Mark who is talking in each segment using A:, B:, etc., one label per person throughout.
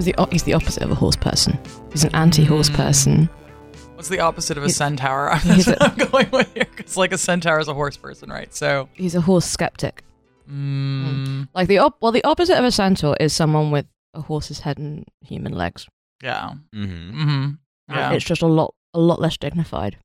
A: the o- he's the opposite of a horse person. He's an anti-horse person.
B: What's the opposite of a
A: He's-
B: centaur?
A: he's
B: That's what I'm going with here. Because like a centaur is a horse person, right? So,
A: He's a horse skeptic.
B: mm,
A: Like the op- well, the opposite of a centaur is someone with a horse's head and human legs.
B: yeah.
C: Mm-hmm.
B: hmm
A: And
B: Yeah.
A: It's just a lot a lot less dignified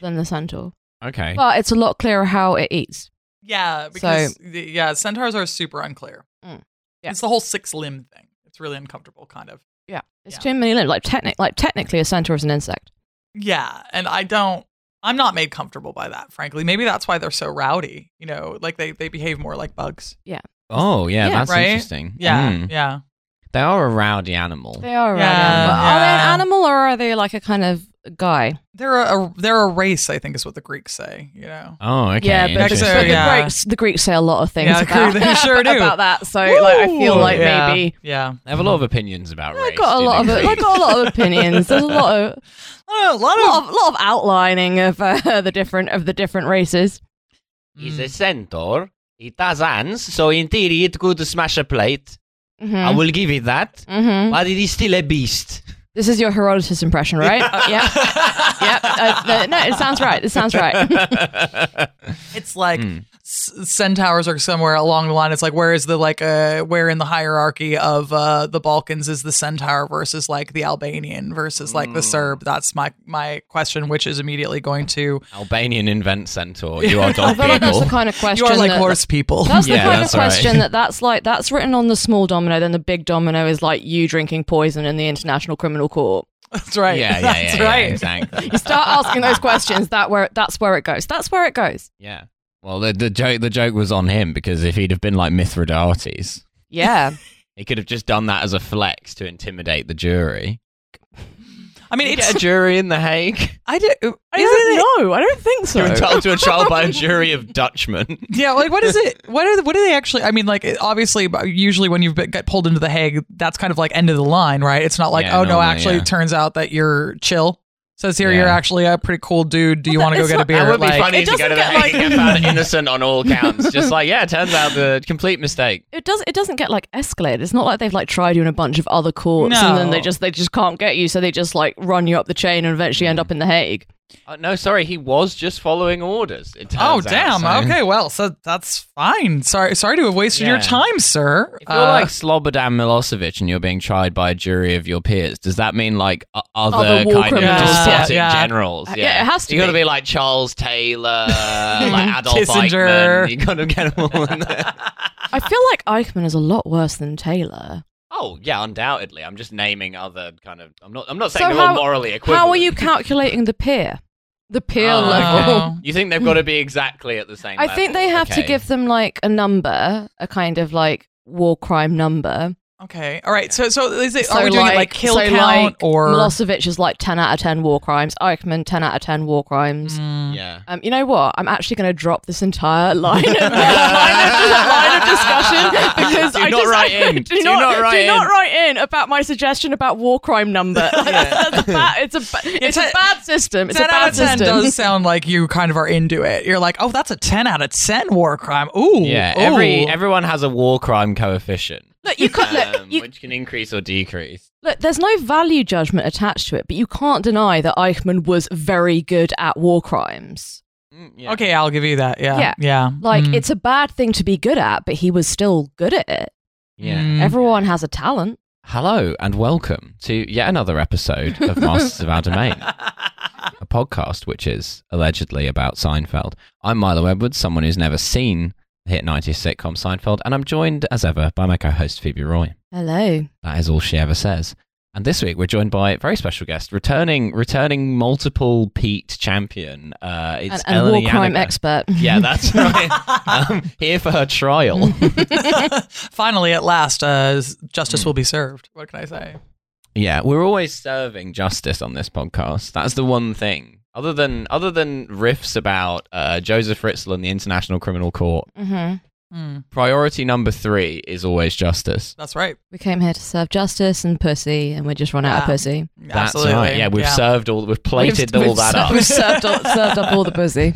A: than the centaur.
C: Okay.
A: But it's a lot clearer how it eats.
B: Yeah. Because, the- yeah, centaurs are super unclear.
A: Mm. Yeah.
B: It's the whole six limb thing. It's really uncomfortable, kind of.
A: Yeah, it's
B: Yeah.
A: too many limbs. Like technic, like technically, a centaur is an insect.
B: Yeah. And I don't, I'm not made comfortable by that, frankly. Maybe that's why they're so rowdy. You know, like they, they behave more like bugs.
C: oh, yeah,
A: Yeah,
C: that's
B: right?
C: interesting.
B: Yeah.
C: Mm.
B: Yeah.
C: They are a rowdy animal.
A: They are. a rad
B: Yeah,
A: animal. Are they
B: yeah.
A: an animal or are they like a kind of guy?
B: They're a, a- they're a race, I think is what the Greeks say, you know.
C: Oh, okay.
A: Yeah, but, the,
C: interesting.
A: but the
B: yeah.
A: Greeks the Greeks say a lot of things
B: Yeah,
A: about,
B: they sure do.
A: about that. So like, I feel
C: Ooh,
A: like
B: yeah.
A: maybe
B: Yeah.
C: They have a lot of opinions about race.
A: I got a
C: do
A: lot of
C: they,
A: I
C: Greeks?
A: got a lot of opinions. There's a lot of
B: A lot
A: a
B: of,
A: lot of, lot of outlining of uh, the different of the different races.
B: Mm.
C: centaur. It has hands, so in theory it could smash a plate.
A: hmm
C: will give it that.
A: hmm
C: But it is still a beast.
A: This is your Herodotus impression, right? Uh, yeah, yeah. Uh, the- no, it sounds right. It sounds right.
B: It's like
C: Mm.
B: s- centaurs are somewhere along the line. It's like where is the like uh where in the hierarchy of uh the Balkans is the centaur versus like the Albanian versus like the
C: Mm.
B: Serb? That's my my question, which is immediately going to
C: Albanian invent centaur. You are
A: I
C: dog
A: feel like that's the
C: people.
A: kind of question.
B: you are like
A: that-
B: horse people.
A: That's
C: Yeah,
A: the kind
C: that's
A: of
C: right.
A: question that that's like that's written on the small domino. Then the big domino is like you drinking poison in the International Criminal Court.
B: That's right.
C: Yeah, yeah, yeah,
B: That's
C: yeah,
B: right.
C: exactly.
A: You start asking those questions. That where that's where it goes. That's where it goes.
C: Yeah. Well, the, the joke the joke was on him because if he'd have been like Mithridates,
A: Yeah.
C: he could have just done that as a flex to intimidate the jury.
B: I mean,
C: Did he
B: it's
C: get a jury in the Hague.
B: I don't. Isn't
A: I
B: it?
A: don't know. I don't think
C: You
A: so.
C: were told to a trial by a jury of Dutchmen.
B: Yeah, like what is it? What are what do they actually? I mean, like it- obviously, but usually when you get pulled into the Hague, that's kind of like end of the line, right? It's not like
C: Yeah,
B: oh no,
C: normally,
B: actually,
C: yeah.
B: it turns out that you're chill. Says here
C: Yeah.
B: you're actually a pretty cool dude. Do you
A: Well,
B: want to go
A: it's
B: get a
A: not-
B: beer?
C: That would be
B: Like,
C: funny
A: it
C: to go to
A: doesn't
C: the
A: get,
C: Hague
A: like-
C: and found innocent on all counts. Just like, yeah, turns out the complete mistake.
A: It does. It doesn't get like escalated. It's not like they've like tried you in a bunch of other courts and then
B: No.
A: they just they just can't get you, so they just like run you up the chain and eventually end up in the Hague.
C: Oh, no, sorry, he was just following orders. It turns
B: Oh
C: out,
B: damn.
C: so-
B: Okay, well, so that's fine. Sorry, sorry to have wasted your
C: Yeah.
B: time, sir.
C: If you're
B: Uh,
C: like Slobodan Milosevic and you're being tried by a jury of your peers, does that mean like o- other,
A: Other war
C: kind of
A: criminals,
C: despotic
B: yeah, yeah.
C: generals?
A: Uh, yeah, it has to
C: You gotta
A: be.
C: be like Charles Taylor, like Adolf
B: Kissinger.
C: Eichmann. You gotta get them all in there.
A: I feel like Eichmann is a lot worse than Taylor.
C: Oh yeah, undoubtedly. I'm just naming other kind of. I'm not. I'm not saying
A: So
C: they're
A: how-
C: all morally equivalent.
A: How are you calculating the peer? The peer
C: Oh,
A: level. Hmm.
B: okay.
C: You think they've got to be exactly at the same?
A: I think
C: level.
A: they have
C: Okay.
A: to give them like a number, a kind of like war crime number.
B: Uh, okay, all right. So, so is it?
A: So
B: are we doing it like kill
A: so
B: count
A: like
B: or?
A: Milosevic is like ten out of ten war crimes. Eichmann ten out of ten war crimes.
B: Mm.
C: Yeah.
A: Um, you know what? I'm actually going to drop this entire line of, line of, line of discussion because
C: Do
A: I
C: not
A: just
C: write in.
A: do,
C: Do
A: not,
C: not write
A: do not
C: in.
A: write in about my suggestion about war crime number. That's a bad, it's a ba- it's
B: ten-
A: a bad system. It's a
B: 10 out
A: bad
B: of 10
A: system.
B: does sound like you kind of are into it. You're like, oh, that's a 10 out of 10 war crime. Ooh.
C: Yeah.
B: ooh.
C: Every everyone has a war crime coefficient.
A: Look, you could look,
C: um,
A: you,
C: which can increase or decrease.
A: Look, there's no value judgment attached to it, but you can't deny that Eichmann was very good at war crimes.
C: Mm,
B: Okay, I'll give you that. Yeah.
A: Yeah.
B: Yeah.
A: Like,
C: Hmm.
B: Mm.
A: it's a bad thing to be good at, but he was still good at it.
C: Yeah.
B: Mm.
A: Everyone has a talent.
C: Hello and welcome to yet another episode of Masters of Our Domain, a podcast which is allegedly about Seinfeld. I'm Milo Edwards, someone who's never seen the hit 90s sitcom Seinfeld, and I'm joined as ever by my co host Phoebe Roy.
A: Hello.
C: That is all she ever says. And this week we're joined by a very special guest, returning returning multiple Pete champion. Uh,
A: And,
C: it's
A: and
C: Eleni
A: war crime
C: Yanniger.
A: expert.
C: Yeah, that's right. um, here for her trial.
B: Finally, at last, uh, s-
C: Mm.
B: justice will be served. What can I say?
C: Yeah, we're always serving justice on this podcast. That's the one thing. Other than other than riffs about uh, Joseph Fritzl and the International Criminal Court,
A: hmm
B: Mm,
C: priority number three is always justice.
B: that's right.
A: We came here to serve justice and pussy, and we just run out of
B: Yeah.
A: pussy.
C: That's
B: Absolutely.
C: right. Yeah, we've served all. We've plated
A: We've-
C: all
A: we've
C: that
A: ser-
C: up.
A: We've served, all, served up all the pussy.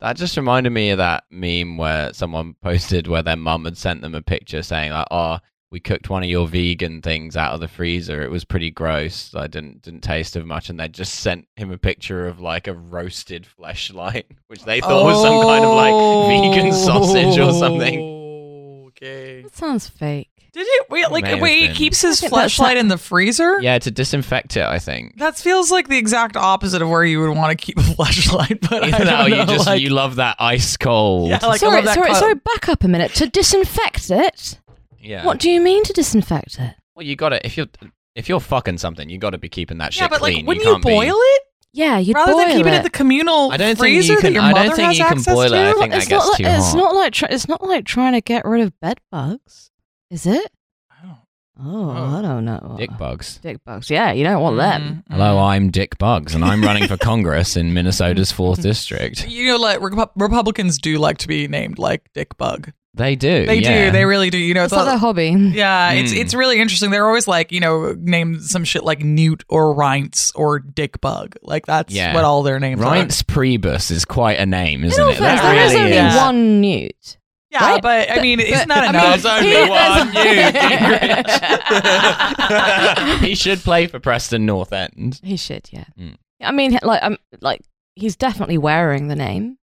C: That just reminded me of that meme where someone posted where their mum had sent them a picture saying like, "Oh, we cooked one of your vegan things out of the freezer. It was pretty gross. I didn't didn't taste of much, and they just sent him a picture of like a roasted fleshlight, which they thought was some kind of like vegan sausage or something.
B: Oh. Okay.
A: That sounds fake.
B: Did he wait? Like
C: May have
B: wait, he
C: been.
B: keeps his
A: I think that's
B: flashlight
A: not-
B: in the freezer.
C: Yeah, to disinfect it, I think.
B: That feels like the exact opposite of where you would want to keep a flashlight. But I
C: You
B: don't know,
C: know, you just
B: like,
C: you love that ice cold.
B: yeah, like I
A: sorry,
B: love that
A: sorry,
B: cut.
A: sorry. Back up a minute. To disinfect it.
C: Yeah.
A: What do you mean to disinfect it?
C: Well, you got to if you're if you're fucking something, you got to be keeping that shit
B: Yeah, but
C: clean.
B: like, wouldn't
C: you
B: you,
C: can't be-
B: boil it
A: Yeah, you
B: rather
A: boil
B: than keeping it
A: it
B: at the communal
C: I don't think
B: freezer
C: you
B: that
C: can.
B: your
C: I
B: mother
C: don't think
B: has
C: you can
B: access
C: boil it. I
B: to? Mm.
C: think that
A: it's not
C: gets
A: like
C: too
A: it's
C: hot.
A: not like try it's not like trying to get rid of bed bugs, is it?
B: I don't-
A: Oh,
B: Oh.
A: I don't know.
C: Dick bugs.
A: Dick bugs. Yeah, you don't want them.
B: Mm, mm.
C: Hello, I'm Dick Bugs, and I'm running for Congress in Minnesota's fourth district.
B: You know, like Repu- Republicans do like to be named like Dick Bug.
C: They do.
B: They
C: yeah.
B: do. They really do. You know,
A: It's not
B: the-
A: their hobby.
B: yeah, it's
C: Mm.
B: it's really interesting. They're always like, you know, name some shit like Newt or Reince or Dick Bug. Like that's
C: Yeah.
B: what all their names are.
C: Reince Priebus is quite a name,
A: In
C: isn't
A: all
C: it?
A: fairness,
C: That
A: there is
C: really
A: only
B: is.
A: one newt.
B: Yeah,
A: Right.
B: but I mean, isn't that
A: I
B: enough?
A: mean, he-
C: is. he should play for Preston North End.
A: He should, yeah.
C: Mm.
A: I mean, like, um, like he's definitely wearing the name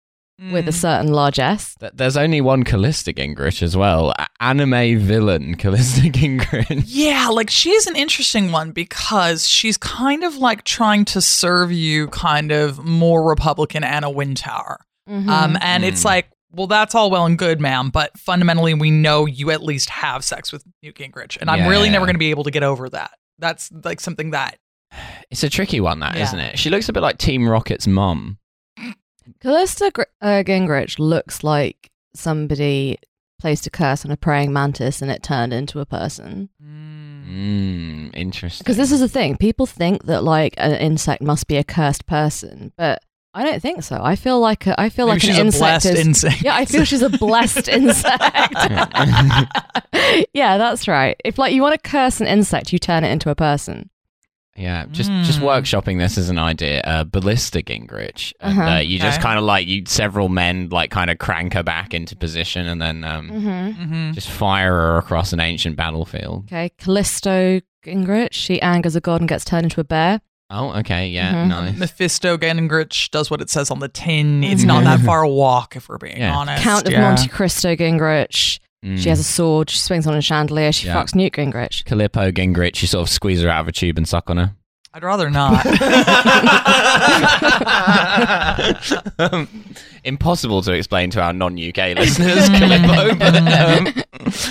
A: with a
B: Mm.
A: certain largesse.
C: Th- There's only one Callista Gingrich as well. A- anime villain Callista Gingrich.
B: Yeah, like she's an interesting one because she's kind of like trying to serve you kind of more Republican Anna Wintour.
A: Mm-hmm.
B: Um, and it's
C: Mm.
B: like, well, that's all well and good, ma'am, but fundamentally, we know you at least have sex with Newt Gingrich, and I'm
C: Yeah,
B: really
C: yeah.
B: never going to be able to get over that. That's like something that
C: It's a tricky one, that
B: Yeah.
C: not it? She looks a bit like Team Rocket's mum.
A: Callista Gr- uh, Gingrich looks like somebody placed a curse on a praying mantis and it turned into a person.
C: Mm, interesting.
A: Because this is the thing, people think that like an insect must be a cursed person, but I don't think so. I feel like a, I feel
B: maybe
A: like
B: she's
A: an
B: a
A: insect
B: blessed
A: is.
B: insect.
A: yeah, I feel she's a blessed insect. yeah, that's right. If like you want to curse an insect, you turn it into a person.
C: Yeah, just just
B: Mm.
A: Hmm.
C: workshopping this as an idea. Uh, Ballista Gingrich, and
A: Uh-huh.
C: uh, you just
B: Okay.
C: kind of like you several men like kind of crank her back into position, and then um,
A: Mm-hmm.
B: Mhm.
C: just fire her across an ancient battlefield.
A: Okay, Callisto Gingrich. She angers a god and gets turned into a bear.
C: Oh, okay, yeah,
A: Mhm.
C: nice.
B: Mephisto Gingrich does what it says on the tin. It's not that far a walk, if we're being
C: Mm-hmm. Yeah.
B: honest.
A: Count of
B: Yeah. Hmm.
A: Monte Cristo Gingrich.
C: Mm.
A: She has a sword. She swings on a chandelier. She
C: Yeah.
A: fucks Newt Gingrich.
C: Calippo Gingrich. You sort of squeeze her out of a tube and suck on her.
B: I'd rather not.
C: Um, impossible to explain to our non-UK listeners,
A: Mm.
C: Calippo. But,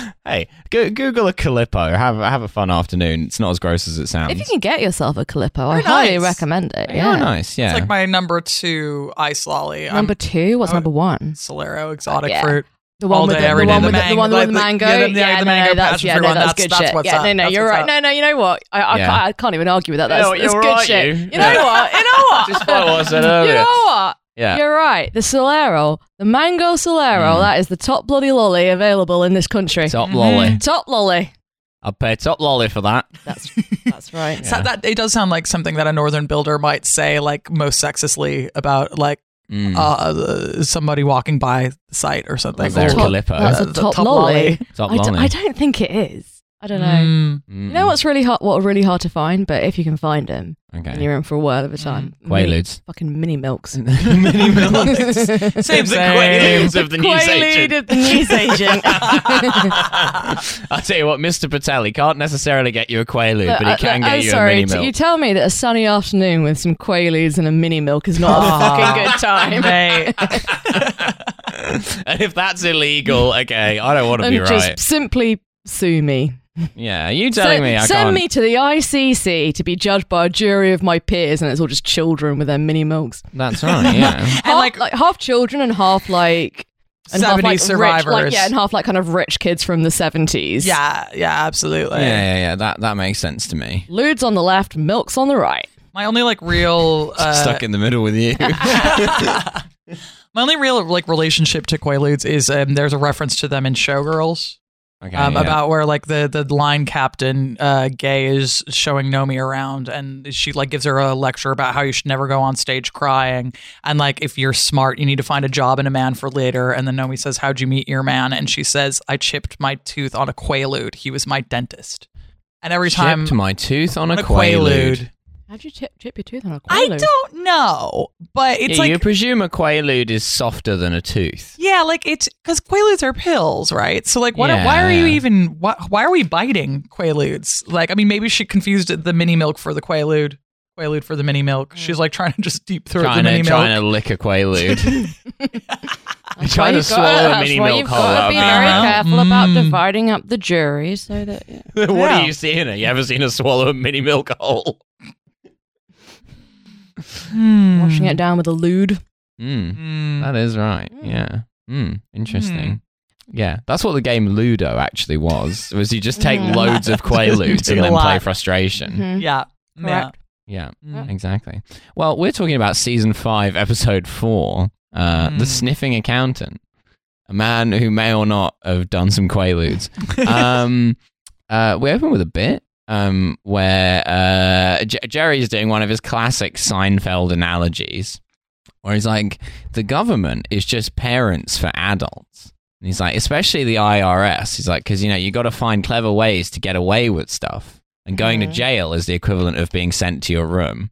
C: um, hey, go- Google a Calippo. Have have a fun afternoon. It's not as gross as it sounds.
A: If you can get yourself a Calippo, I
B: Very
A: highly
B: nice.
A: recommend it.
C: They
A: Yeah.
C: are nice. Yeah.
B: It's like my number two ice lolly. I'm
A: Number two. What's
B: I would-
A: number one?
B: Solero exotic
A: Yeah.
B: fruit.
A: The
B: All
A: one with
B: day,
A: the,
B: every
A: the
B: day.
A: one
B: The
A: with the, the
B: mango,
A: one
B: like
A: with the
B: the-
A: mango.
B: yeah,
A: Yeah,
B: the- yeah, the
A: no, no,
B: mango
A: that's,
B: passion
A: yeah,
B: fruit
A: no,
B: one.
A: that's,
B: That's-
A: good
B: that's
A: shit.
B: what's
A: yeah,
B: up.
A: no, no,
B: That's
A: you're
B: what's
A: right.
B: up.
A: No, no, you know what? I, I,
C: Yeah.
A: can't, I can't even argue with that.
C: Yeah,
A: That's,
C: you're
A: that's good
C: right,
A: shit.
C: you.
A: You know
C: Yeah.
A: what? You know what?
C: Just follow what I said
A: You
C: earlier.
A: know what?
C: Oh, yeah.
A: You're right. The Solero, the mango Solero,
C: Mm.
A: that is the top bloody lolly available in this country.
C: Top
B: Mhm.
C: lolly.
A: top lolly.
C: I'll pay top lolly for that.
A: That's that's right.
B: So that it does sound like something that a northern builder might say, like most sexistly about like
C: Mm.
B: uh,
A: Oh,
B: uh, somebody walking by the site or something.
C: Was there a
A: Top-
C: Calippo?
A: that's a
B: Uh, The
A: top,
B: top
A: lolly.
B: lolly.
C: top
A: I, d-
C: lolly.
A: I don't think it is. I don't know.
B: Mm.
C: Mm.
A: You know what's really hard? What are really hard to find, but if you can find them, then
C: Mm. Okay.
A: you're in for a whirl of a time. Mini-
C: Mm. Quaaludes.
A: fucking mini milks.
C: Mini milks.
B: Same,
C: The
B: same.
C: Quaaludes of the news
A: Quaalude
C: agent.
A: of the news agent.
C: I'll tell you what, Mr. Patelli can't necessarily get you a Quaalude, but, he
A: Uh,
C: can
A: uh,
C: get
A: I'm
C: you
A: sorry,
C: a mini
A: d-
C: milk.
A: You tell me that a sunny afternoon with some quaaludes and a mini milk is not a
B: Ah.
A: fucking good time.
B: Mate.
C: and if that's illegal, okay, I don't want to
A: and
C: be
A: just
C: right.
A: simply sue me.
C: Yeah, are you telling
A: send,
C: me I
A: send
C: can't?
A: me to the ICC to be judged by a jury of my peers, and it's all just children with their mini milks.
C: That's right. Yeah.
A: Half,
B: like-
A: like, half children and half like. And half,
B: 70s
A: like,
B: survivors.
A: Rich, like, yeah, and half like kind of rich kids from the 70s.
B: yeah, yeah, absolutely.
C: yeah, yeah, yeah. That that makes sense to me.
A: Ludes on the left, milks on the right.
B: My only like real uh,
C: Stuck in the middle with you.
B: my only real like relationship to Quaaludes is um, there's a reference to them in Showgirls.
C: Okay.
B: um,
C: yeah.
B: about where like the the line captain uh, Gay is showing Nomi around, and she like gives her a lecture about how you should never go on stage crying, and like if you're smart, you need to find a job and a man for later. And then Nomi says, "How'd you meet your man?" And she says, "I chipped my tooth on a Quaalude. He was my dentist." And every time
C: Chipped my tooth on
B: on
C: a quaalude.
A: How'd you chip, chip your tooth on a
B: I
A: Quaalude?
B: don't know, but it's
C: yeah,
B: like
C: you presume a quaalude is softer than a tooth.
B: Yeah, like it's because quaaludes are pills, right? So like, what? Why are you
C: Yeah.
B: even? Why, why are we biting quaaludes? Like, I mean, maybe she confused the mini milk for the quaalude, quaalude for the mini milk.
A: Mm.
B: She's like trying to just deep throat the
C: Trying
B: mini
C: to, trying
B: milk.
C: to lick a quaalude.
A: That's
C: Trying
A: why
C: to
A: you've got-
C: swallow a
A: that's
C: mini
A: why
C: milk
A: You've
C: whole
A: got to
C: up,
A: be
B: you
A: very
B: know?
A: careful about
B: Mm.
A: dividing up the jury so that. Yeah.
C: what
B: Yeah.
C: are you seeing? Her? You ever seen her swallow a mini milk hole?
B: Hmm.
A: Washing it down with a lewd.
C: Mm.
B: Hmm.
C: That is right.
A: Mm.
C: Yeah. Mm. Interesting.
A: Hmm.
C: Yeah, that's what the game Ludo actually was. Was you just take
A: Mm.
C: loads of quaaludes
B: Take
C: and
B: a
C: then play
B: lot.
C: frustration.
A: Mhm.
B: Yeah. Yeah.
A: Correct.
C: Yeah,
B: Mm.
C: exactly. Well, we're talking about season five, episode four, uh,
B: Mm.
C: the sniffing accountant, a man who may or not have done some quaaludes. um, uh, we open with a bit um, where uh, J- Jerry's doing one of his classic Seinfeld analogies, where he's like, the government is just parents for adults. And he's like, especially the IRS. He's like, because, you know, you got to find clever ways to get away with stuff. And going
B: Mm-hmm.
A: Mhm.
C: to jail is the equivalent of being sent to your room.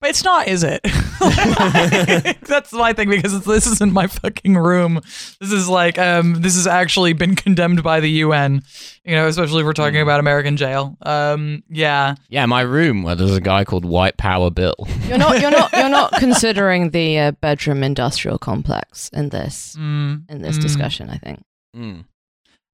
B: But it's not, is it? Like, that's my thing because it's, this isn't my fucking room. This is like, um, this has actually been condemned by the UN. You know, especially if we're
A: Mm.
B: talking about American jail. Um, yeah.
C: Yeah, my room where there's a guy called White Power Bill.
A: You're not. You're not. You're not considering the uh, bedroom industrial complex in this
B: Mm.
A: in this
B: Mm.
A: discussion. I think.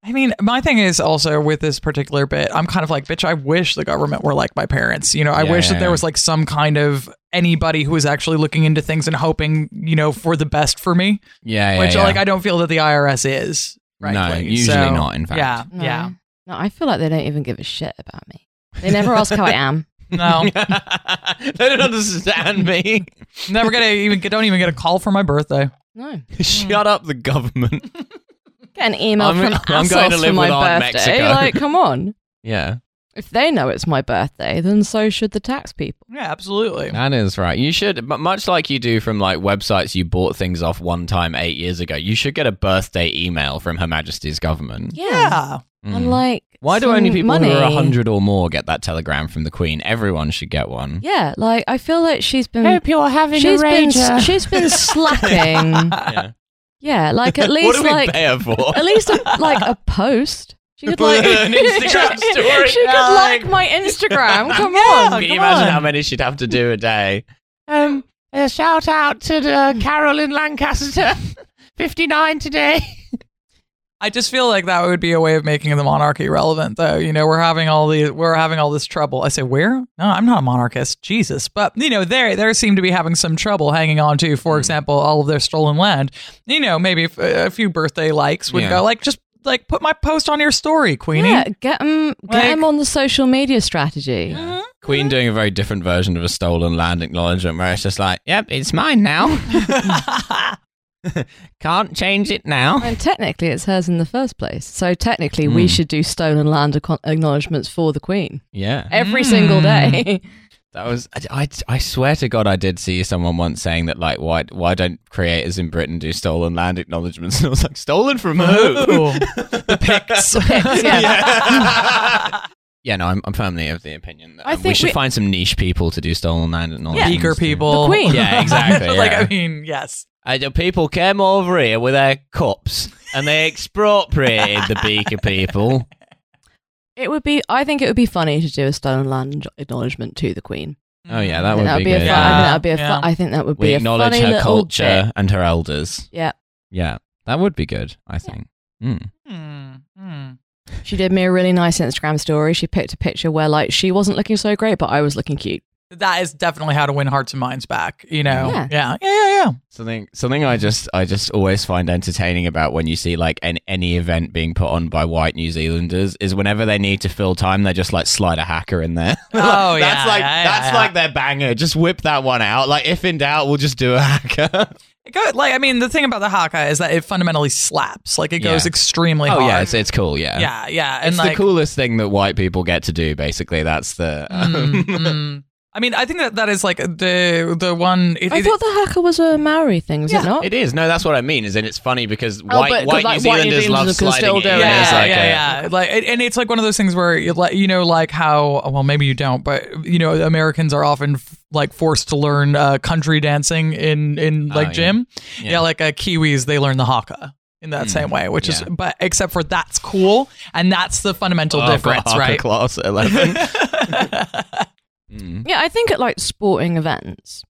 B: I mean, my thing is also with this particular bit, I'm kind of like, bitch, I wish the government were like my parents. You know, I
C: Yeah,
B: wish
C: yeah,
B: that there
C: yeah.
B: was like some kind of anybody who was actually looking into things and hoping, you know, for the best for me,
C: Yeah, yeah.
B: which
C: yeah.
B: like I don't feel that the IRS is.
C: no,
B: frankly.
C: usually
B: So,
C: not. In fact,
B: Yeah.
A: No.
B: Yeah.
A: No, I feel like they don't even give a shit about me. They never ask how I am.
B: No.
C: they don't understand me.
B: Never gonna even get, don't even get a call for my birthday.
A: No.
C: Shut up, the government.
A: Get an email
C: I'm-
A: from
C: I'm
A: Assos
C: going to
A: for
C: live
A: my
C: with Aunt
A: birthday.
C: Mexico.
A: Like, come on.
C: Yeah,
A: If they know it's my birthday, then so should the tax people.
B: Yeah, absolutely.
C: that is right. You should, but much like you do from like websites you bought things off one time eight years ago, you should get a birthday email from Her Majesty's government.
B: Yeah.
C: Mm.
A: And like,
C: Why do
A: some
C: only people
A: money,
C: who are hundred or more get that telegram from the Queen? Everyone should get one.
A: Yeah, like I feel like she's been
C: you're having
A: she's been she's been slacking.
C: yeah.
A: yeah, like at
C: what
A: least
C: do we
A: like
C: pay her for?
A: at least a, like a post. She could
C: Put
A: like
C: it in an Instagram story.
A: she could
B: Yeah,
A: like
B: like-
A: my Instagram. Come
B: Yeah.
A: on.
C: Can
B: come
C: you imagine
B: on.
C: how many she'd have to do a day? Um, a shout out to the Carol in Lancaster, fifty nine today.
B: I just feel like that would be a way of making the monarchy relevant, though. You know, we're having all the we're having all this trouble. I say, where? No, I'm not a monarchist, Jesus. But you know, they they seem to be having some trouble hanging on to,
C: Hmm.
B: for example, all of their stolen land. You know, maybe if, uh, a few birthday likes would
C: Yeah.
B: go like just like put my post on your story, Queenie.
A: Yeah, get him get
B: Like-
A: him on the social media strategy.
C: Queen doing a very different version of a stolen land acknowledgement, where it's just like, "Yep, it's mine now. Can't change it now."
A: And technically, it's hers in the first place. So technically, we
C: Mm.
A: should do stolen land acco- acknowledgements for the Queen
C: Yeah,
A: every
B: Mm.
A: single day.
C: that was. I, I, I swear to God, I did see someone once saying that, like, why why don't creators in Britain do stolen land acknowledgements? And I was like, stolen from who?
B: Ooh, the pics.
A: yeah.
C: Yeah, no, I'm, I'm firmly of the opinion that
A: I
C: um, we
A: think
C: should
A: we-
C: find some niche people to do stolen land and all.
A: Yeah.
B: Eager people.
A: The Queen.
C: Yeah, exactly,
B: like
C: yeah.
B: I mean, yes.
C: I, the people came over here with their cups and they expropriated the Beaker people.
A: It would be. I think it would be funny to do a stolen land acknowledgement to the Queen.
C: Oh yeah, that
A: I
C: would
A: think
C: be,
A: a
C: good. Uh,
A: fun. I
B: Yeah.
A: think that would be a.
B: Yeah.
A: Fun, I think that would
C: we
A: be a
C: acknowledge
A: funny
C: her
A: little
C: culture
A: bit.
C: and her elders.
A: Yeah,
C: Yeah, that would be good. I think. Mm.
B: Hmm, hmm.
A: she did me a really nice Instagram story. She picked a picture where like she wasn't looking so great, but I was looking cute.
B: That is definitely how to win hearts and minds back. You know.
A: Yeah.
B: Yeah. Yeah. Yeah. yeah.
C: Something, something I just, I just always find entertaining about when you see like an, any event being put on by white New Zealanders is whenever they need to fill time, they just like slide a hacker in there.
B: Oh, yeah,
C: that's like
B: yeah,
C: that's
B: yeah,
C: like their banger. Just whip that one out. Like if in doubt, we'll just do a hacker.
B: It go, like I mean, the thing about the haka is that it fundamentally slaps. Like it
C: Yeah.
B: goes extremely
C: oh
B: hard.
C: yeah, it's, it's cool. Yeah,
B: yeah, yeah, and
C: It's
B: like
C: the coolest thing that white people get to do. Basically, that's the. uh,
B: Mm, mm. I mean, I think that that is like the the one. It,
A: I
B: it-
A: thought the haka was a Maori thing, was
B: Yeah,
A: it not?
C: It is no, that's what I mean. Is and it's funny because white
A: Oh, but- 'cause,
C: white,
A: like,
C: New
A: white New
C: Zealanders love
A: Zealanders can
C: sliding
A: still
C: it
A: do
C: in
A: it.
B: yeah,
C: as like a-
B: yeah, yeah. Like, and- and it's like one of those things where you like you know, like how well maybe you don't, but you know, Americans are often f- like forced to learn uh, country dancing in in like
C: Oh, yeah.
B: gym.
C: Yeah.
B: Yeah, like uh, Kiwis, they learn the haka in that
C: Mm,
B: same way, which is
C: yeah.
B: but except for that's cool, and that's the fundamental
C: Oh,
B: difference,
C: for
B: right?
C: Class at eleven. Mm.
A: Yeah, I think at like sporting events,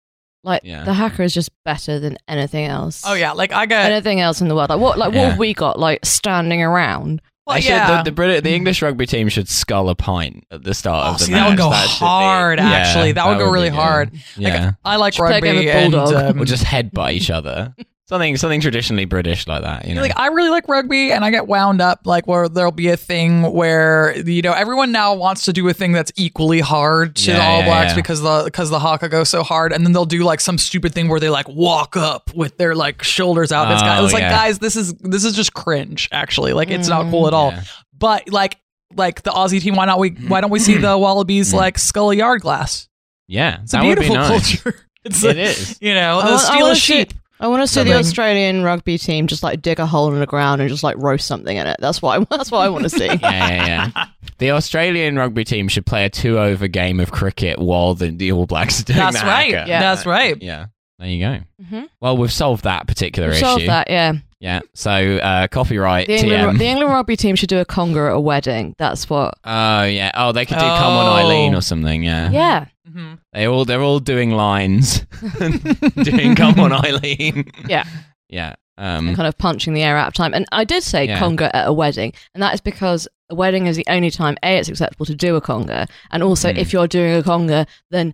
A: like
C: Yeah.
A: the hacker is just better than anything else.
B: oh yeah, like I got.
A: anything else in the world. Like what? Like what
C: Yeah.
A: have we got? Like standing around.
B: Well,
C: They should-
B: yeah.
C: the, the Brit- the English rugby team should scull a pint at the start
B: Oh,
C: of the
B: see,
C: match.
B: that would go
C: should be-
B: hard,
C: Yeah,
B: actually. that, would go
C: be
B: really
C: good.
B: hard.
C: Yeah,
B: Like, I like
A: Should play a
B: rugby
A: game of
B: and
A: Bulldog.
B: um,
C: or just headbutt each other. Something something traditionally British like that. You know,
B: like I really like rugby and I get wound up like where there'll be a thing where you know everyone now wants to do a thing that's equally hard to
C: Yeah,
B: the All
C: yeah,
B: Blacks
C: yeah.
B: because the because the haka goes so hard and then they'll do like some stupid thing where they like walk up with their like shoulders out. It's, guy-
C: Oh,
B: it's like
C: yeah.
B: guys, this is this is just cringe actually. Like it's not
A: Mm.
B: cool at all.
C: Yeah.
B: But like like the Aussie team, why not we why don't we see the Wallabies like skull a yard glass?
C: yeah,
B: It's
C: Mm. that
B: a
C: would be
B: beautiful
C: nice.
B: culture. It's
C: It
B: a-
C: is.
B: You know,
A: I want-
B: the
A: I
B: Oh, steal a
A: wanna see-
B: sheep.
A: I want to see the
B: Something.
A: Australian rugby team just like dig a hole in the ground and just like roast something in it. That's what I, that's what I want to see.
C: yeah, yeah, yeah. The Australian rugby team should play a two-over game of cricket while the, the All Blacks are doing
B: That's
C: the
B: right.
C: haka.
A: Yeah.
B: That's right.
C: Yeah. There you go.
A: mm-hmm.
C: Well, we've solved that particular issue.
A: Solve that, yeah.
C: Yeah. So uh, copyright
A: The
C: TM.
A: England, the England rugby team should do a conga at a wedding. That's what.
C: oh yeah. Oh, they could do "Come on,
B: Oh.
C: Eileen" or something. Yeah.
A: Yeah,
B: Mhm.
C: They all they're all doing lines, doing "Come on, Eileen."
A: Yeah.
C: Yeah.
A: and
C: Um.
A: kind of punching the air out of time. And I did say
C: Yeah.
A: conga at a wedding, and that is because a wedding is the only time a it's acceptable to do a conga, and also
C: Mm.
A: if you're doing a conga, then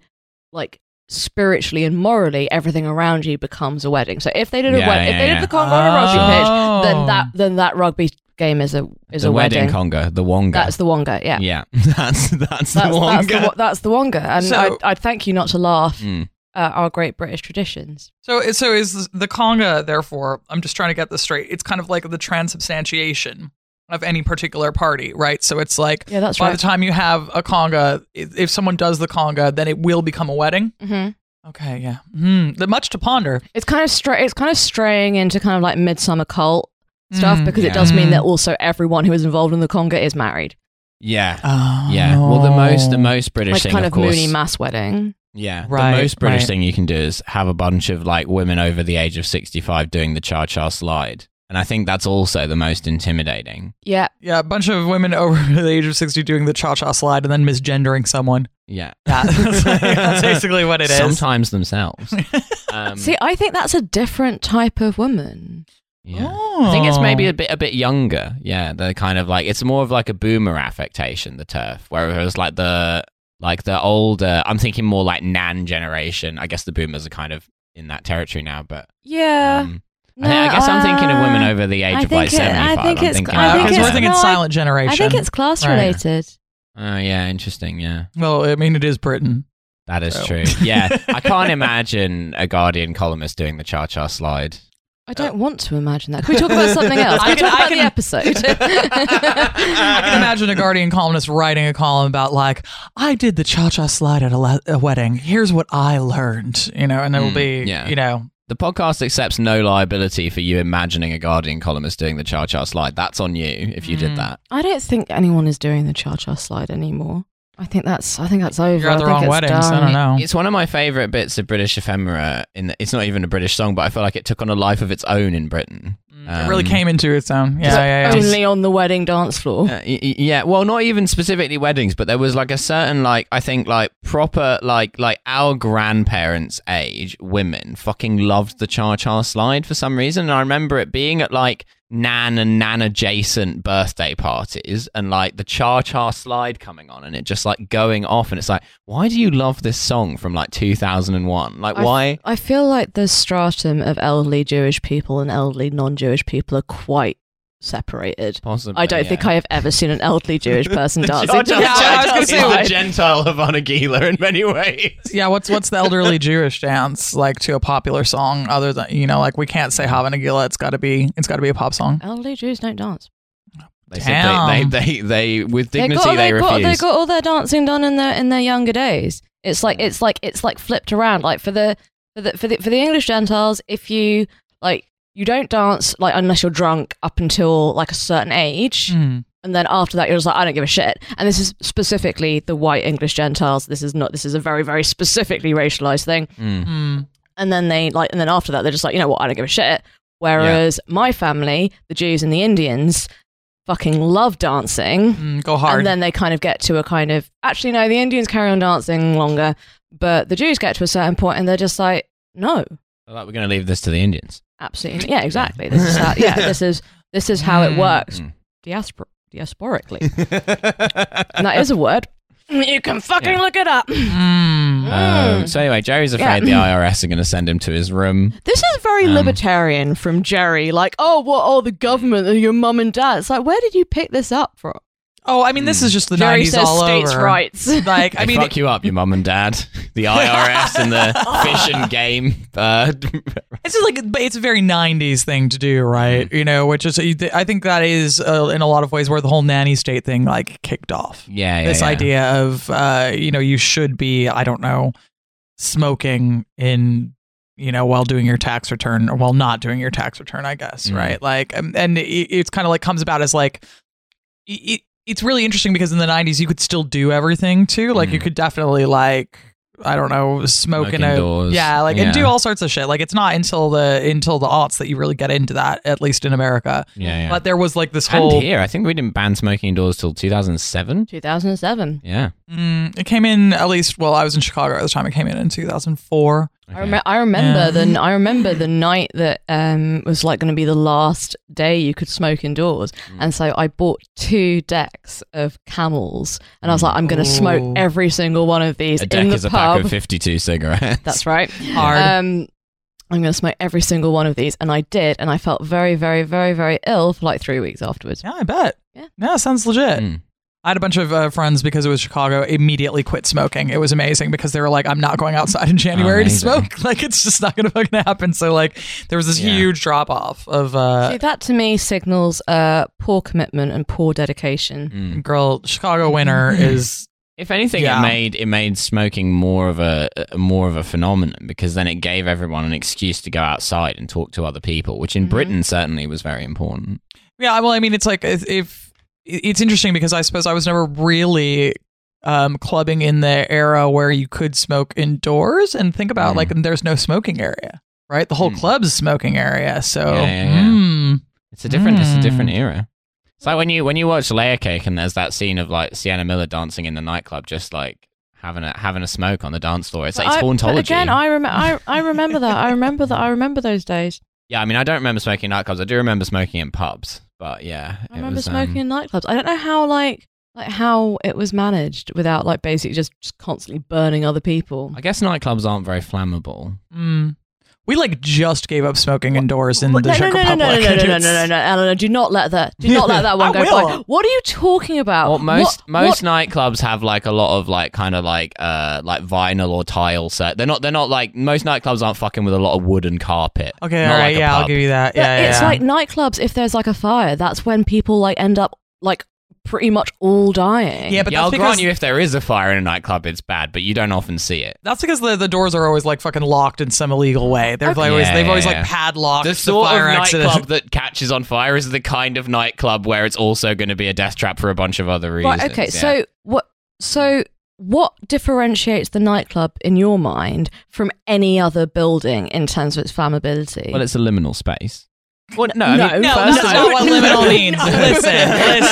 A: like spiritually and morally, everything around you becomes a wedding. So if they did a
C: Yeah,
A: wedding,
C: yeah,
A: if they
C: yeah.
A: did the conga on a rugby
B: Oh.
A: pitch, then that then that rugby game is a is
C: the
A: a
C: wedding,
A: wedding.
C: conga, the wonga.
A: that's the wonga, yeah.
C: yeah. That's that's the
A: That's, that's, the,
C: wonga.
A: wo- that's the wonga, and
B: So-
A: I'd, I'd thank you not to laugh
C: Mm.
A: at our great British traditions.
B: So, so is the conga? Therefore, I'm just trying to get this straight. It's kind of like the transubstantiation of any particular party, right? So it's like
A: Yeah, that's
B: by
A: right.
B: the time you have a conga, i- if someone does the conga, then it will become a wedding.
A: mm-hmm.
B: Okay, yeah. Hmm. The- Much to ponder.
A: It's kind of stra- it's kind of straying into kind of like midsummer cult stuff
B: Mm,
A: because
C: yeah.
A: it does mean
B: Mm.
A: that also everyone who is involved in the conga is married,
C: Yeah.
B: Oh.
C: Yeah. Well, the most the most British
A: like
C: thing,
A: kind
C: of,
A: of,
C: course.
A: Mooney mass wedding.
C: Yeah,
B: Right,
C: the most British
B: right.
C: thing you can do is have a bunch of like women over the age of sixty-five doing the cha-cha slide, and I think that's also the most intimidating.
A: Yeah,
B: yeah, a bunch of women over the age of sixty doing the cha-cha slide and then misgendering someone.
C: Yeah,
B: Yeah, that's, that's basically what it is.
C: sometimes themselves. um,
A: see, I think that's a different type of woman.
C: yeah.
B: Oh.
C: I think it's maybe a bit a bit younger. Yeah, the kind of like it's more of like a boomer affectation, the turf, whereas like the like the older. I'm thinking more like Nan generation. I guess the boomers are kind of in that territory now, but
A: Yeah,
C: um, I, thi- I guess I'm thinking of women over the age
A: Uh, I
C: of like
A: think it- I
C: 75.
A: think
C: I'm
A: it's-
C: thinking
A: I
C: of
A: think
B: because
A: it's-
B: we're thinking
A: no, I-
B: silent generation.
A: I think it's class
B: Right.
A: related.
C: Oh yeah, interesting. Yeah,
B: well, I mean, it is Britain.
C: that is
B: So-
C: true. Yeah, I can't imagine a Guardian columnist doing the cha-cha slide.
A: I don't want to imagine that. Can we talk about something else? Can
B: I
A: we
B: can-
A: talk
B: I
A: about
B: can-
A: the episode?
B: I can imagine a Guardian columnist writing a column about like, I did the cha-cha slide at a, le- a wedding. Here's what I learned, you know, and there will
C: Mm,
B: be,
C: yeah.
B: you know,
C: The podcast accepts no liability for you imagining a Guardian columnist doing the cha-cha slide. That's on you if you did
B: Mm.
C: that.
A: I don't think anyone is doing the cha-cha slide anymore. I think that's I think that's over.
B: you're at the
A: I think
B: wrong
A: it's
B: weddings.
A: done.
B: I don't know.
C: It's one of my favorite bits of British ephemera. In the, it's not even a British song, but I feel like it took on a life of its own in Britain.
B: Mm, it really
C: Um,
B: came into its own. Yeah,
A: Just
B: yeah, yeah.
A: Only on the wedding dance floor.
C: Uh, y- y- yeah, well, not even specifically weddings, but there was like a certain like I think like proper like like our grandparents' age women fucking loved the cha cha slide for some reason, and I remember it being at like nan and nan adjacent birthday parties, and like the cha cha slide coming on, and it just like going off, and it's like, why do you love this song from like two thousand and one? Like,
A: I f-
C: why?
A: I feel like the stratum of elderly Jewish people and elderly non Jewish people are quite separated.
C: Possibly,
A: I don't
C: yeah.
A: think I have ever seen an elderly Jewish person dancing.
D: George
A: to
D: Al-
A: that.
B: I was gonna
D: is
B: say,
D: the Gentile of Anagila in many ways.
B: Yeah, what's what's the elderly Jewish dance like to a popular song other than you know like we can't say Hava Nagila, it's got to be it's got to be a pop song.
A: Elderly Jews don't dance.
C: They, said they, they, they, they, with dignity,
A: they got,
C: they, refuse.
A: got, they got all their dancing done in their in their younger days. It's like it's like it's like flipped around. Like for the for the for the, for the English Gentiles, if you like you don't dance like unless you're drunk up until like a certain age.
B: Mm.
A: and then after that you're just like i don't give a shit and this is specifically the white english gentiles this is not this is a very very specifically racialized thing
C: Mm.
B: Mm.
A: and then they like and then after that they're just like you know what i don't give a shit whereas my family the jews and the indians fucking love dancing
B: Mm. Go hard.
A: and then they kind of get to a kind of actually no the indians carry on dancing longer but the jews get to a certain point and they're just like no
C: Like, we're going to leave this to the Indians.
A: absolutely yeah exactly this is how yeah this is this is how
B: Hmm.
A: it works diaspor- diasporically and that is a word. You can fucking
C: Yeah.
A: look it up.
B: Mm.
A: Hmm.
C: Um, so anyway, Jerry's afraid the IRS are going to send him to his room.
A: This is very
C: Um,
A: libertarian from Jerry. Like, oh, what? Oh, the government and your mum and dad. It's like, where did you pick this up from?
B: Oh, I mean, this is just the
A: Jerry
B: 90s
A: says
B: all
A: states'
B: over.
A: rights.
B: Like,
C: Mm. They
B: I mean,
C: fuck you up, your mum and dad, the IRS, and the fish and game. Uh,
B: it's just like but it's a very 90s thing to do, right? You know, which is I think that is uh, in a lot of ways where the whole nanny state thing like kicked off.
C: yeah, yeah,
B: this
C: yeah.
B: idea of uh, you know you should be I don't know smoking in you know while doing your tax return or while not doing your tax return I guess
C: Mhm.
B: right like um, and it, it's kind of like comes about as like it, it- it's really interesting because in the 90s you could still do everything too like you
C: Mhm.
B: could definitely like I don't know smoke,
C: Smoke
B: in a
C: indoors.
B: yeah like and do
C: Yeah.
B: all sorts of shit like it's not until the until the aughts that you really get into that at least in America
C: Yeah, yeah.
B: but there was like this
C: and
B: whole
C: here, I think we didn't ban smoking indoors till 2007.
A: 2007.
C: Yeah.
B: Mm, it came in at least. Well, I was in Chicago at the time. It came in in 2004.
A: I,
C: Okay. Um,
A: rem- I remember
B: Yeah.
A: the I remember the night that um, was like going to be the last day you could smoke indoors,
C: Mm.
A: and so I bought two decks of Camels, and I was like, I'm going to
B: Ooh.
A: smoke every single one of these
C: Mm. Oh. a deck
A: in the
C: is a
A: pub.
C: pack of 52 cigarettes.
A: That's right.
B: Hard.
A: Um, I'm going to smoke every single one of these. And I did. And I felt very, very, very, very ill for like three weeks afterwards.
B: yeah, I bet.
A: Yeah.
B: yeah, sounds legit.
C: Mm.
B: I had a bunch of uh, friends because it was Chicago. Immediately quit smoking. It was amazing because they were like, "I'm not going outside in January to
C: Amazing.
B: smoke. Like, it's just not going to fucking happen." So, like, there was this
C: Yeah.
B: huge drop off of uh,
A: See, that to me signals uh, poor commitment and poor dedication.
C: Mm.
B: girl. Chicago winter is
C: If anything,
B: Yeah.
C: it made it made smoking more of a a- more of a phenomenon because then it gave everyone an excuse to go outside and talk to other people, which in
A: Mhm.
C: Britain certainly was very important.
B: Yeah, well, I mean, it's like if, if it's interesting because I suppose I was never really um, clubbing in the era where you could smoke indoors and think about
C: Mm.
B: like there's no smoking area, right? The whole
C: Mm.
B: club's smoking area, so
C: Yeah, yeah, yeah.
B: mm.
C: It's a different it's a
B: Mm.
C: different era. It's like when you when you watch Layer Cake and there's that scene of like Sienna Miller dancing in the nightclub, just like having a having a smoke on the dance floor. It's like it's
A: I-
C: hauntology.
A: But again, I, rem- I, I remember that. I remember that. I remember those days.
C: yeah, I mean, I don't remember smoking in nightclubs. I do remember smoking in pubs, but yeah, um,
A: I remember
B: um,
A: smoking in nightclubs. I don't know how like like how it was managed without like basically just, just constantly burning other people.
C: I guess nightclubs aren't very flammable.
B: Mm. we like just gave up smoking indoors in
A: Well,
B: the
A: no, no,
B: Czech
A: no, no, no, no,
B: Republic.
A: no, no, no, no,
B: It's-
A: no, no, Eleanor, do not let that, do not let that
B: I
A: one go by.
B: will.
A: What are you talking about?
C: Well, most
A: What-
C: most nightclubs have like a lot of like kind of like uh like vinyl or tile set. They're not they're not like most nightclubs aren't fucking with a lot of wooden carpet.
B: Okay,
C: Not
B: all right,
C: like a
B: yeah, I'll
C: pub.
B: give you that.
A: But
B: Yeah, yeah,
A: it's
B: yeah.
A: like nightclubs. If there's like a fire, that's when people like end up like pretty much all dying.
B: yeah, but
C: yeah,
B: that's
C: I'll
B: because
C: grant you if there is a fire in a nightclub, it's bad, but you don't often see it.
B: that's because the, the doors are always like fucking locked in some illegal way. They're like always
C: Yeah,
B: they've
C: yeah,
B: always
C: yeah.
B: like padlocked
C: The sort
B: fire
C: of
B: exit.
C: nightclub that catches on fire is the kind of nightclub where it's also going to be a death trap for a bunch of other reasons.
A: Right. Okay.
C: yeah.
A: So what? So what differentiates the nightclub in your mind from any other building in terms of its flammability?
C: well, it's a liminal space. Well, no, I mean,
B: No,
C: first
B: that's
C: of
B: not
C: all-
B: what liminal means. Listen,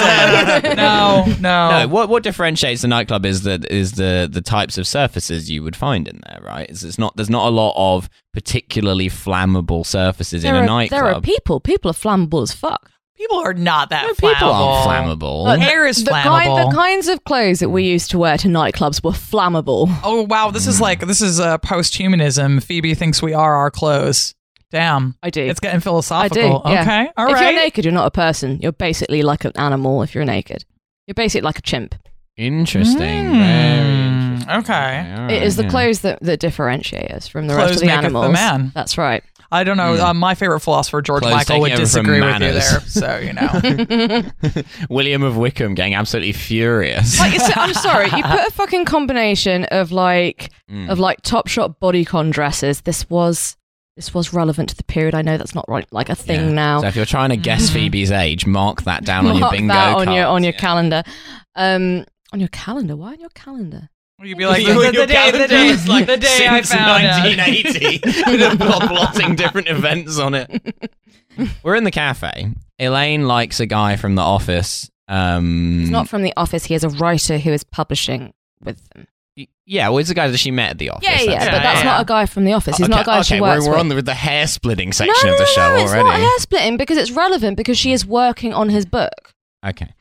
B: listen. No, no.
C: No, what what differentiates the nightclub is the is the the types of surfaces you would find in there, right? It's, it's not there's not a lot of particularly flammable surfaces
A: there
C: in
A: are,
C: a
A: there are
C: nightclub.
A: people. People are flammable as fuck.
B: people are not that
C: No,
B: flammable.
C: people aren't flammable.
A: Look,
B: Air is
A: the, kind,
B: flammable.
A: the kinds of clothes that we used to wear to nightclubs were flammable.
C: Hmm.
B: oh wow, this is like this is uh, post-humanism. Phoebe thinks we are our clothes. Damn.
A: I do.
B: It's getting philosophical.
A: I do, yeah.
B: Okay. All
A: if
B: right.
A: you're naked, you're not a person. You're basically like an animal if you're naked. You're basically like a chimp.
C: Interesting. Very
B: Mm,
C: interesting.
B: okay.
C: all
A: it is the
C: Mm, yeah.
A: clothes that, that differentiate us from the
B: Clothes
A: rest of the
B: maketh the
A: animals.
B: man.
A: That's right.
B: I don't know. Uh, my favorite philosopher, George
C: Hmm. Clothes
B: Michael,
C: taking
B: would
C: over from
B: disagree with you
C: manners.
B: there. So, you know.
C: William of Wickham getting absolutely furious.
A: Like, it's- I'm sorry, you put a fucking combination of like
C: Mm.
A: of like top shot bodycon dresses. This was this was relevant to the period. I know that's not right, like a thing
C: Yeah.
A: now. Mm-hmm.
C: So if you're trying to guess Phoebe's age, mark that down on your
A: Mark
C: bingo
A: that on
C: cards.
A: your on your
C: Yeah.
A: calendar. Um, on your calendar. Why on your calendar?
B: You'd be like,
D: Your-
B: the, the,
D: your
B: day, the
D: calendar
B: day,
D: is like
B: the day I
D: since
B: found out.
D: 1980 with a plot- plotting different events on it.
C: We're in the cafe. Elaine likes a guy from the office. Um,
A: He's not from the office. He is a writer who is publishing with them.
C: yeah, well, it's the guy that she met at the office.
A: Yeah, yeah,
C: that's
A: but
C: right.
B: yeah,
A: that's
B: yeah.
A: not a guy from the office. He's not a
C: Okay,
A: guy
C: okay,
A: she
C: we're,
A: works
C: we're
A: with.
C: on the, the hair splitting
A: no,
C: section
A: no,
C: of the
A: no,
C: show
A: it's
C: already.
A: not hair splitting because it's relevant because she is working on his book.
C: Okay.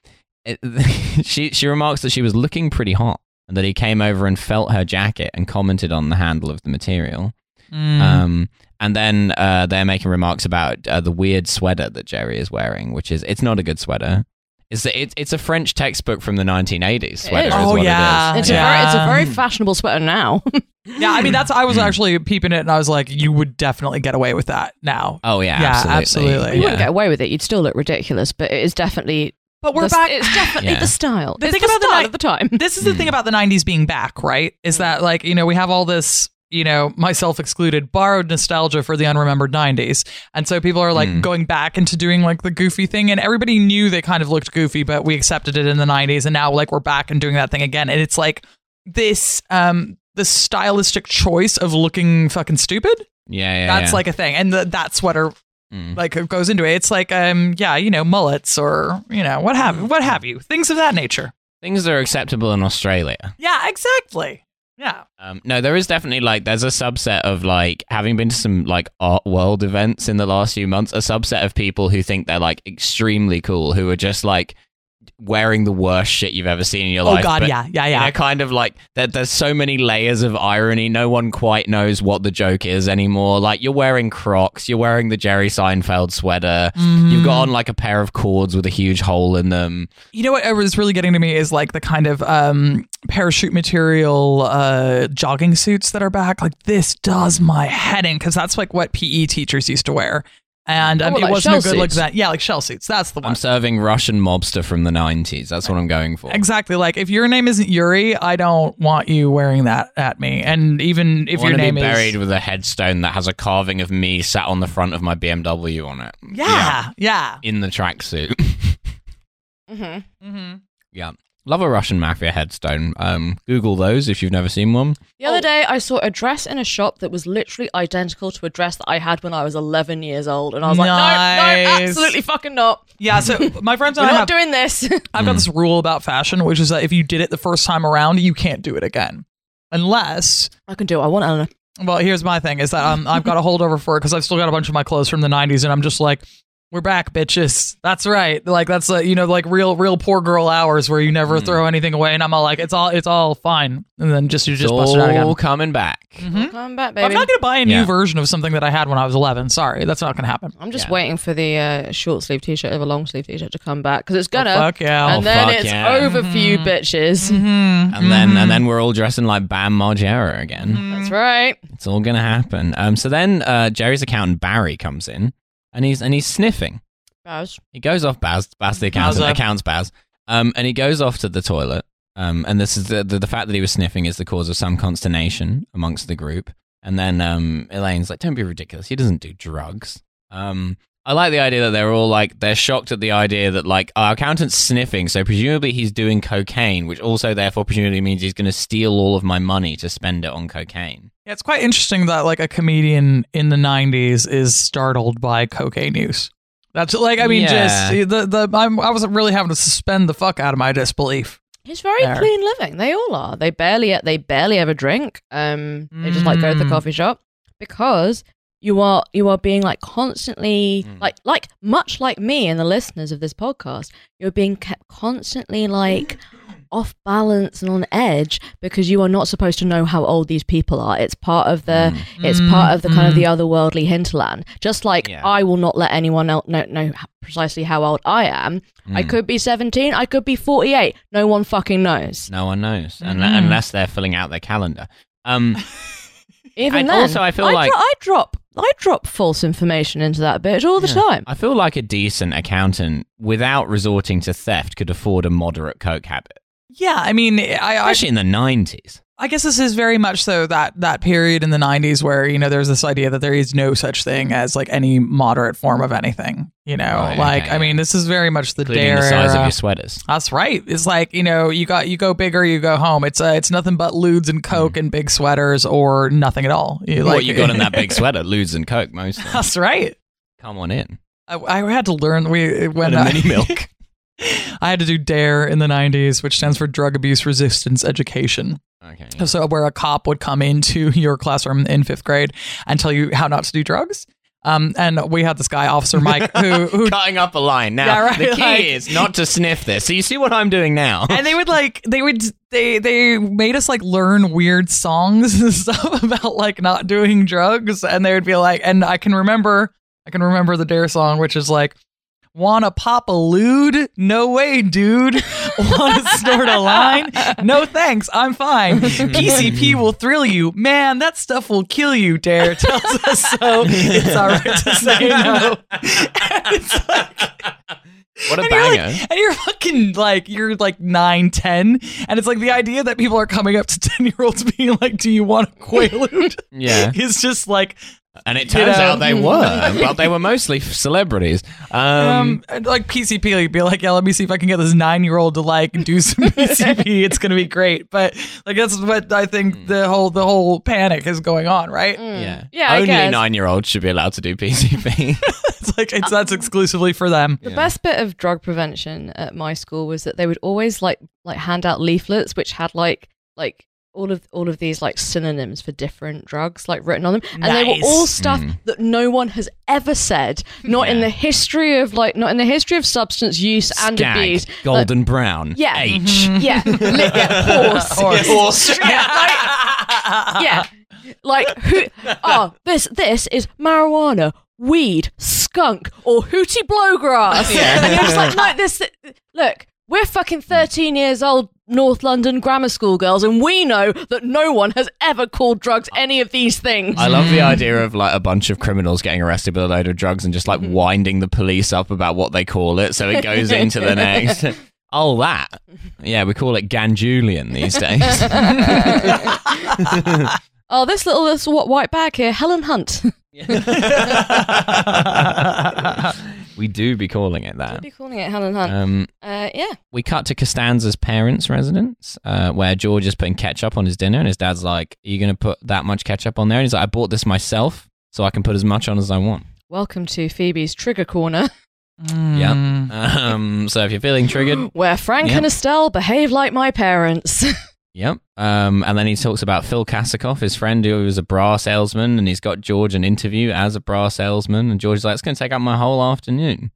C: It- she she remarks that she was looking pretty hot and that he came over and felt her jacket and commented on the handle of the material.
B: Mm.
C: Um, and then uh, they're making remarks about uh, the weird sweater that Jerry is wearing, which is it's not a good sweater. It's a, it's, it's a French textbook from the 1980s sweater.
A: is.
C: Is
A: Oh,
C: what
B: yeah.
C: It
A: It's,
C: is.
A: a very, it's a very
B: Um,
A: fashionable sweater now.
B: yeah, I mean, that's, I was
C: Mm.
B: actually peeping it and I was like, you would definitely get away with that now.
C: Oh yeah,
B: Yeah,
C: absolutely.
B: absolutely.
A: you
C: Yeah.
A: wouldn't get away with it. You'd still look ridiculous, but it is definitely.
B: But
A: the-
B: we're back.
A: It's definitely
C: Yeah.
A: the style.
B: The
A: It's
B: thing
A: the
B: about the
A: style
B: night-
A: of the time.
B: this is the thing about the 90s being back, right? Is that like, you know, we have all this, you know, myself excluded, borrowed nostalgia for the unremembered 90s. And so people are like
C: Mm.
B: going back into doing like the goofy thing. And everybody knew they kind of looked goofy, but we accepted it in the 90s. And now like we're back and doing that thing again. And it's like this, um, the stylistic choice of looking fucking stupid
C: Yeah, yeah.
B: that's
C: yeah.
B: like a thing and the, that sweater
C: Mm.
B: like goes into it it's like um yeah you know mullets or you know what have what have you things of that nature
C: things that are acceptable in Australia.
B: yeah exactly yeah
C: Um, no, there is definitely like there's a subset of like having been to some like art world events in the last few months, a subset of people who think they're like extremely cool who are just like wearing the worst shit you've ever seen in your life.
B: oh god
C: but
B: yeah yeah
C: in
B: yeah
C: a kind of like that there's so many layers of irony no one quite knows what the joke is anymore like you're wearing crocs you're wering the jerry seinfeld sweater
B: Mm-hmm.
C: you've got on like a pair of cords with a huge hole in them
B: you know what it was really getting to me is like the kind of um parachute material uh jogging suits that are back like this does my head in because that's like what pe teachers used to wear and um,
A: Oh, like
B: it wasn't a
A: shell
B: good look
A: suits.
B: that yeah like shell suits that's the one
C: i'm serving russian mobster from the 90s that's what i'm going for
B: Exactly. Like if your name isn't Yuri, I don't want you wearing that at me. And even if your
C: I want to
B: name
C: be buried
B: is
C: with a headstone that has a carving of me sat on the front of my BMW on it.
B: yeah, yeah.
C: In the tracksuit.
A: Mhm.
B: Mm-hmm.
C: yeah. Love a Russian mafia headstone. Um, Google those if you've never seen one.
A: The
B: Oh.
A: other day, I saw a dress in a shop that was literally identical to a dress that I had when I was 11 years old, and I was like, no, no,
B: Nice.
A: absolutely fucking not.
B: Yeah. So my friends
A: We're
B: and
A: not
B: I have,
A: doing this.
B: I've
C: Hmm.
B: got this rule about fashion, which is that if you did it the first time around, you can't do it again, unless.
A: I can do what I want, Eleanor.
B: Well, here's my thing: is that um, I've got a holdover for it because I've still got a bunch of my clothes from the '90s, and I'm just like. We're back, bitches. That's right. Like that's uh, you know like real real poor girl hours where you never
C: Mm.
B: throw anything away, and I'm all like, it's all it's all fine, and then just you
C: It's
B: just bust it out again.
C: all coming back.
B: Mhm.
A: Come back, baby.
B: I'm not going to buy a new
C: Yeah.
B: version of something that I had when I was 11. Sorry, that's not going to happen.
A: I'm just
C: Yeah.
A: waiting for the uh, short sleeve t shirt over long sleeve t shirt to come back because it's gonna.
B: Oh, fuck yeah.
A: and then
C: fuck
A: it's
C: yeah.
A: over for you
B: Mhm.
A: bitches.
B: Mhm.
C: And then
B: Mhm.
C: and then we're all dressing like Bam Margera again.
B: Mhm.
A: That's right.
C: It's all gonna happen. Um, so then uh, Jerry's accountant Barry comes in and he's and he's sniffing.
A: Baz.
C: He goes off Baz, Baz the accountant,
B: Bowser.
C: accounts Baz, um, and he goes off to the toilet. Um, and this is the, the the fact that he was sniffing is the cause of some consternation amongst the group. And then um, Elaine's like, "Don't be ridiculous. He doesn't do drugs." Um, I like the idea that they're all like they're shocked at the idea that like our accountant's sniffing, so presumably he's doing cocaine, which also therefore presumably means he's going to steal all of my money to spend it on cocaine.
B: Yeah, it's quite interesting that like a comedian in the 90s is startled by cocaine use. That's like I mean
C: Yeah.
B: just the the I'm, I was really having to suspend the fuck out of my disbelief.
A: It's very
B: There.
A: clean living. They all are. They barely they barely ever drink. Um, they just like go to the
B: Mm.
A: coffee shop because you are you are being like constantly
C: Mm.
A: like like much like me and the listeners of this podcast. You're being kept constantly like off balance and on edge because you are not supposed to know how old these people are. It's part of the
C: Hmm.
A: it's part of the kind of the otherworldly hinterland. Just like
C: Mm. Yeah.
A: I will not let anyone else know, know h- precisely how old I am. I
C: Hmm.
A: could be 17, I could be 48. No one fucking knows.
C: No one knows un-
A: Mm-hmm.
B: Mm.
C: unless they're filling out their calendar. Um,
A: Even
C: And
A: then,
C: also I feel like-
A: dro- I drop I drop false information into that bitch all the
C: Yeah.
A: time.
C: I feel like a decent accountant, without resorting to theft, could afford a moderate coke habit,
B: Yeah, I mean, I, I
C: especially in the nineties.
B: I guess this is very much so that that period in the 90s where you know there's this idea that there is no such thing as like any moderate form of anything. You know,
C: Right,
B: like
C: okay,
B: I mean, this is very much the
C: Including
B: dare uh,
C: the size of
B: era.
C: your sweaters.
B: That's right. It's like you know, you got you go big or you go home. It's uh, it's nothing but lewds and coke and big sweaters or nothing at all. You
C: what Mm. you got in that big sweater? Ludes and coke, mostly.
B: That's right.
C: Come on in.
B: I, I had to learn we when
C: And a
B: I-
C: mini milk.
B: I had to do DARE in the 90s, which stands for Drug Abuse Resistance Education.
C: Okay.
B: So where a cop would come into your classroom in fifth grade and tell you how not to do drugs. Um, and we had this guy, Officer Mike, who, who
C: Cutting up a line. Now,
B: Yeah, right,
C: the key
B: like-
C: is not to sniff this. So you see what I'm doing now?
B: and they would like they would they they made us like learn weird songs and stuff about like not doing drugs and they would be like and i can remember i can remember the dare song which is like wanna pop a lewd no way dude wanna snort a line no thanks i'm fine pcp will thrill you man that stuff will kill you dare tells us so it's all right to say no And it's like
C: what a
B: and you're,
C: banger.
B: like, and you're fucking like you're like nine, ten, and it's like the idea that people are coming up to ten year olds being like, "Do you want a quaalude?"
C: yeah.
B: is just like,
C: And it turns
B: know.
C: out they were, but they were mostly f- celebrities. Um,
B: um, and, like PCP, like be like, "Yeah, let me see if I can get this nine year old to like do some PCP. it's gonna be great." But like that's what I
C: Hmm.
B: think the whole the whole panic is going on, right?
A: Mm.
C: yeah.
A: Yeah, I
C: Only
A: guess.
C: nine-year-olds should be allowed to do PCP.
B: It's like it's
A: Uh,
B: that's exclusively for them.
A: The best bit of drug prevention at my school was that they would always like like hand out leaflets which had like like all of all of these like synonyms for different drugs like written on them and they were all
B: Nice.
A: stuff that no one has ever said not in
C: Hmm. Yeah.
A: the history of like not in the history of substance use and
C: Skag,
A: abuse
C: golden brown.
A: Yeah.
C: H.
B: Mm-hmm.
A: yeah li- yeah horse
B: Horse.
A: yeah like who oh this this is marijuana weed skunk or hootie blowgrass and you're just like no this look we're fucking 13 years old north london grammar school girls and we know that no one has ever called drugs any of these things
C: I love the idea of like a bunch of criminals getting arrested with a load of drugs and just like winding the police up about what they call it, so it goes into the next. Oh, that. Yeah, we call it Ganjulian these days.
A: oh this little this what white bag here helen hunt
C: we do be calling it that.
A: be calling it helen hunt
C: Um,
A: uh, yeah
C: we cut to Costanza's parents' residence, uh, where George is putting ketchup on his dinner, and his dad's like, "Are you going to put that much ketchup on there?" And he's like, "I bought this myself, so I can put as much on as I want."
A: welcome to phoebe's trigger corner
B: Mm.
C: Um, so if you're feeling triggered,
A: where frank
C: Yeah.
A: and estelle behave like my parents
C: yep. Um, and then he talks about Phil Kasikoff, his friend who was a bra salesman, and he's got George an interview as a bra salesman, and George's like, "It's going to take up my whole afternoon."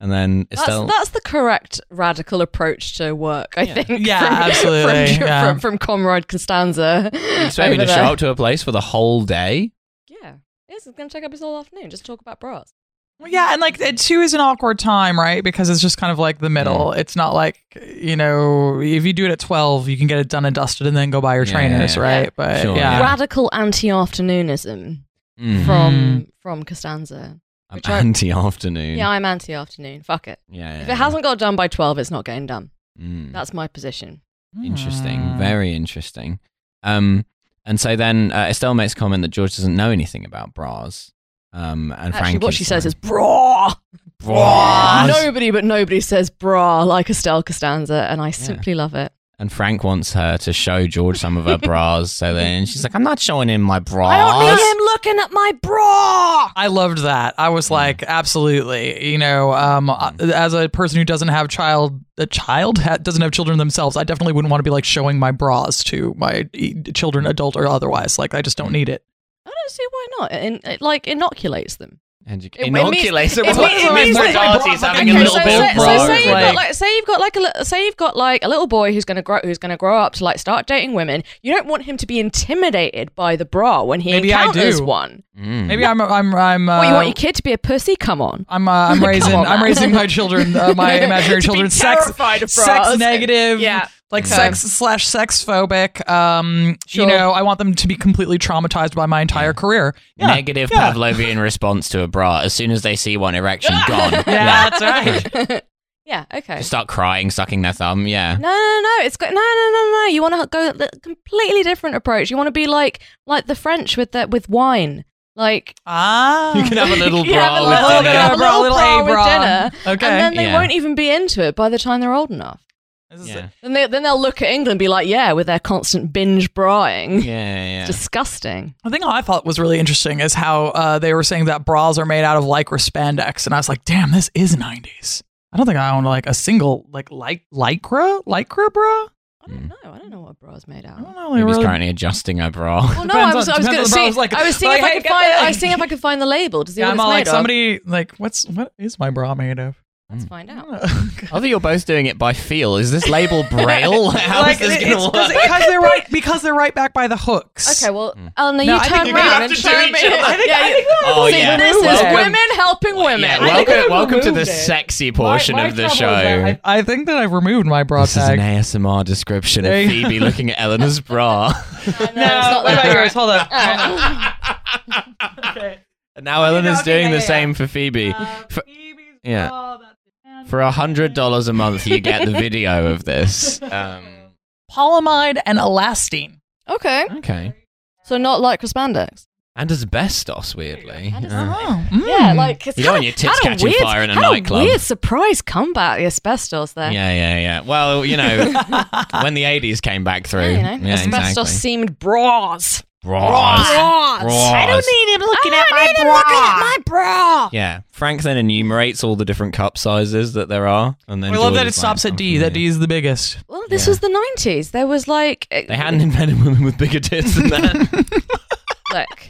C: And then Estelle,
A: That's, that's the correct radical approach to work, I think.
B: Yeah,
A: from,
B: absolutely,
A: From,
B: yeah.
A: from, from Comrade Costanza.
C: you expect me
A: over
C: to show
A: there.
C: up to a place for the whole day?
A: Yeah. Yes, it's going to take up his whole afternoon. Just talk about bras.
B: Well, yeah, and like it too is an awkward time, right? Because it's just kind of like the middle. It's not like you know, if you do it at twelve, you can get it done and dusted, and then go buy your
C: Yeah,
B: trainers,
C: yeah,
A: yeah.
B: right? But
C: Sure,
B: yeah,
C: yeah.
A: Radical anti-afternoonism
C: Mm.
A: from from Costanza.
C: I'm
A: Which I-
C: anti-afternoon.
A: Yeah, I'm anti-afternoon. Fuck it.
C: yeah,
A: If
C: yeah.
A: it hasn't got done by 12, it's not getting done.
C: Mm.
A: That's Hmm. my position.
B: Mm.
C: Interesting. Very interesting. Um, and so then uh, Estelle makes a comment that George doesn't know anything about bras. Um, and
A: Actually,
C: Frank Ah,
A: what she says is
C: like,
A: bra.
C: bras.
A: Nobody but nobody says bra like Estelle Costanza, and I simply love it.
C: And Frank wants her to show George some of her bras. So then she's like, "I'm not showing him my bras."
A: I don't need him looking at my bra.
B: I loved that. I was like, absolutely. You know, um, I-
C: Mm.
B: as a person who doesn't have child, a child ha- doesn't have children themselves, I definitely wouldn't want to be like showing my bras to my e- children, adult or otherwise. Like, I just don't need it.
A: I don't see why not. In, it like inoculates them.
C: And you
A: It- it means-
D: Inoculates a
A: it means- it means
D: Mr.
A: that-
D: Darcy's having a
A: Okay,
D: little
A: so,
D: bit
A: say,
D: of
A: so say
D: broad
A: you've got
B: like-
A: like say you've got like a li- say you've got like a little boy who's gonna grow who's gonna grow up to like start dating women. You don't want him to be intimidated by the bra when he
B: Maybe I
A: encounters
B: do.
A: one.
C: Mm.
B: Maybe I'm I'm I'm. Uh,
A: Well, you want your kid to be a pussy? Come on.
B: I'm uh, I'm raising
A: on,
B: I'm
A: man.
B: raising my children uh, my imaginary
A: To be
B: children sex
A: terrified of
B: sex
A: bras.
B: negative
A: Yeah.
B: like
A: Okay.
B: sex slash sex phobic um
A: Sure.
B: you know I want them to be completely traumatized by my entire career yeah.
D: negative
C: Pavlovian response to a bra. As soon as they see one erection, gone.
B: yeah that's right
A: Yeah. Okay.
C: Start crying, sucking their thumb. Yeah.
A: No, no, no. It's got no, no, no, no. You want to go the completely different approach. You want to be like like the French with that with wine. Like
B: ah
D: You can have a little
A: you have
D: bra
A: a
D: with
A: little,
B: dinner.
A: bit of
B: A bra, a little
A: bra
B: A
A: with
B: bra.
A: dinner,
B: Okay.
A: and then they
C: Yeah.
A: won't even be into it by the time they're old enough.
B: This is-
C: Yeah.
A: Then they then they'll look at England and be like, yeah, with their constant binge braing.
C: Yeah. yeah.
A: Disgusting.
B: The thing I thought was really interesting is how uh, they were saying that bras are made out of lycra spandex, and I was like, "Damn, this is '90s." I don't think I own like a single like ly- lycra lycra bra.
A: I don't know. I don't know what bra's made out.
B: I don't
A: of.
B: know. They
C: Maybe he's
B: really-
C: currently adjusting her bra.
A: Oh. Well, no,
B: Depends
A: I was
B: on-
A: I was
B: depends
A: going
B: on
A: to
B: the
A: see.
B: bra. It's like-
A: I was seeing
B: like,
A: if I
B: hey,
A: could
B: get
A: find.
B: that.
A: I was seeing if I could find the label to see
B: Yeah,
A: what
B: I'm
A: it's
B: all
A: made
B: like
A: of.
B: somebody like what's what is my bra made of?
A: Let's find out.
B: Mm.
D: Although you're both doing it by feel, is this label braille? How is
B: Like,
D: this
B: it's-
D: going to work?
B: because they're right because they're right back by the hooks.
A: Okay, well, Eleanor,
B: No,
A: you
B: I think
A: turn
B: you're gonna
A: around
D: have
A: and
D: to
A: show
D: do
A: me.
D: each other. I
B: think- I think
A: yeah.
D: Oh,
A: See,
D: yeah.
A: This is
D: Welcome.
A: women helping women.
D: Yeah,
A: I think
D: welcome,
A: I've
D: welcome to the
A: removed it.
D: sexy portion
B: My- my
D: of the
B: trouble is
D: show.
B: that I, I think that I've removed my bra
D: This is an
B: tag.
D: ASMR description
B: There
D: of
B: you-
D: Phoebe looking at Eleanor's bra.
A: No, it's not
B: what
A: that Oh.
B: about
A: bad.
B: yours? Hold up.
D: And now Eleanor's
B: okay,
D: doing
B: yeah,
D: the
B: yeah,
D: same for Phoebe.
A: Oh,
D: For- yeah. For a hundred dollars a month, you get the video of this. Um,
B: Polyamide and elastine.
A: Okay,
D: okay.
A: so not like spandex.
C: And asbestos, weirdly.
A: And as-
C: Uh,
B: Oh,
A: Yeah, like it's
D: You don't
A: kinda-
D: want your tits
A: had
D: catching
A: weird,
D: fire in a
A: had
D: nightclub.
A: Weird surprise comeback, the asbestos there.
C: yeah, yeah, yeah.
D: Well, you know, when the eighties came back through,
A: You know,
C: Yeah,
A: asbestos
C: exactly.
A: seamed bras.
C: Bras.
D: I don't
A: need him looking at my bra. Looking at my bra.
D: yeah.
C: Frank then enumerates all the different cup sizes that there are, and then
B: I love that it
C: George is
B: stops
C: like,
B: at D. That D is the biggest.
A: Well, this was the nineties. There was like uh,
C: They hadn't invented women with bigger tits than that.
A: look.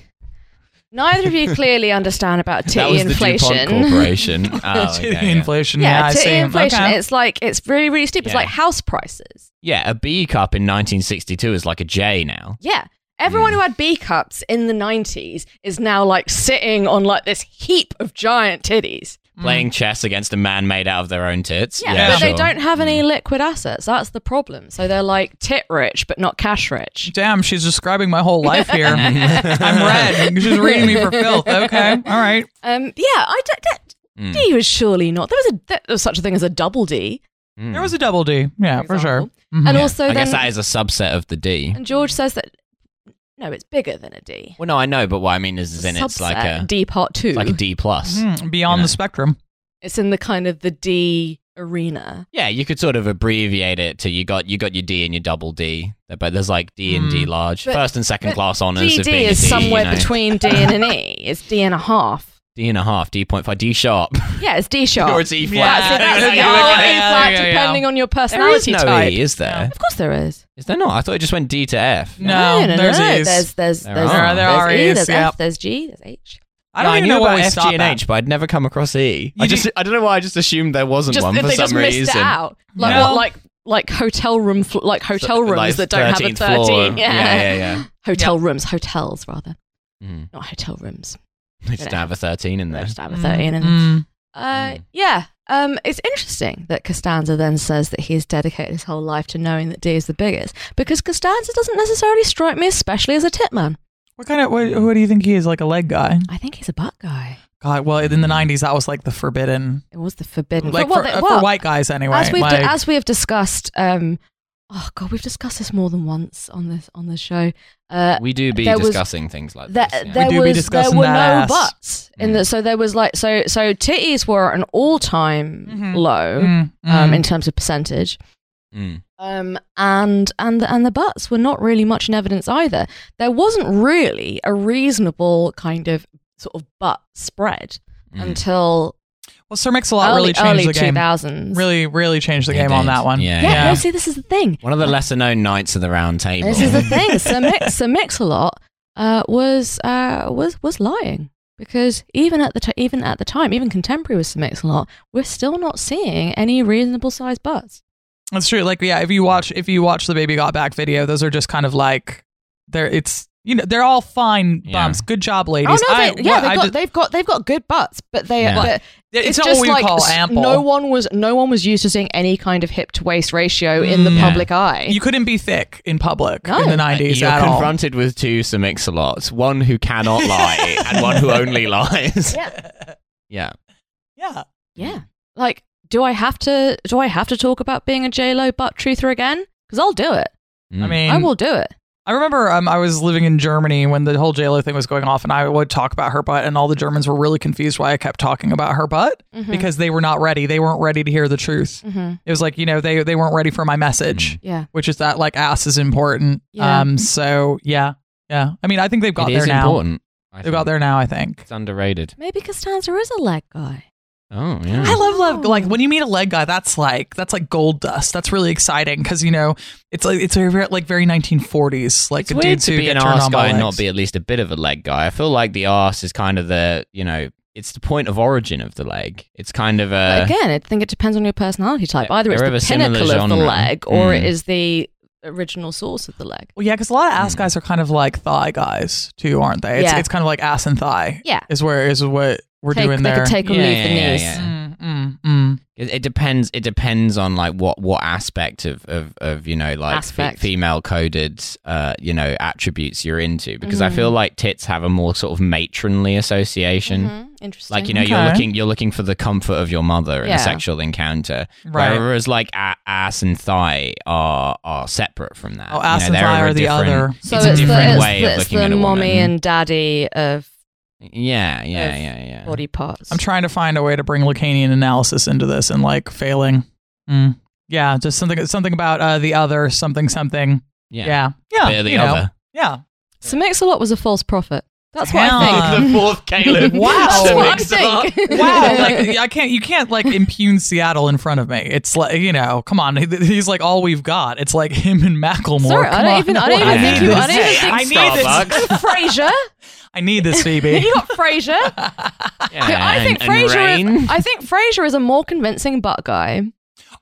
A: Neither of you clearly understand about
C: that
A: titty
C: was the DuPont
A: inflation.
C: Corporation. Oh, okay,
B: Titty
C: yeah.
B: inflation.
A: Yeah,
B: I
A: titty
B: see.
A: inflation.
B: Okay.
A: It's like it's really, really steep. It's
C: Yeah.
A: like house prices.
C: yeah, a B cup in 1962 is like a J now.
A: Yeah. Everyone who had B cups in the 90s is now like sitting on like this heap of giant titties.
B: Mm.
C: Playing chess against a man made out of their own tits.
A: Yeah,
C: Yeah,
A: but they
C: sure. Mm.
A: don't have any liquid assets. That's the problem. So they're like tit rich, but not cash rich.
B: Damn, she's describing my whole life here. I'm red. She's reading me for filth. Okay, all right.
A: Um, yeah, I d- d-
C: Mm.
A: D was surely not. There was a there was such a thing as a double D,
C: Mm.
B: There was a double D. Yeah, for, sure. Mm-hmm.
A: example. and
C: Mm-hmm. Yeah.
A: also then
C: I guess that is a subset of the D.
A: and George says that no, it's bigger than a D.
C: Well, no, I know, but what I mean is, is in it's like
A: Subset,
C: a
A: D part two.
C: it's like a D plus.
B: Mm, beyond
C: You know.
B: the spectrum.
A: it's in the kind of the D arena.
C: Yeah, you could sort of abbreviate it to you got you got your D and your double D, but there's like D and D large,
A: Hmm. But-
C: first and second
A: but
C: class honors. of
A: DD
C: being a
A: is
C: D,
A: somewhere
C: you know.
A: between D and an E. It's D and a half.
C: D and a half, D point five, D sharp,
A: Yeah, it's D sharp.
C: or it's E
B: Yeah.
C: flat.
A: That's it. That's
B: Yeah,
A: it.
B: yeah,
A: Oh,
B: yeah,
A: E
B: yeah,
A: flat,
B: yeah, yeah.
A: depending on your
C: there is
A: personality
C: no
A: type.
C: E, is there?
A: Of course there is.
C: Is there not? I thought it just went D to F.
B: No,
A: no, no,
B: there's
A: no.
B: E's.
A: There's there's
C: There
A: there's,
C: are.
B: There
A: there's
B: are
A: E,
B: E's,
A: there's
B: yeah.
A: F, there's G, there's H.
B: I don't
C: I
B: even
C: knew
B: know
C: about
B: what we
C: F,
B: stop
C: G, and
B: at.
C: H, but I'd never come across E.
B: You
C: I just
B: didn't-
C: I don't know why I just assumed there wasn't
A: Just
C: one
A: if
C: for
A: they
C: some
A: just missed
C: reason.
A: it out, like
B: No.
A: what, like like hotel room fl- like hotel rooms
C: Like
A: that don't have a
C: 13th floor.
A: thirteen. Yeah.
C: yeah, yeah. yeah.
A: hotel rooms, hotels rather,
C: Mm.
A: not hotel rooms.
C: They just have a thirteen in
A: They
C: there.
A: Just have a
B: Mm,
A: thirteen. And,
B: mm.
A: uh, yeah. Um, it's interesting that Costanza then says that he has dedicated his whole life to knowing that D is the biggest because Costanza doesn't necessarily strike me, especially as a tit man.
B: What kind of what, what do you think he is? Like a leg guy?
A: I think he's a butt guy.
B: God, well, in the '90s, that was like the forbidden,
A: It was the forbidden.
B: like
A: But what
B: for, uh,
A: they-
B: for
A: Mm-hmm. well,
B: white guys anyway.
A: as we've
B: like,
A: di- as we have discussed. Um, oh god, we've discussed this more than once on this on the show. Uh,
C: We do be
A: There was-
C: discussing things like
A: that
C: this. yeah.
A: there
B: do be
A: was there
B: discussing
A: were no
B: that ass.
A: butts in
C: Mm.
A: the, so there was like so so titties were at an all time
B: Mhm.
A: low
B: Mm,
A: um,
B: mm.
A: in terms of percentage.
C: Mm.
A: Um, and and the, and the butts were not really much in evidence either. There wasn't really a reasonable kind of sort of butt spread
C: Mm.
A: until
B: well, Sir Mix-a-Lot
A: early
B: really changed
A: early
B: the game.
A: two thousands.
B: Really, really changed the
C: Yeah,
B: game on
C: did.
B: that one.
C: Yeah,
A: yeah,
B: yeah.
A: No, see, this is the thing.
C: One of the lesser known knights of the round table.
A: This is the thing. Sir Mix, Sir Mix a lot uh, was uh, was was lying because even at the t- even at the time, even contemporary with the a lot, we're still not seeing any reasonable sized butts.
B: That's true. Like yeah, if you watch if you watch the Baby Got Back video, those are just kind of like they're it's you know they're all fine
C: Yeah.
B: bumps. Good job, ladies.
A: oh no, they,
B: I-
A: yeah, they've
B: what- I
A: got,
B: just-
A: they've got they've got good butts, but they
C: Yeah.
A: but
B: it's,
A: it's,
B: not
A: just
B: what we
A: like
B: call
A: s-
B: ample.
A: no one was no one was used to seeing any kind of hip to waist ratio in the
B: Mm.
C: Yeah.
A: public eye.
B: you couldn't be thick in public
A: No.
B: in the nineties
C: You're
B: at all.
C: confronted with two Samixalots, one who cannot lie and one who only lies.
A: Yeah.
C: Yeah.
B: Yeah.
A: yeah, like do I have to do I have to talk about being a J Lo butt truther again? Because I'll do it.
B: I
C: Mm.
B: mean,
A: I will do it.
B: I remember um, I was living in Germany when the whole JLo thing was going off, and I would talk about her butt, and all the Germans were really confused why I kept talking about her butt
A: Mm-hmm.
B: because they were not ready. They weren't ready to hear the truth.
A: hmm
B: It was like you know they they weren't ready for my
C: Mm.
B: message,
A: yeah,
B: which is that like ass is important.
A: Yeah.
B: Um. So yeah, yeah. I mean, I think they've got
C: It
B: there
C: is
B: now.
C: important. I
B: They've
C: think.
B: got there now. I think.
C: It's underrated.
A: maybe Costanza is a leg guy.
C: Oh, yeah.
B: I love love like when you meet a leg guy. That's like that's like gold dust. That's really exciting because you know it's like it's very like very 1940s. Like
C: it's
B: the
C: weird
B: dudes
C: to
B: who
C: be
B: get
C: an
B: turned
C: arse
B: on by
C: guy and not
B: legs.
C: be at least a bit of a leg guy. I feel like the arse is kind of the, you know, it's the point of origin of the leg. It's kind of
A: But
C: a.
A: again, I think it depends on your personality type.
C: Uh, Yeah,
A: Either it's
C: they're of
A: the
C: a similar
A: pinnacle of the
C: genre.
A: leg, or it
C: Mm.
A: is the original source of the leg.
B: Well, yeah, because a lot of ass
C: Mm.
B: guys are kind of like thigh guys too, aren't they? It's,
A: Yeah.
B: it's kind of like ass and thigh.
A: Yeah.
B: is where is what we're
A: Take-
B: doing
A: they
B: there.
A: could take or
C: Yeah,
A: leave the
C: yeah,
A: knees.
C: yeah.
B: Mm, mm, mm.
C: It, it depends. It depends on like what what aspect of of, of you know like
A: Aspect.
C: female coded uh you know attributes you're into because I
A: Mhm.
C: feel like tits have a more sort of matronly association.
A: Mhm, Interesting.
C: Like you know
B: Okay.
C: you're looking you're looking for the comfort of your mother in
A: Yeah.
C: a sexual encounter,
B: Right.
C: whereas like a- ass and thigh are are separate from that.
B: Oh, ass
C: you
B: and
C: know, they're
B: thigh
C: of a
B: are the
C: different-
B: other.
A: so
C: it's a
A: it's,
C: different
A: the, it's,
C: way
A: the,
C: of
A: it's
C: looking
A: the
C: at a
A: mommy
C: woman.
A: and daddy of
C: Yeah, yeah,
A: of
C: yeah, yeah.
A: body parts.
B: I'm trying to find a way to bring Lacanian analysis into this and like failing. Mm. Yeah, just something something about uh, the other, something something.
C: yeah.
B: Yeah, yeah,
C: They're the
B: you know.
C: other.
B: Yeah,
A: so Mix-a-Lot was a false prophet. That's what I
B: Damn.
A: think.
B: The
C: fourth
A: Caleb.
B: Wow.
A: That's what I
C: Mix-a-Lot.
A: think.
B: wow like i can't you can't like impugn seattle in front of me it's like you know come on he's like all we've got it's like him and macklemore
A: Sorry, I
B: Come
A: don't
B: on.
A: even- I don't even
B: need
A: think you- I
B: this.
A: don't even think
B: I need this
A: Frasier.
B: i need this phoebe
A: You got Frasier. I think
C: and, and
A: Frasier
C: rain.
A: is I think Frasier is a more convincing butt guy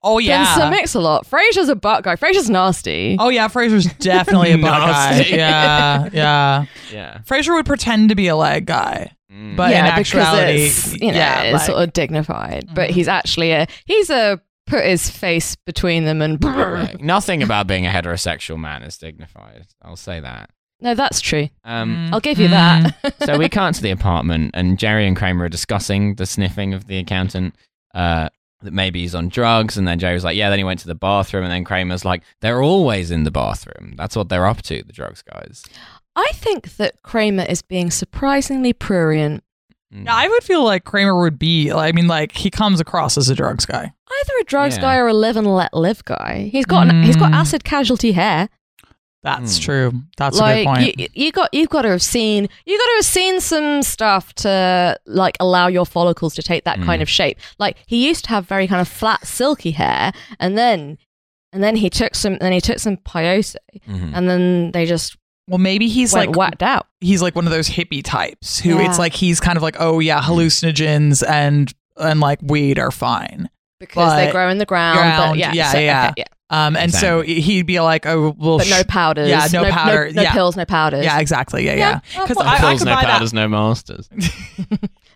B: oh
A: than Sir
B: yeah
A: Mix-a-Lot. Frasier's a butt guy. Frasier's nasty.
B: oh yeah fraser's definitely a butt guy
C: Nasty.
B: yeah yeah
C: yeah.
B: fraser would pretend to be a leg guy
C: Mm.
B: but in
A: yeah,
B: actuality
A: because it's, you know,
B: yeah,
A: it's
B: like-
A: sort of dignified. But
B: Mhm.
A: he's actually a he's a put his face between them and
C: Like, nothing about being a heterosexual man is dignified. I'll say that.
A: no, that's true.
C: Um,
B: Mm,
A: I'll give you
B: mm.
A: that.
C: so we come to the apartment, and Jerry and Kramer are discussing the sniffing of the accountant. Uh, that maybe he's on drugs, and then Jerry's like, "Yeah." Then he went to the bathroom, and then Kramer's like, "They're always in the bathroom. That's what they're up to, the drugs guys."
A: I think that Kramer is being surprisingly prurient.
C: Mm.
B: yeah, I would feel like Kramer would be. I mean, like he comes across as a drugs guy.
A: Either a drugs
C: Yeah.
A: guy or a live and let live guy. He's got an, he's got
B: Mm.
A: acid casualty hair.
B: That's
C: Mm.
B: true. That's a good
A: like
B: point.
A: You, you got you've got to have seen you got to have seen some stuff to like allow your follicles to take that
C: Mm.
A: kind of shape. Like he used to have very kind of flat silky hair, and then and then he took some then he took some peyote,
B: Mm.
C: Mhm.
A: and then they just
B: well, maybe he's
A: went
B: like
A: whacked out.
B: he's like one of those hippie types who
A: Yeah.
B: it's like he's kind of like oh yeah hallucinogens and and like weed are fine
A: Because they
B: But-
A: grow in the ground,
B: Ground,
A: but yeah,
B: yeah,
A: so-
B: yeah.
A: okay,
B: um and so he'd be like oh well
A: But no
B: sh-
A: powders,
B: Yeah, no powder,
A: no,
B: yeah.
A: pills, no powders.
B: yeah exactly yeah yeah
A: Yeah,
B: because
A: well,
B: I, I
C: Pills,
B: could
C: no
B: buy
C: powders, no masters.
B: that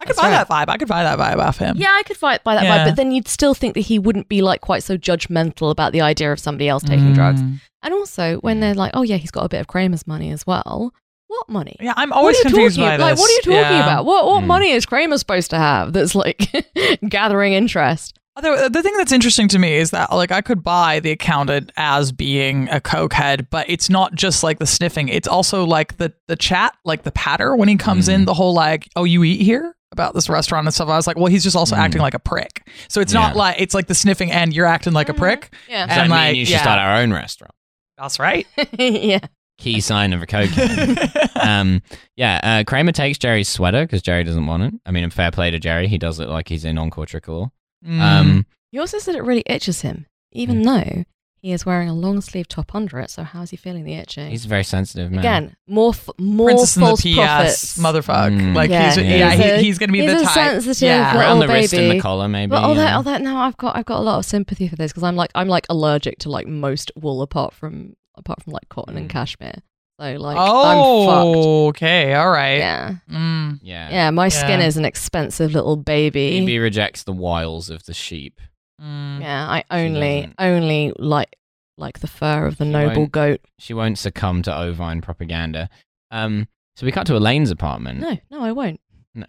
B: I could
A: That's
B: buy
A: right.
B: that vibe I could buy that vibe off him
A: Yeah, I could fight by that
B: Yeah.
A: vibe, but then you'd still think that he wouldn't be like quite so judgmental about the idea of somebody else taking
B: Mm.
A: drugs. And also, when
C: Mm.
A: they're like, "Oh yeah, he's got a bit of Kramer's money as well." What money?
B: yeah I'm always
A: what are you
B: confused
A: talking
B: by
A: like?
B: this
A: What are you talking
B: Yeah.
A: about? What what
C: Mm.
A: money is Kramer supposed to have? That's like gathering interest.
B: Although uh, the thing that's interesting to me is that like I could buy the accountant as being a cokehead, but it's not just like the sniffing. It's also like the the chat, like the patter when he comes in,
C: Mm.
B: the whole like, oh, you eat here about this restaurant and stuff. I was like, well, he's just also
C: Mm.
B: acting like a prick. So it's not
C: Yeah.
B: like it's like the sniffing and you're acting like a
A: Mhm.
B: prick.
A: Yeah,
C: Does that
B: And,
C: mean
B: like,
C: you should
B: yeah.
C: start our own restaurant?
B: That's right.
A: yeah.
C: Key sign of a cokehead. um, yeah, uh, Kramer takes Jerry's sweater because Jerry doesn't want it. I mean, in fair play to Jerry, he does look
A: Mm-hmm.
C: like he's in Encore Trickalore.
B: Mm.
C: Um,
A: He also said it really itches him, even though He is wearing a long sleeve top under it, so how's he feeling the itching?
C: He's a very sensitive man.
A: Again, more f- more
B: Princess and the
A: false
B: PS,
A: prophets.
B: motherfucker.
C: Mm.
B: Like
A: Yeah,
B: he's
C: he's
B: yeah,
A: a-
B: he, he's gonna be
A: he's
B: the
A: a
B: type.
A: sensitive
B: yeah.
A: little-
C: Around the
A: Oh,
C: wrist and
A: baby.
C: the collar, maybe.
A: But although,
C: yeah.
A: although now I've got I've got a lot of sympathy for this because I'm like I'm like allergic to like most wool apart from apart from like cotton and cashmere. So like I'm fucked.
B: Mm. oh, okay, all right.
A: Yeah,
B: Mm.
C: yeah.
A: yeah. My skin
B: Yeah.
A: is an expensive little baby.
C: Phoebe rejects the wiles of the sheep.
B: Mm.
A: Yeah, I only
C: doesn't.
A: only like like the fur of the
C: She
A: noble
C: won't.
A: goat.
C: She won't succumb to ovine propaganda. Um, so we cut to Elaine's
B: Mm.
C: apartment.
A: No, no, I won't.
C: No.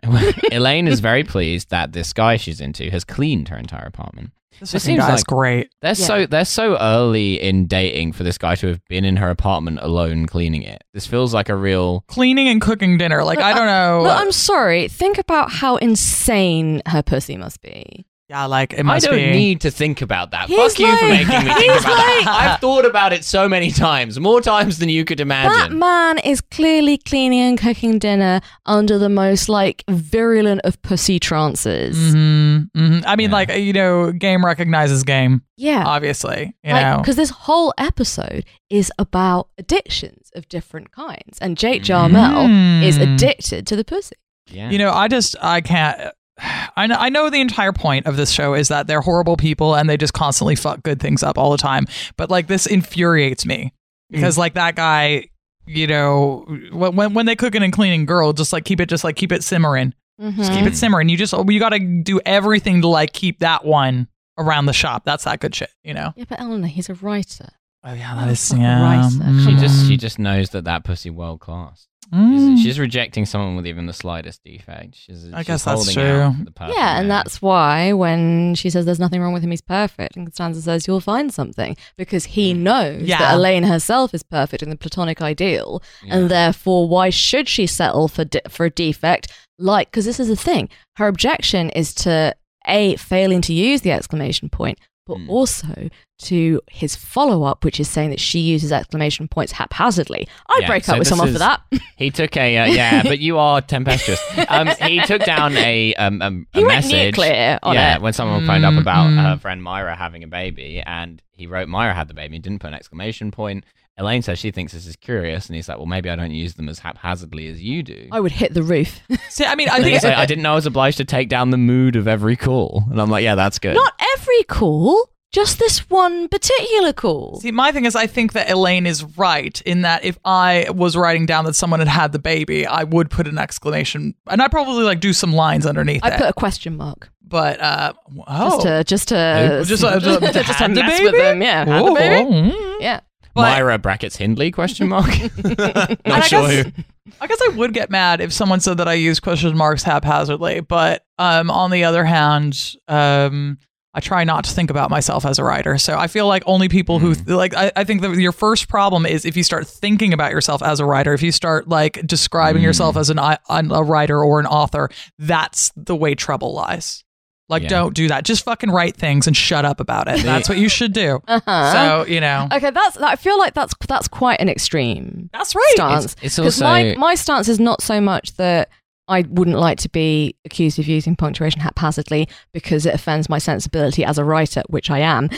C: Elaine is very pleased that this guy she's into has cleaned her entire apartment.
B: This
C: This
B: fucking
C: seems
B: guy's
C: like-
B: great.
C: They're
A: Yeah.
C: so they're so early in dating for this guy to have been in her apartment alone cleaning it. This feels like a real
B: Cleaning and cooking dinner. Like
A: Look,
B: I don't know.
A: Look, I'm sorry. Think about how insane her pussy must be.
B: yeah, like it
C: I
B: must
C: don't
B: be.
C: need to think about that.
A: He's
C: Fuck you for
A: like-
C: making me think
A: he's
C: about that. I've thought about it so many times, more times than you could
A: That
C: imagine.
A: man is clearly cleaning and cooking dinner under the most like virulent of pussy trances. Mm-hmm,
B: Mhm, mhm. I mean,
C: Yeah.
B: like you know, game recognizes game.
A: Yeah.
B: Obviously, Uh, you know.
A: because this whole episode is about addictions of different kinds, and Jake Jarmel
B: Mm.
A: is addicted to the pussy.
C: yeah.
B: You know, I just I can't. I know, I know the entire point of this show is that they're horrible people and they just constantly fuck good things up all the time. But like this infuriates me because like that guy, you know, when when- when they cooking and cleaning, girl, just like keep it, just like keep it simmering,
A: Mm-hmm.
B: just keep it
C: Mhm.
B: simmering. You just you got to do everything to like keep that one around the shop. That's that good shit, you know.
A: Yeah, but Eleanor, he's a writer.
B: Oh yeah,
A: that is- yeah. Christ, that-
C: she just she just knows that that pussy world class.
B: Mm-hmm.
A: Mm.
C: She's, she's rejecting someone with even the slightest defect. She's,
B: I
C: she's
B: guess that's
C: holding
B: true.
C: out the perfect
A: Yeah, and
C: man.
A: that's why when she says there's nothing wrong with him, he's perfect, and Constanza says you'll find something because he
C: Hmm.
A: knows
B: Yeah.
A: that Elaine herself is perfect in the platonic ideal,
C: Yeah.
A: and therefore why should she settle for de- for a defect? Like, because this is the thing, her objection is to a failing to use the exclamation point, but
C: Mm.
A: also to his follow up, which is saying that she uses exclamation points haphazardly. I'd
C: Yeah,
A: break
C: so
A: up with
C: this
A: someone
C: is-
A: for that.
C: He took a uh, yeah, but you are tempestuous. Um, he took down a um, um a
A: he went
C: message.
A: nuclear on
C: yeah,
A: it.
C: when someone phoned up
B: Mm,
C: about
B: mm.
C: her friend Myra having a baby, and he wrote Myra had the baby, didn't put an exclamation point. Elaine says she thinks this is curious, and he's like, "Well, maybe I don't use them as haphazardly as you do."
A: I would hit the roof.
B: See, I mean, I
C: And
B: think
C: he's like, "I didn't know I was obliged to take down the mood of every call," and I'm like, "Yeah, that's good."
A: Not every call, just this one particular call.
B: See, my thing is, I think that Elaine is right in that if I was writing down that someone had had the baby, I would put an exclamation, and I probably like do some lines underneath
A: I
B: it.
A: put a question mark
B: but uh,
A: just
B: oh,
A: to just to
C: Oh,
B: just, uh, just- had the
A: mess
B: baby?
A: with them. Yeah, had the
B: Oh,
A: baby.
B: mm.
A: Yeah,
B: but-
C: Myra brackets Hindley question mark.
B: And
C: Not
B: I
C: sure.
B: guess-
C: who.
B: I guess I would get mad if someone said that I use question marks haphazardly. But um, on the other hand, um, I try not to think about myself as a writer. So I feel like only people who like I, I think that your first problem is if you start thinking about yourself as a writer, if you start like describing
C: Mm.
B: yourself as an, i- an a writer or an author, that's the way trouble lies. Like,
C: Yeah.
B: don't do that. Just fucking write things and shut up about it. That's what you should do.
A: uh-huh.
B: So you know,
A: okay, that's I feel like that's that's quite an extreme
B: that's right.
A: stance.
C: It's
A: Because
C: also
A: my, my stance is not so much that I wouldn't like to be accused of using punctuation haphazardly because it offends my sensibility as a writer, which I am.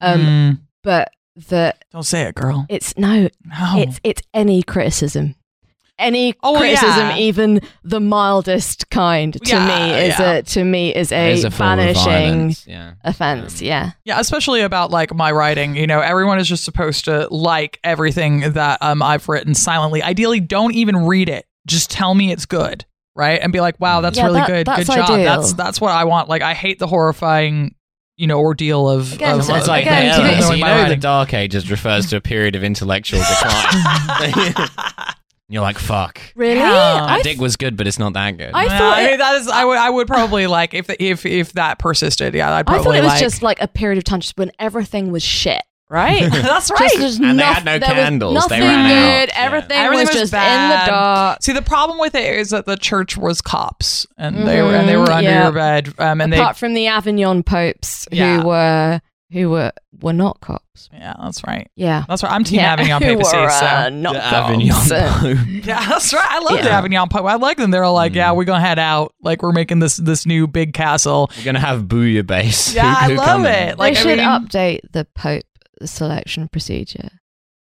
A: Um,
B: Mm.
A: But that
B: don't say it, girl.
A: it's no,
B: No.
A: it's it's any criticism. Any
B: Oh, well,
A: criticism,
B: yeah.
A: even the mildest kind, to
B: Yeah,
A: me is
B: yeah.
A: a to me is
C: it
A: a,
C: is a form of
A: vanishing
C: violence, Yeah.
A: offense.
C: Um,
A: yeah,
B: Yeah, especially about like my writing. You know, everyone is just supposed to like everything that um I've written silently. Ideally, don't even read it. Just tell me it's good, right? And be like, wow, that's
A: Yeah,
B: really
A: that-
B: good.
A: that's
B: good job.
A: ideal.
B: That's that's what I want. Like, I hate the horrifying, you know, ordeal of.
A: Again,
B: of-
A: so
C: It's like
A: Again,
C: yeah,
A: to the-
B: knowing
C: so you
B: my
C: know the
B: writing.
C: Dark Ages refers to a period of intellectual decline. You're like, fuck.
A: really.
B: Yeah.
A: I,
C: That dick was good, but it's not that good.
A: I
B: Yeah,
A: thought
B: I
A: it-
B: mean, that is. I would. I would probably like if the, if if that persisted. Yeah, I'd
A: I
B: probably
A: thought it was
B: like.
A: just like a period of time just when everything was shit, right?
B: that's right.
A: Just, there's
C: And they
A: noth-
C: had no
A: there was
C: candles. They
A: Nothing
C: ran out.
A: good.
C: Yeah.
A: Everything,
B: Everything
A: was,
B: was
A: just
B: bad.
A: in the dark.
B: See, the problem with it is that the church was cops, and they were and they were
A: Mhm,
B: under
A: yeah.
B: your bed, um, and
A: Apart from the Avignon popes,
B: Yeah.
A: who were who were were not cops.
B: they. Yeah, that's right.
A: Yeah,
B: That's right. I'm team
A: yeah,
B: Avignon
A: who
B: papacy.
A: were,
B: so.
A: uh, not
C: The
A: cops.
C: Avignon Pope.
B: yeah, that's right. I love the
A: Yeah.
B: Avignon Pope. I like them. They're all like,
C: Mm.
B: yeah, we're gonna head out. Like we're making this this new big castle.
C: We're gonna have booyah bass.
B: Yeah, I
C: Who- who
B: love
C: coming?
B: it. Like
A: they
B: I
A: should
B: mean-
A: update the Pope selection procedure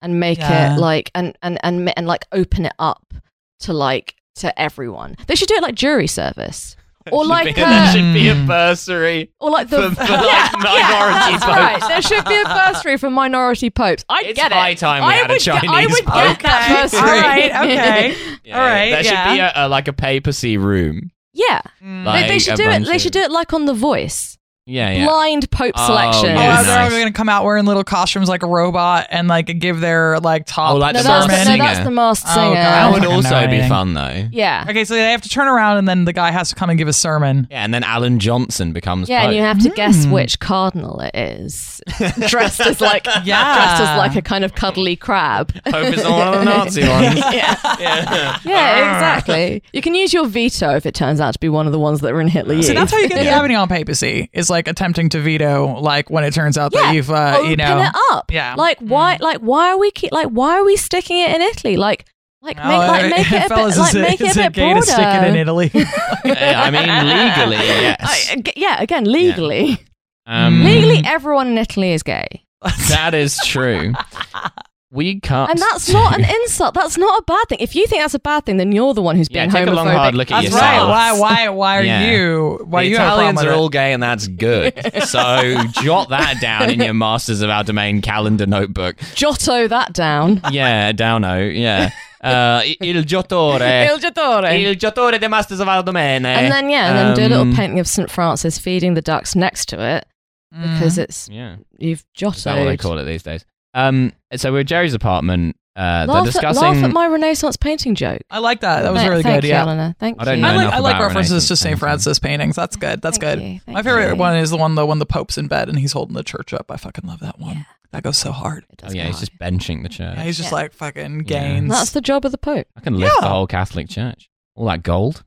A: and make
B: Yeah.
A: it like and and and ma- and like open it up to like to everyone. They should do it like jury service or like
D: that
A: uh,
D: should be a
B: Mm.
D: bursary.
A: or like the
D: for- for, like, minority
A: that's right.
D: popes.
A: There should be a bursary for minority popes. I
D: It's
A: get it.
D: high time we
A: I
D: had a
A: would get- I
D: Chinese
A: would get
D: pope.
A: that bursary.
B: All right. Okay.
D: Yeah,
B: All right,
D: That should
B: yeah.
D: be a, a, like a papacy room.
A: Yeah,
B: Mm.
A: They-
D: Like
A: they, should
D: a
A: do it.
D: bunch
A: They should do it like on The Voice,
C: Yeah, yeah.
A: blind pope
C: Oh,
A: selection.
B: Oh,
C: Yeah,
B: they're
C: nice.
B: all gonna come out wearing little costumes like a robot and like give their like top.
C: Oh, like
A: No,
C: the
A: that's
C: masked
A: the, no,
B: sermon.
C: singer.
A: that's the masked
B: Oh,
A: singer.
B: God. I
C: That
B: don't
C: would
B: fucking
C: also
B: know
C: be
B: anything.
C: fun though.
A: yeah,
B: Okay, so they have to turn around and then the guy has to come and give a sermon.
C: Yeah, and then Alan Johnson becomes
A: yeah, and
C: Pope.
A: you have to guess
B: Hmm.
A: which cardinal it is, dressed as like
B: Yeah.
A: dressed as like a kind of cuddly crab.
D: Pope is one of the Nazi ones.
A: yeah,
D: yeah.
A: yeah, exactly. You can use your veto if it turns out to be one of the ones that are in Hitler Youth.
B: So that's how you get the Avignon papacy is like attempting to veto, like when it turns out
A: Yeah,
B: that you've, uh,
A: Open
B: you know,
A: it up.
B: yeah.
A: Like why? Like why are we keep? Like why are we sticking it in Italy? Like like make,
B: Oh,
A: like, make it a
B: fellas,
A: bit like
B: is
A: make it
B: is
A: a bit
B: gay
A: broader.
B: to stick it in Italy?
C: I mean, legally, yes.
A: I- ag- yeah, again, legally,
B: Hmm.
C: Um,
A: legally, everyone in Italy is gay,
C: that is true. We can't.
A: and that's not an insult. That's not a bad thing. If you think that's a bad thing, then you're the one who's
C: Yeah,
A: being
C: take
A: homophobic.
C: a long hard look at
B: That's
C: yourself.
B: right. Why? Why? Why are
C: Yeah.
B: you? Why
C: the
B: you have a problem
C: Italians
B: with
C: are
B: it?
C: all gay, and that's good. So jot that down in your Masters of Our Domain calendar notebook.
A: Giotto that down.
C: Yeah, Downo. Yeah, uh, i- il
A: Il
C: giotore,
A: Giotto.
C: il giotore de Masters of Our Domain.
A: and then yeah, and then do a little
C: Um,
A: painting of St Francis feeding the ducks next to it
B: Mm.
A: because it's
C: Yeah,
A: you've
C: Mm. is that what they
A: Giotto.
C: call it these days? Um, so we're at Jerry's apartment. Uh, they're
A: laugh,
C: discussing.
A: at, laugh at my Renaissance painting joke.
B: I like Uh, that. That was
A: Th-
B: really
A: Thank
B: good.
A: you,
B: Yeah.
A: Eleanor. Thank
C: I don't
A: you.
C: know
B: I like,
C: enough
B: I like
C: about
B: references to
C: Renaissance
B: St.
C: painting.
B: Francis paintings. That's good. That's
A: Thank
B: good.
A: you, thank
B: My favorite
A: you.
B: one is the one the one the Pope's in bed and he's holding the church up. I fucking love that one.
A: Yeah.
B: That goes so hard.
A: It
C: oh
A: does
C: yeah,
A: go
C: he's
A: on.
C: just benching the church.
B: Yeah, he's just
A: Yeah.
B: like fucking
C: Yeah.
B: gains.
A: That's the job of the Pope.
C: I can lift
B: Yeah.
C: the whole Catholic Church. All that gold.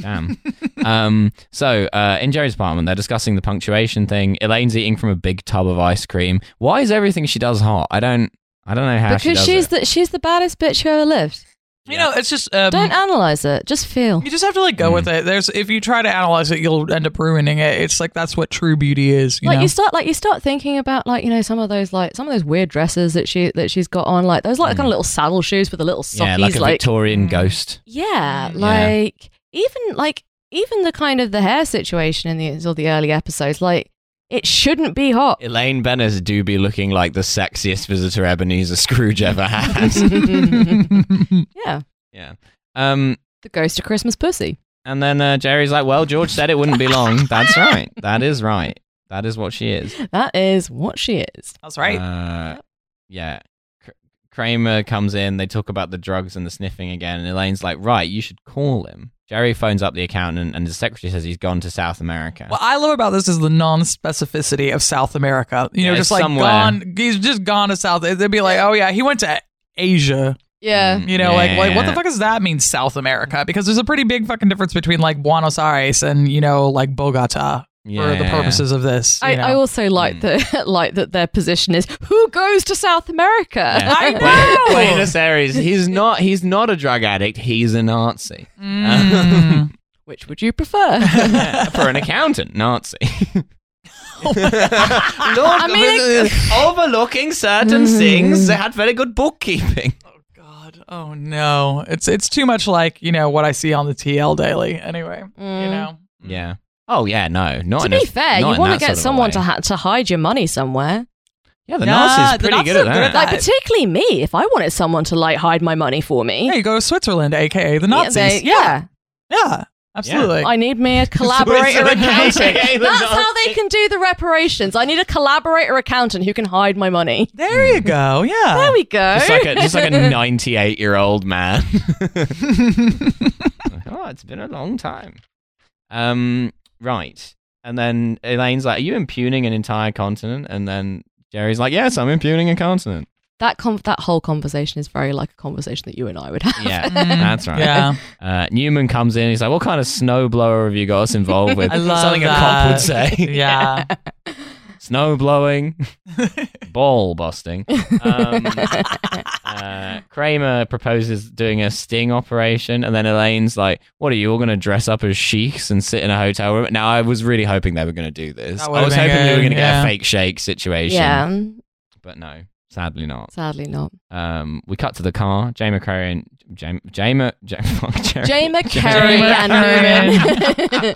C: Damn. um, so, uh, in Jerry's apartment, they're discussing the punctuation thing. Elaine's eating from a big tub of ice cream. Why is everything she does hot? I don't. I don't know how she
A: because
C: does
A: she's
C: it.
A: the she's the baddest bitch who ever lived.
B: you know, it's just um,
A: Don't analyze it. Just feel.
B: you just have to like go with
C: Mm.
B: it. There's if you try to analyze it, you'll end up ruining it. It's like that's what true beauty is. You
A: like
B: know.
A: you start like you start thinking about like you know some of those like some of those weird dresses that she that she's got on like those like kind of little saddle shoes with the little sockies
C: Mm. yeah, like a Victorian ghost.
A: yeah
B: Mm. Yeah.
A: like even like even the kind of the hair situation in the all the early episodes like it shouldn't be hot
C: Elaine Bennis do be looking like the sexiest visitor Ebenezer Scrooge ever has.
A: yeah
C: yeah. Um,
A: the ghost of Christmas pussy
C: and then uh, Jerry's like, "Well, George said it wouldn't be long. That's right. That is right. That is what she is."
A: that is what she is
B: that's right.
C: Uh, yeah. Kr- Kramer comes in. They talk about the drugs and the sniffing again. And Elaine's like, right, you should call him. Jerry phones up the accountant, and his secretary says he's gone to South America.
B: What I love about this is the non-specificity of South America. You know,
C: Yeah,
B: just
C: it's
B: like
C: somewhere.
B: gone. He's just gone to South. They'd be like, oh yeah, he went to Asia.
A: yeah
B: You know, like, like what the
C: Yeah.
B: fuck does that mean, South America? Because there's a pretty big fucking difference between like Buenos Aires and you know like Bogota
C: Yeah.
B: for the purposes of this.
A: I,
B: you know?
A: I also like
C: Mm.
A: that like that their position is who goes to South America
C: Yeah.
B: I know.
C: Buenos Aires. He's not. He's not a drug addict. He's a Nazi.
B: Mm.
A: which would you prefer
C: Yeah, for an accountant, Nazi.
A: I mean,
C: overlooking certain things, they had very good bookkeeping.
B: oh God. Oh no. It's it's too much like you know what I see on the TL daily. Anyway, you
A: Mm.
B: know.
C: Yeah. Oh yeah. No. Not
A: to
C: in a-
A: be fair, you
C: not in
A: want to
C: that sort
A: get
C: of a
A: someone
C: way.
A: to ha- to hide your money somewhere.
C: Yeah, the
B: Nah,
C: Nazis
B: the
C: pretty
B: Nazis
C: good at
B: are
C: that.
B: good at that.
A: Like particularly me, if I wanted someone to like hide my money for me,
B: Yeah, you go to Switzerland, aka
A: yeah,
B: the Nazis.
A: they-
B: yeah.
A: yeah,
B: Yeah, absolutely.
A: I need me a collaborator
C: Switzerland,
A: accountant.
C: aka the
A: That's how they
C: Nazis.
A: can do the reparations. I need a collaborator accountant who can hide my money.
B: there
C: Mm.
B: you go.
A: There
B: Yeah.
A: we go.
C: just like a just like a 98 year old man oh it's been a long time um right and then elaine's like are you impugning an entire continent and then jerry's like yes i'm impugning a continent
A: that con- that whole conversation is very like a conversation that you and I would have.
C: yeah
B: Mm.
C: that's right
B: Yeah.
C: uh, newman comes in he's like what kind of snowblower have you got us involved with
B: I love
C: something a
B: that.
C: cop would say
B: Yeah.
C: snow blowing ball busting um, uh, Kramer proposes doing a sting operation, and then Elaine's like, "What are you all going to dress up as sheiks and sit in a hotel room?" Now, I was really hoping they were going to do this.
B: That
C: I
B: would've
C: was
B: been
C: hoping we were
B: good,
C: going to
B: yeah.
C: get a fake shake situation,
A: yeah. um,
C: but no, sadly not.
A: Sadly not.
C: Um, we cut to the car. Jay McCarry and Jay Jay, Ma- Jay, fuck, Jerry.
A: Jay McCarry and Newman.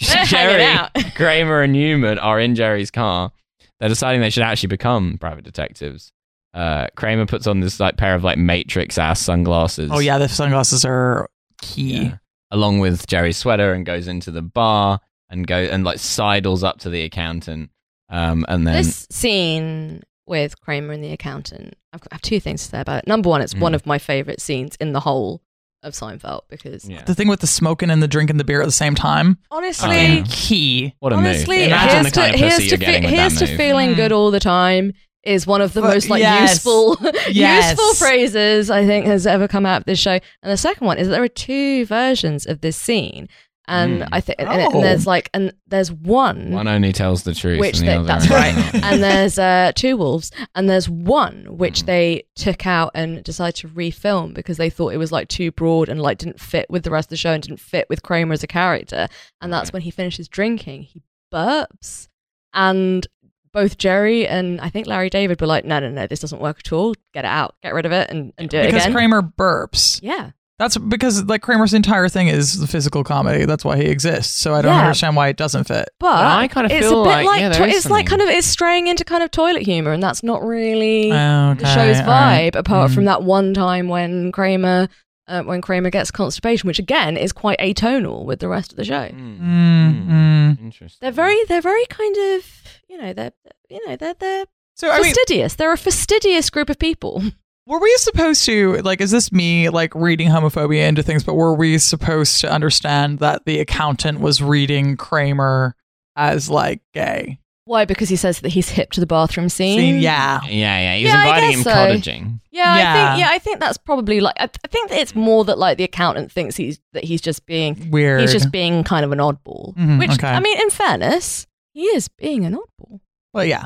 A: They're hanging out.
C: Um, Kramer and Newman are in Jerry's car. They're deciding they should actually become private detectives. Uh, Kramer puts on this like pair of like Matrix ass sunglasses.
B: Oh yeah, the sunglasses are key.
C: Yeah. Along with Jerry's sweater, and goes into the bar and go and like sidles up to the accountant. Um, and then
A: This scene with Kramer and the accountant, I've got, I have two things to say about it. Number one, it's one
C: Mm.
A: of my favorite scenes in the whole of Seinfeld because
C: yeah.
B: The thing with the smoking and the drinking the beer at the same time,
A: honestly,
C: Oh, Yeah.
B: key.
C: what a
A: honestly, here's
C: move! Imagine the kind
A: to,
C: of pussy
A: here's
C: you're
A: to, fe-
C: getting with
A: here's
C: that
A: to
C: move. Hmm.
A: feeling good all the time is one of the
B: But-
A: most like
B: yes.
A: useful
B: Yes.
A: useful phrases I think has ever come out of this show. And the second one is there are two versions of this scene, and
C: Mm.
A: I think and, and
B: Oh.
A: there's like and there's one,
C: One only tells the truth,
A: Which
C: and
A: they-
C: the other
A: that's
C: one-
B: right.
A: and there's uh, two wolves, and there's one which
C: Mm.
A: they took out and decided to refilm because they thought it was like too broad and like didn't fit with the rest of the show and didn't fit with Kramer as a character. And that's
C: Right.
A: when he finishes drinking, he burps, and both Jerry and I think Larry David were like, "No, no, no, this doesn't work at all. Get it out, get rid of it, and, and do it
B: Because
A: again."
B: Kramer burps.
A: yeah,
B: That's because like Kramer's entire thing is the physical comedy. That's why he exists. So I don't
A: Yeah.
B: understand why it doesn't fit.
A: but
C: I kinda
A: it's
C: feel
A: a bit
C: like-
A: like,
C: yeah,
A: to-
C: there is
A: it's like kind
C: something.
A: of it's straying into kind of toilet humor, and that's not really.
B: Okay,
A: the show's vibe,
B: all right.
A: apart
B: Mm.
A: from that one time when Kramer, uh, when Kramer gets constipation, which again is quite atonal with the rest of the show.
C: Mm,
A: Hmm.
B: Mm, mm.
C: Interesting.
A: They're very, they're very kind of, you know, they're, you know, they're they're
B: So I mean,
A: fastidious. they're a fastidious group of people.
B: Were we supposed to like? Is this me like reading homophobia into things? But were we supposed to understand that the accountant was reading Kramer as like gay?
A: Why? Because he says that he's hip to the bathroom scene.
B: See, yeah,
C: Yeah, yeah. He was
A: Yeah, I
C: inviting
A: guess
C: him
A: so.
C: cottaging.
A: Yeah, I
B: Yeah.
A: think yeah, I think that's probably like I, I think that it's more that like the accountant thinks he's that he's just being
B: weird.
A: he's just being kind of an oddball.
B: Mhm,
A: which
B: okay.
A: I mean, in fairness, he is being an oddball.
B: well, yeah,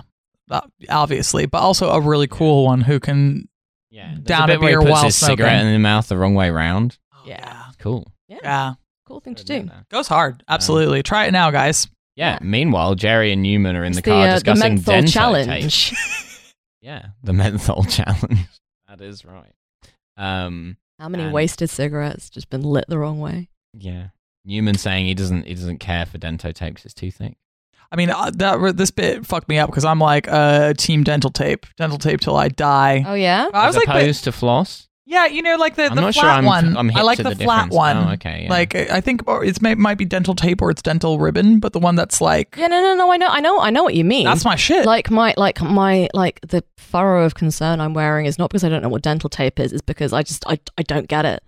B: uh, obviously, but also a really cool one who can.
C: Yeah, there's
B: Down
C: a
B: a
C: bit where
B: beer
C: he puts
B: while
C: his
B: smoking.
C: cigarette in his mouth the wrong way round.
A: Yeah.
C: Cool.
B: oh, yeah,
A: Cool thing to do.
B: goes hard. Absolutely, try it now, guys.
C: Yeah.
A: Yeah.
C: Meanwhile, Jerry and Newman are in
A: It's
C: the car
A: uh,
C: discussing
A: menthol
C: dental tape.
A: challenge.
C: Yeah, the menthol challenge. That is right. Um,
A: How many
C: And-
A: wasted cigarettes just been lit the wrong way?
C: yeah. Newman saying he doesn't he doesn't care for dento tape 'cause it's too thick.
B: I mean, uh, that this bit fucked me up because I'm like, uh, team dental tape, dental tape till I die.
A: Oh yeah,
B: I was
C: As
B: like, but-
C: opposed to floss.
B: yeah, you know, like the,
C: I'm
B: the
C: not
B: flat
C: sure. I'm
B: one.
C: I'm hip
B: I like
C: to
B: the,
C: the,
B: flat
C: difference.
B: one.
C: Oh, okay. Yeah.
B: Like I I think or it's may, might be dental tape or it's dental ribbon, but the one that's like
A: yeah, no, no, no. I know, I know, I know what you mean.
B: that's my shit.
A: like my, like my, like the furrow of concern I'm wearing is not because I don't know what dental tape is, it's because I just, I, I don't get it.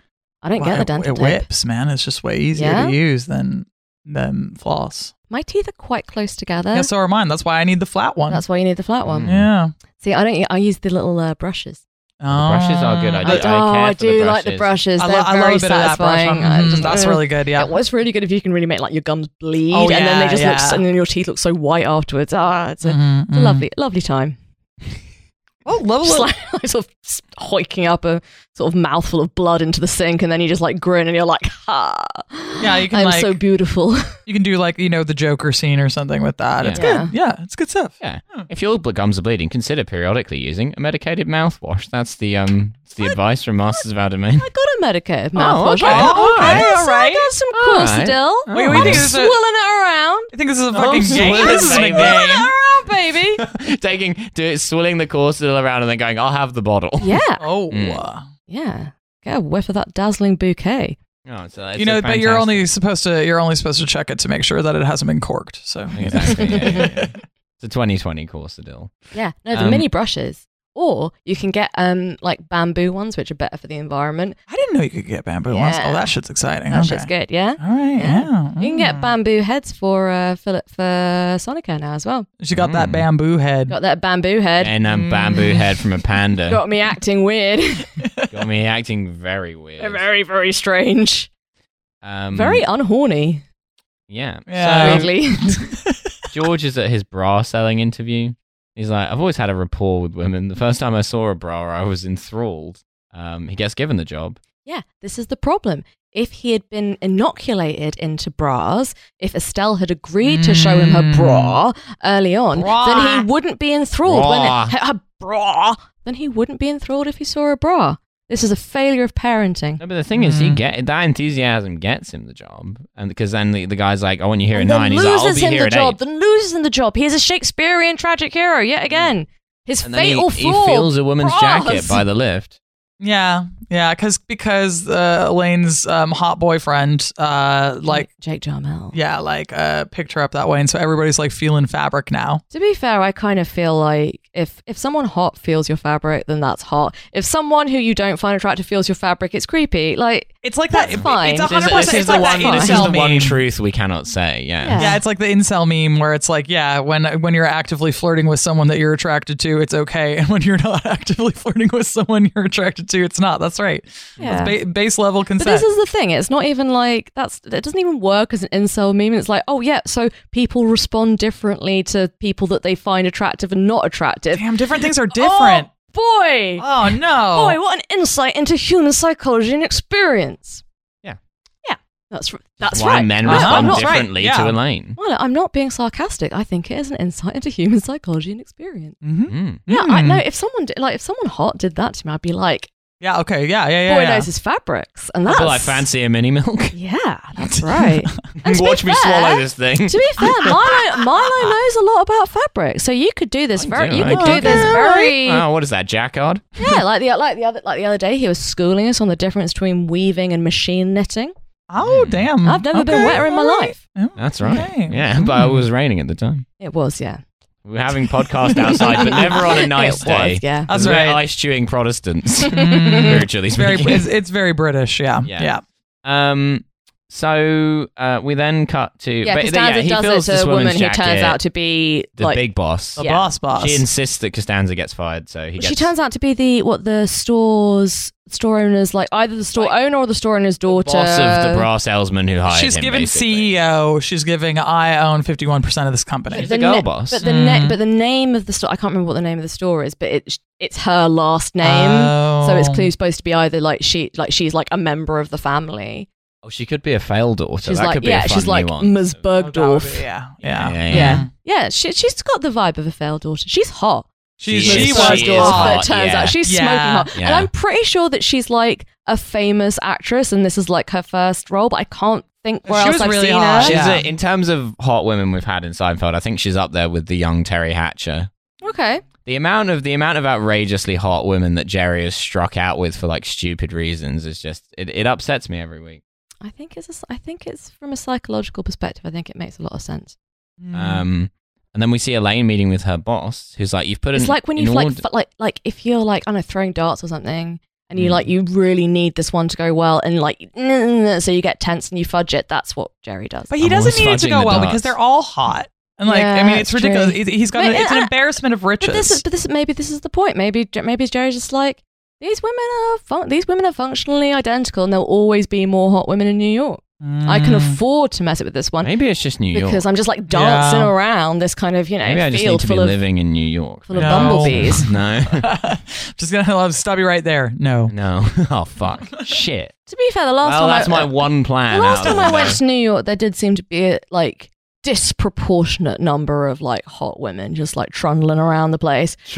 A: I don't
B: Well,
A: get the
B: it-
A: dental
B: it,
A: tape.
B: whips, man. It's just way easier
A: Yeah?
B: to use than than floss.
A: My teeth are quite close together.
B: yeah, so are mine. That's why I need the flat one.
A: That's why you need the flat one.
C: Mm.
B: yeah.
A: See, I don't. I use the little uh, brushes.
C: The brushes are good. I do.
B: Oh,
A: oh,
C: I, care
A: I
C: for the
A: do like the brushes.
B: I,
A: They're
B: lo- I love
A: very
B: a bit
A: satisfying. Mm.
B: of that brush.
A: I
B: Mhm,
A: just- uh,
B: that's really good. Yeah.
A: It was really good if you can really make like your gums bleed,
B: Oh,
A: and then they
B: yeah,
A: just look,
B: yeah.
A: and then your teeth look so white afterwards. Ah, it's a,
B: Mhm,
A: it's a
B: mhm.
A: lovely, lovely time.
B: Oh, love a
A: Just
B: little.
A: like, like sort of s- hoiking up a sort of mouthful of blood into the sink, and then you just like grin, and you're like, ha.
B: Yeah, you can,
A: I'm
B: like-
A: so beautiful.
B: You can do like you know the Joker scene or something with that. It's
A: Yeah.
B: good. Yeah, it's good stuff.
C: Yeah. If your bl- gums are bleeding, consider periodically using a medicated mouthwash. That's the um it's the advice from Masters of Adamine.
A: I got a Medicare
C: Oh,
A: mouthwash.
C: okay.
B: Oh,
A: I
B: okay,
A: got
B: all
A: some-
B: right.
A: I got some
C: All right.
A: Corsadil.
B: Wait, we
A: Oh, I'm
B: think this is
A: swilling
B: a,
A: it around.
B: I think this is a fucking game.
C: swilling
B: This
C: it,
B: isn't a
C: baby.
A: Swilling
B: game.
A: it around, baby.
C: Taking do it swilling the corsadil around and then going, I'll have the bottle.
A: yeah,
B: Oh.
C: Mm.
B: uh,
A: yeah. Get a whiff of that dazzling bouquet.
C: Oh, so that's
B: you know,
C: a
B: but you're
C: fantastic-
B: only supposed to you're only supposed to check it to make sure that it hasn't been corked. So
C: Exactly. Yeah, yeah, yeah. It's a 2020 Corsadil.
A: Yeah, no, the
C: Um,
A: mini brushes. Or you can get um like bamboo ones, which are better for the environment.
B: I didn't know you could get bamboo ones.
A: Yeah.
B: Oh, that shit's exciting.
A: That
B: okay. Ah.
A: shit's good, yeah.
B: All right,
A: Yeah.
B: yeah. Mm.
A: You can get
B: bamboo.
A: bamboo heads for uh Philip for Sonicare now as well.
B: She got that
C: Mm.
B: bamboo head.
A: Got that bamboo head.
C: And uh, a bamboo head from a panda.
A: Got me acting weird.
C: Got me acting very weird.
A: very, very strange.
C: Um,
A: very unhorny,
C: Yeah.
B: Yeah.
C: So
A: weirdly.
C: George is at his bra selling interview. He's like, I've always had a rapport with women. The first time I saw a bra, I was enthralled. Um, he gets given the job.
A: yeah, this is the problem. if he had been inoculated into bras, if Estelle had agreed to show him
C: Hmm.
A: her bra early on,
B: Bra.
A: then he wouldn't be enthralled when
C: Bra.
A: it, her, her bra. Then he wouldn't be enthralled if he saw a bra. This is a failure of parenting.
C: No, but the thing is, he
B: Mm.
C: get that enthusiasm gets him the job, and because then the, the guy's like, "I want you here at
A: And
C: nine.
A: then
C: He's like, "I'll
A: loses
C: be
A: him
C: here
A: the
C: at
A: job.
C: eight. Hmm.
A: Then loses him the job. He is a Shakespearean tragic hero yet again. His
C: And then he,
A: fatal
C: he
A: flaw.
C: feels a woman's jacket
A: bras.
C: by the lift.
B: Yeah, yeah, because because uh, Elaine's um, hot boyfriend, uh, like
A: Jake Jarmel.
B: yeah, like uh, picked her up that way, and so everybody's like feeling fabric now.
A: To be fair, I kind of feel like if if someone hot feels your fabric, then that's hot. If someone who you don't find attractive feels your fabric, it's creepy. Like
B: It's like
A: That's
B: that.
A: fine.
B: It's
A: This is-
B: hundred
A: this
B: percent.
A: is
B: It's
A: the
B: like that
A: one-
C: This
A: This
C: is
A: is
B: incel
C: the
B: meme.
C: one truth we cannot say. Yeah.
A: Yeah.
B: Yeah, it's like the incel meme where it's like, yeah, when when you're actively flirting with someone that you're attracted to, it's okay, and when you're not actively flirting with someone you're attracted to, it's not. That's right.
A: yeah.
B: Ba- base level
A: But
B: consent.
A: this is the thing. It's not even like that's. It doesn't even work as an incel meme. It's like, oh yeah, so people respond differently to people that they find attractive and not attractive.
B: Damn, different things are different.
A: Oh, boy,
B: Oh, no.
A: boy, what an insight into human psychology and experience.
C: Yeah.
A: yeah. That's r- that's
C: Why
A: right.
C: men
A: No, I'm
C: respond
A: not,
B: right,
C: differently
B: yeah.
C: to Elaine.
A: well, I'm not being sarcastic. I think it is an insight into human psychology and experience.
B: Mhm.
C: Mm.
A: Yeah, I
B: Mm.
A: know. If someone did, like if someone hot did that to me, I'd be like,
B: Yeah. Okay. Yeah. Yeah. Yeah.
A: boy
B: yeah.
A: knows his fabrics, and that's
C: But I fancy a mini milk.
A: Yeah, that's right. And to
C: Watch
A: be
C: me
A: fair-
C: swallow this thing.
A: To be fair, Milo, Milo knows a lot about fabric, so you could do this
C: I
A: very.
C: do,
A: you
C: I
A: could
C: do.
A: do this
C: Okay,
A: very.
C: Oh, what is that, Jacquard?
A: Yeah, like the like the other like the other day, he was schooling us on the difference between weaving and machine knitting.
B: Oh,
C: Mm.
B: damn.
A: I've never been
B: Okay,
A: wetter in my
B: all right.
A: life.
B: Yeah.
C: That's right.
B: Okay.
C: Yeah, but it was raining at the time.
A: It was, yeah.
C: We were having podcast outside, but never on a nice
A: it
C: day.
A: Was, yeah.
B: That's
C: We're
B: right.
C: Ice chewing Protestants,
B: Mm.
C: spiritually
B: It's very,
C: speaking.
B: it's, it's very British. Yeah.
C: Yeah.
B: Yeah.
C: Um. So uh, we then cut to
A: Yeah,
C: but- but
A: Costanza
C: he
A: does
C: fills
A: it
C: this
A: to a
C: woman's
A: woman who turns
C: jacket,
A: out to be
C: the
A: like
C: big boss.
B: The
A: Yeah.
B: boss boss.
C: She insists that Costanza gets fired, so he gets.
A: she turns out to be the what the store's store owner's like either the store owner or the store owner's daughter.
C: boss of the bra salesman who hired
B: She's
C: him.
B: given E
C: basically.
B: CEO. She's giving I own 51% of this company.
C: She's the girl
A: na-
C: boss.
A: But the na-
B: Mm.
A: but the name of the store I can't remember what the name of the store is, but it it's her last name. So it's
B: Oh.
A: clearly supposed to be either like she like she's like a member of the family.
E: Oh, she could be a fail daughter.
A: she's
E: that
A: like
E: could be
A: yeah,
E: a fun
A: she's like
E: nuance.
A: Ms.
B: Oh, that would be-
A: Bergdorf.
B: Yeah. Yeah.
C: Yeah, yeah, yeah.
A: yeah. Yeah, she she's got the vibe of a failed daughter. She's hot.
B: She,
C: She
B: she
C: is-
B: was
C: she is
A: but
B: hot.
A: it turns
C: yeah.
A: out she's
B: Yeah.
A: smoking hot. And
C: Yeah.
A: I'm pretty sure that she's like a famous actress and this is like her first role, but I can't think where
B: She
A: else
B: was
A: I've
B: really
A: seen
B: hot.
A: her.
C: She's
B: Yeah.
C: a, in terms of hot women we've had in Seinfeld, I think she's up there with the young Terry Hatcher.
A: Okay.
C: The amount of the amount of outrageously hot women that Jerry has struck out with for like stupid reasons is just it, it upsets me every week.
A: I think it's a, I think it's from a psychological perspective. I think it makes a lot of sense. Mm.
C: Um, and then we see Elaine meeting with her boss, who's like, "You've put
A: It's
C: in,
A: like when
C: in
A: you like
C: order-
A: f- like like if you're like I don't know throwing darts or something, and you
C: Mm.
A: like you really need this one to go well, and like so you get tense and you fudge it. That's what Jerry does.
B: but he
C: I'm
B: doesn't
C: always
B: need it to
C: fudging
B: go
C: the
B: well
C: dots.
B: because they're all hot. And like,
A: Yeah,
B: I mean, it's
A: that's
B: ridiculous.
A: true.
B: He- He's got
A: But-
B: a- it's
A: uh,
B: an embarrassment of riches.
A: But this is but this maybe this is the point. Maybe maybe Jerry's just like these women are fun- these women are functionally identical, and there'll always be more hot women in New York. I can afford to mess it with this one
C: Mm. Maybe it's just New York.
A: because I'm just like dancing
B: Yeah.
A: around this kind of you know
C: Maybe I just need
A: field
C: to be
A: full of
C: living in New York.
A: full of
B: No.
A: bumblebees.
C: no,
B: Just gonna love stop you right there. No.
C: no. Oh fuck, shit.
A: to be fair, the last
C: Well,
A: one
C: that's
A: I,
C: my one plan.
A: The last
C: out of
A: time I
C: the
A: went
C: window.
A: to New York, there did seem to be a like disproportionate number of like hot women just like trundling around the place. You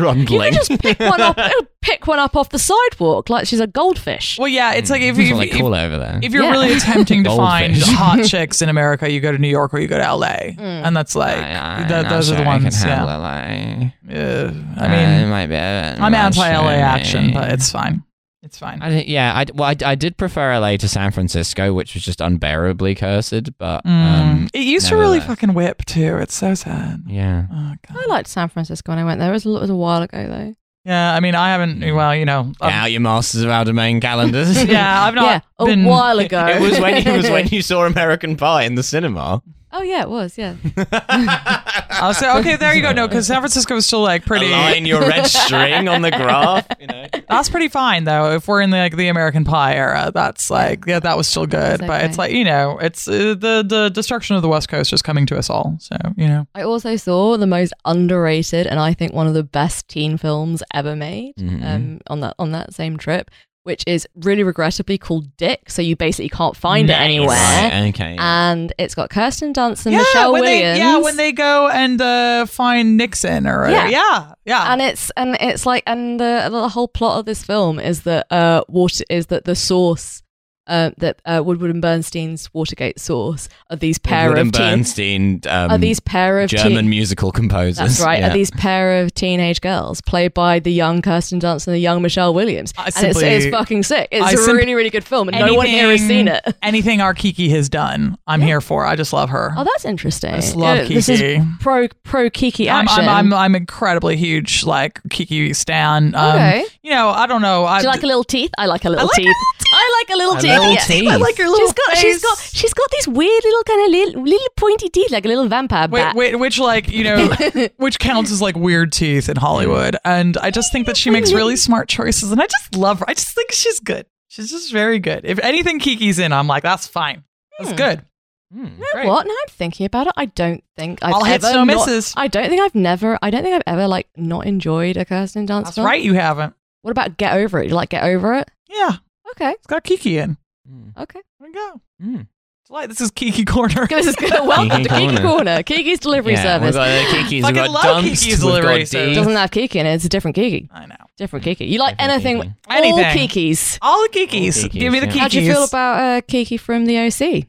A: can
C: Trundling.
A: just pick one up, pick one up off the sidewalk like she's a goldfish.
B: Well, yeah, it's like if
C: That's
B: you
C: what they
B: if,
C: call it over there.
B: if you're
A: Yeah.
B: really attempting to find
C: Mm. Goldfish.
B: hot chicks in America, you go to New York or you go to LA,
A: Mm.
B: and that's like
C: I- I-
B: th-
C: I'm
B: those are
C: sure
B: the
C: I can
B: ones.
C: handle
B: Yeah.
C: LA.
B: Uh, I
C: Uh, it
B: mean,
C: might be, uh,
B: I'm anti LA
C: sure,
B: action,
C: maybe.
B: but it's fine. It's fine.
C: I did, yeah, I, d- well, I, d- I did prefer LA to San Francisco, which was just unbearably cursed. But um,
B: Mm. it used to really
C: nevertheless.
B: fucking whip too. It's so sad.
C: yeah,
B: Oh god.
A: I liked San Francisco when I went there. It was a, it was a while ago though.
B: Yeah, I mean, I haven't. Well, you know,
C: Get
B: I've-
C: out your masters of our domain calendars.
B: yeah, I've
A: yeah, oh,
B: not.
A: a
B: been,
A: while ago.
C: it was when it was when you saw American Pie in the cinema.
A: oh yeah, it was. Yeah.
B: I was like, okay, there you go. No, because San Francisco is still like pretty.
C: Align your red string on the graph. You know.
B: That's pretty fine though. If we're in like the American Pie era, that's like yeah, that was still good.
A: It's
B: But
A: okay.
B: it's like you know, it's uh, the the destruction of the West Coast is coming to us all. So you know,
A: I also saw the most underrated and I think one of the best teen films ever made
C: Mhm.
A: um, on that on that same trip, which is really regrettably called Dick. So you basically can't find
B: Nice.
A: it anywhere.
C: Right, okay.
A: And it's got Kirsten Dunst and Michelle
B: when
A: Williams.
B: They, yeah, when they go and uh, find Nixon or
A: Yeah.
B: yeah, yeah, yeah.
A: and it's and it's like and the, the whole plot of this film is that uh water is that the source uh, that uh, Woodward and Bernstein's Watergate source are these pair
C: Wood
A: of
C: and
A: teen,
C: Bernstein, um,
A: are these pair of
C: German
A: teen,
C: musical composers.
A: that's right
C: Yeah.
A: are these pair of teenage girls played by the young Kirsten Dunst and the young Michelle Williams
B: I
A: and it's,
B: simply-
A: it's fucking sick it's
B: I
A: a
B: simp-
A: really really good film and no one here has seen it
B: Anything Arkiki has done, I'm here for. I just love her.
A: oh that's interesting
B: I just love
A: Uh, this
B: Kiki.
A: is pro pro Kiki
B: I'm,
A: action
B: I'm, I'm, um, I'm incredibly huge, like Kiki Stan. Um,
A: Okay.
B: You know, I don't know. I,
A: do you like a little teeth? I like a little
B: like a
A: teeth. I like a little
C: A
A: teeth.
C: little
A: yes.
C: teeth. I like
A: her
B: little
A: She's got she's
B: face.
A: got she's got these weird little kind of little, little pointy teeth, like a little vampire
B: Wait,
A: bat.
B: wait, which like you know, which counts as like weird teeth in Hollywood, and I just think that she makes really smart choices, and I just love her. I just think she's good. She's just very good. If anything Kiki's in, I'm like, that's fine. That's
A: Hmm.
B: good.
A: You know what? Now I'm thinking about it. I don't think I've
B: All
A: ever
B: hits, no
A: not-
B: misses.
A: I don't think I've never. I don't think I've ever like not enjoyed a Kirsten Dunst
B: That's
A: film.
B: right. You haven't.
A: What about Get Over It? You like Get Over It?
B: Yeah, it's
A: Okay.
B: got Kiki in.
A: Okay.
B: There we go.
F: Mm.
B: It's like this is Kiki Corner.
A: This is good. Welcome to Kiki
F: Corner.
A: Corner. Kiki's delivery
C: Yeah, we've
A: service.
C: got uh, Kiki's, we've
B: Fucking
C: got
B: love
C: Dumps,
B: Kiki's
C: we've
B: delivery
C: got
B: service.
C: Deep.
A: Doesn't have Kiki in it. It's a different Kiki.
B: I know.
A: Different Kiki. You like
C: Different
A: anything?
C: Kiki.
A: All
B: Anything.
A: Kikis.
B: All the Kikis.
C: All the Kikis,
B: Give me the Kikis.
C: yeah.
A: How do you feel about uh, Kiki from the OC?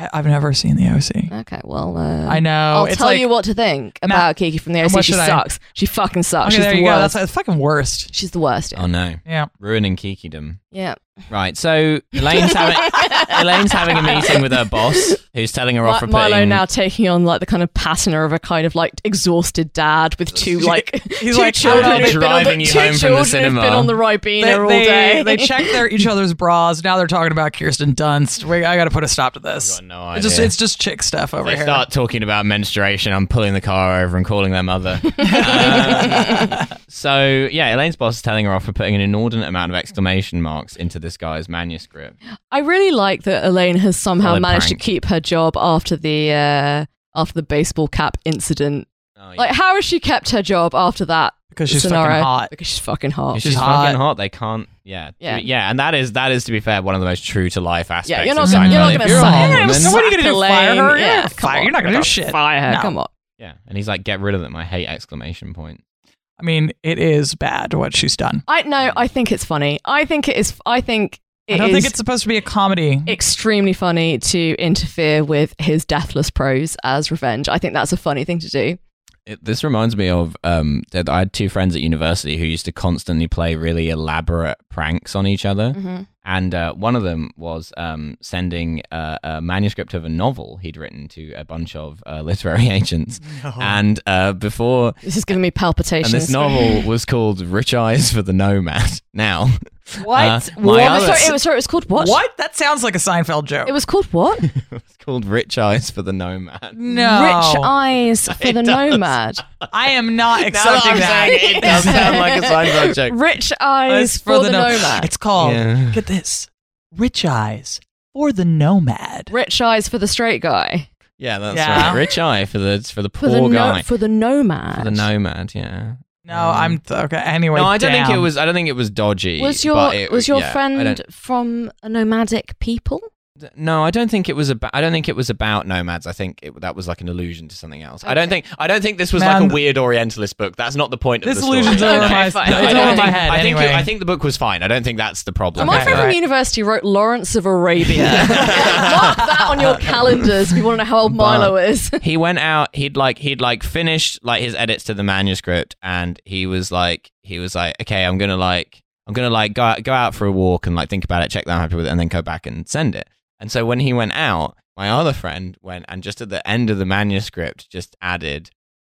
B: I- I've never seen the OC.
A: Okay, well, uh,
B: I know.
A: I'll
B: it's
A: tell
B: like,
A: you what to think
B: Ma-
A: about Kiki from the
B: And what
A: OC. She
B: should I-
A: sucks. She fucking sucks.
B: Okay,
A: She's
B: there
A: the
B: you go.
A: worst.
B: That's the fucking worst.
A: She's the worst. Yeah.
C: Oh no,
B: Yeah.
C: ruining Kikidom.
A: yeah.
C: Right, so Elaine's having Elaine's having a meeting with her boss, who's telling her off for
A: Mi- Milo
C: putting
A: now taking on like the kind of patina of a kind of like exhausted dad with two like
B: He's
A: two
B: like,
A: children
B: I'm
A: who've been on the,
C: driving
A: two
C: you home from the
A: children who've
C: cinema.
A: been on the Ribena
B: They,
A: all
B: they,
A: day.
B: they check their each other's bras. Now they're talking about Kirsten Dunst. We, I got to put a stop to
C: I've
B: this.
C: got Oh, no
B: it's just
C: idea.
B: it's just chick stuff over
C: They
B: here.
C: start talking about menstruation. I'm pulling the car over and calling their mother. Um, so yeah, Elaine's boss is telling her off for putting an inordinate amount of exclamation marks into this guy's manuscript.
A: I really like that Elaine has somehow
C: Solid
A: managed
C: prank.
A: to keep her job after the uh, after the baseball cap incident.
C: Oh, yeah.
A: Like, how has she kept her job after that
B: because she's
A: scenario?
B: fucking hot.
A: Because she's fucking hot.
C: She's,
B: She's hot.
C: fucking hot. They can't. Yeah.
A: Yeah.
C: yeah, And that is that is to be fair one of the most true to life aspects.
A: Yeah, you're not
C: of
A: gonna,
C: Seinfeld.
A: you're not
C: If
A: gonna
C: you're a
A: sack-
C: hot
B: Yeah,
A: you're not
C: woman-
A: gonna
B: what are
A: sack
B: you gonna do, fire
A: Elaine.
B: her? Yeah,
A: come
B: fire-
A: on.
B: you're not gonna do
A: Don't
B: shit.
A: Fire her.
B: No.
A: Come on.
C: yeah, and he's like, get rid of them. I hate exclamation point.
B: I mean, it is bad what she's done.
A: I no. I think it's funny. I think it is. I think it
B: I
A: is
B: don't think it's supposed to be a comedy.
A: extremely funny to interfere with his deathless prose as revenge. I think that's a funny thing to do.
C: It, this reminds me of um, that I had two friends at university who used to constantly play really elaborate pranks on each other.
A: Mm-hmm.
C: And uh, one of them was um, sending uh, a manuscript of a novel he'd written to a bunch of uh, literary agents. And uh, before,
A: This is giving me palpitations.
C: and this novel was called Rich Eyes for the Nomad. Now,
B: What?
C: uh, my
A: What?
C: other-
A: Oh, Sorry, it was sorry. It was called what?
B: what? That sounds like a Seinfeld joke.
A: It was called what? Rich
C: it's called Rich Eyes for the Nomad.
B: no.
C: Oh.
A: eyes for the nomad.
B: I am not accepting that.
C: it does sound like a Seinfeld joke.
A: Rich eyes
B: Eyes
A: for, the,
B: no-
A: nomad.
B: It's called.
C: Yeah.
B: Get this. Rich eyes for the nomad.
A: Rich eyes for the straight guy.
C: Yeah, that's
B: Yeah.
C: right. Rich eye for the for the
A: For
C: poor
A: the no-
C: guy.
A: for the nomad.
C: for the nomad, yeah.
B: No, I'm okay. Anyway,
C: no, I don't think
B: damn.
C: it was. I don't think it was dodgy.
A: was your
C: but it-
A: was your
C: yeah, I
A: friend
C: don't-
A: from a nomadic people?
C: No, I don't think it was about. I don't think it was about nomads. I think it, that was like an allusion to something else. I don't think. I don't think this was
B: Man.
C: like a weird Orientalist book. That's not the point of
B: This
C: the story.
B: illusion's
C: No,
B: over
C: no,
B: my,
A: it's fine.
C: no,
B: it's
C: I
B: over
C: don't
B: my
C: think-
B: head.
C: I think,
B: anyway.
C: it- I think the book was fine. I don't think that's the problem.
A: My
B: Okay,
A: friend from
B: alright.
A: university wrote Lawrence of Arabia. Mark that on your calendars if you want to know how old Milo is.
C: he went out he'd like he'd like finished like his edits to the manuscript and he was like he was like okay i'm gonna like i'm gonna like go out, go out for a walk and like think about it check that i'm happy with it and then go back and send it and so when he went out my other friend went and just at the end of the manuscript just added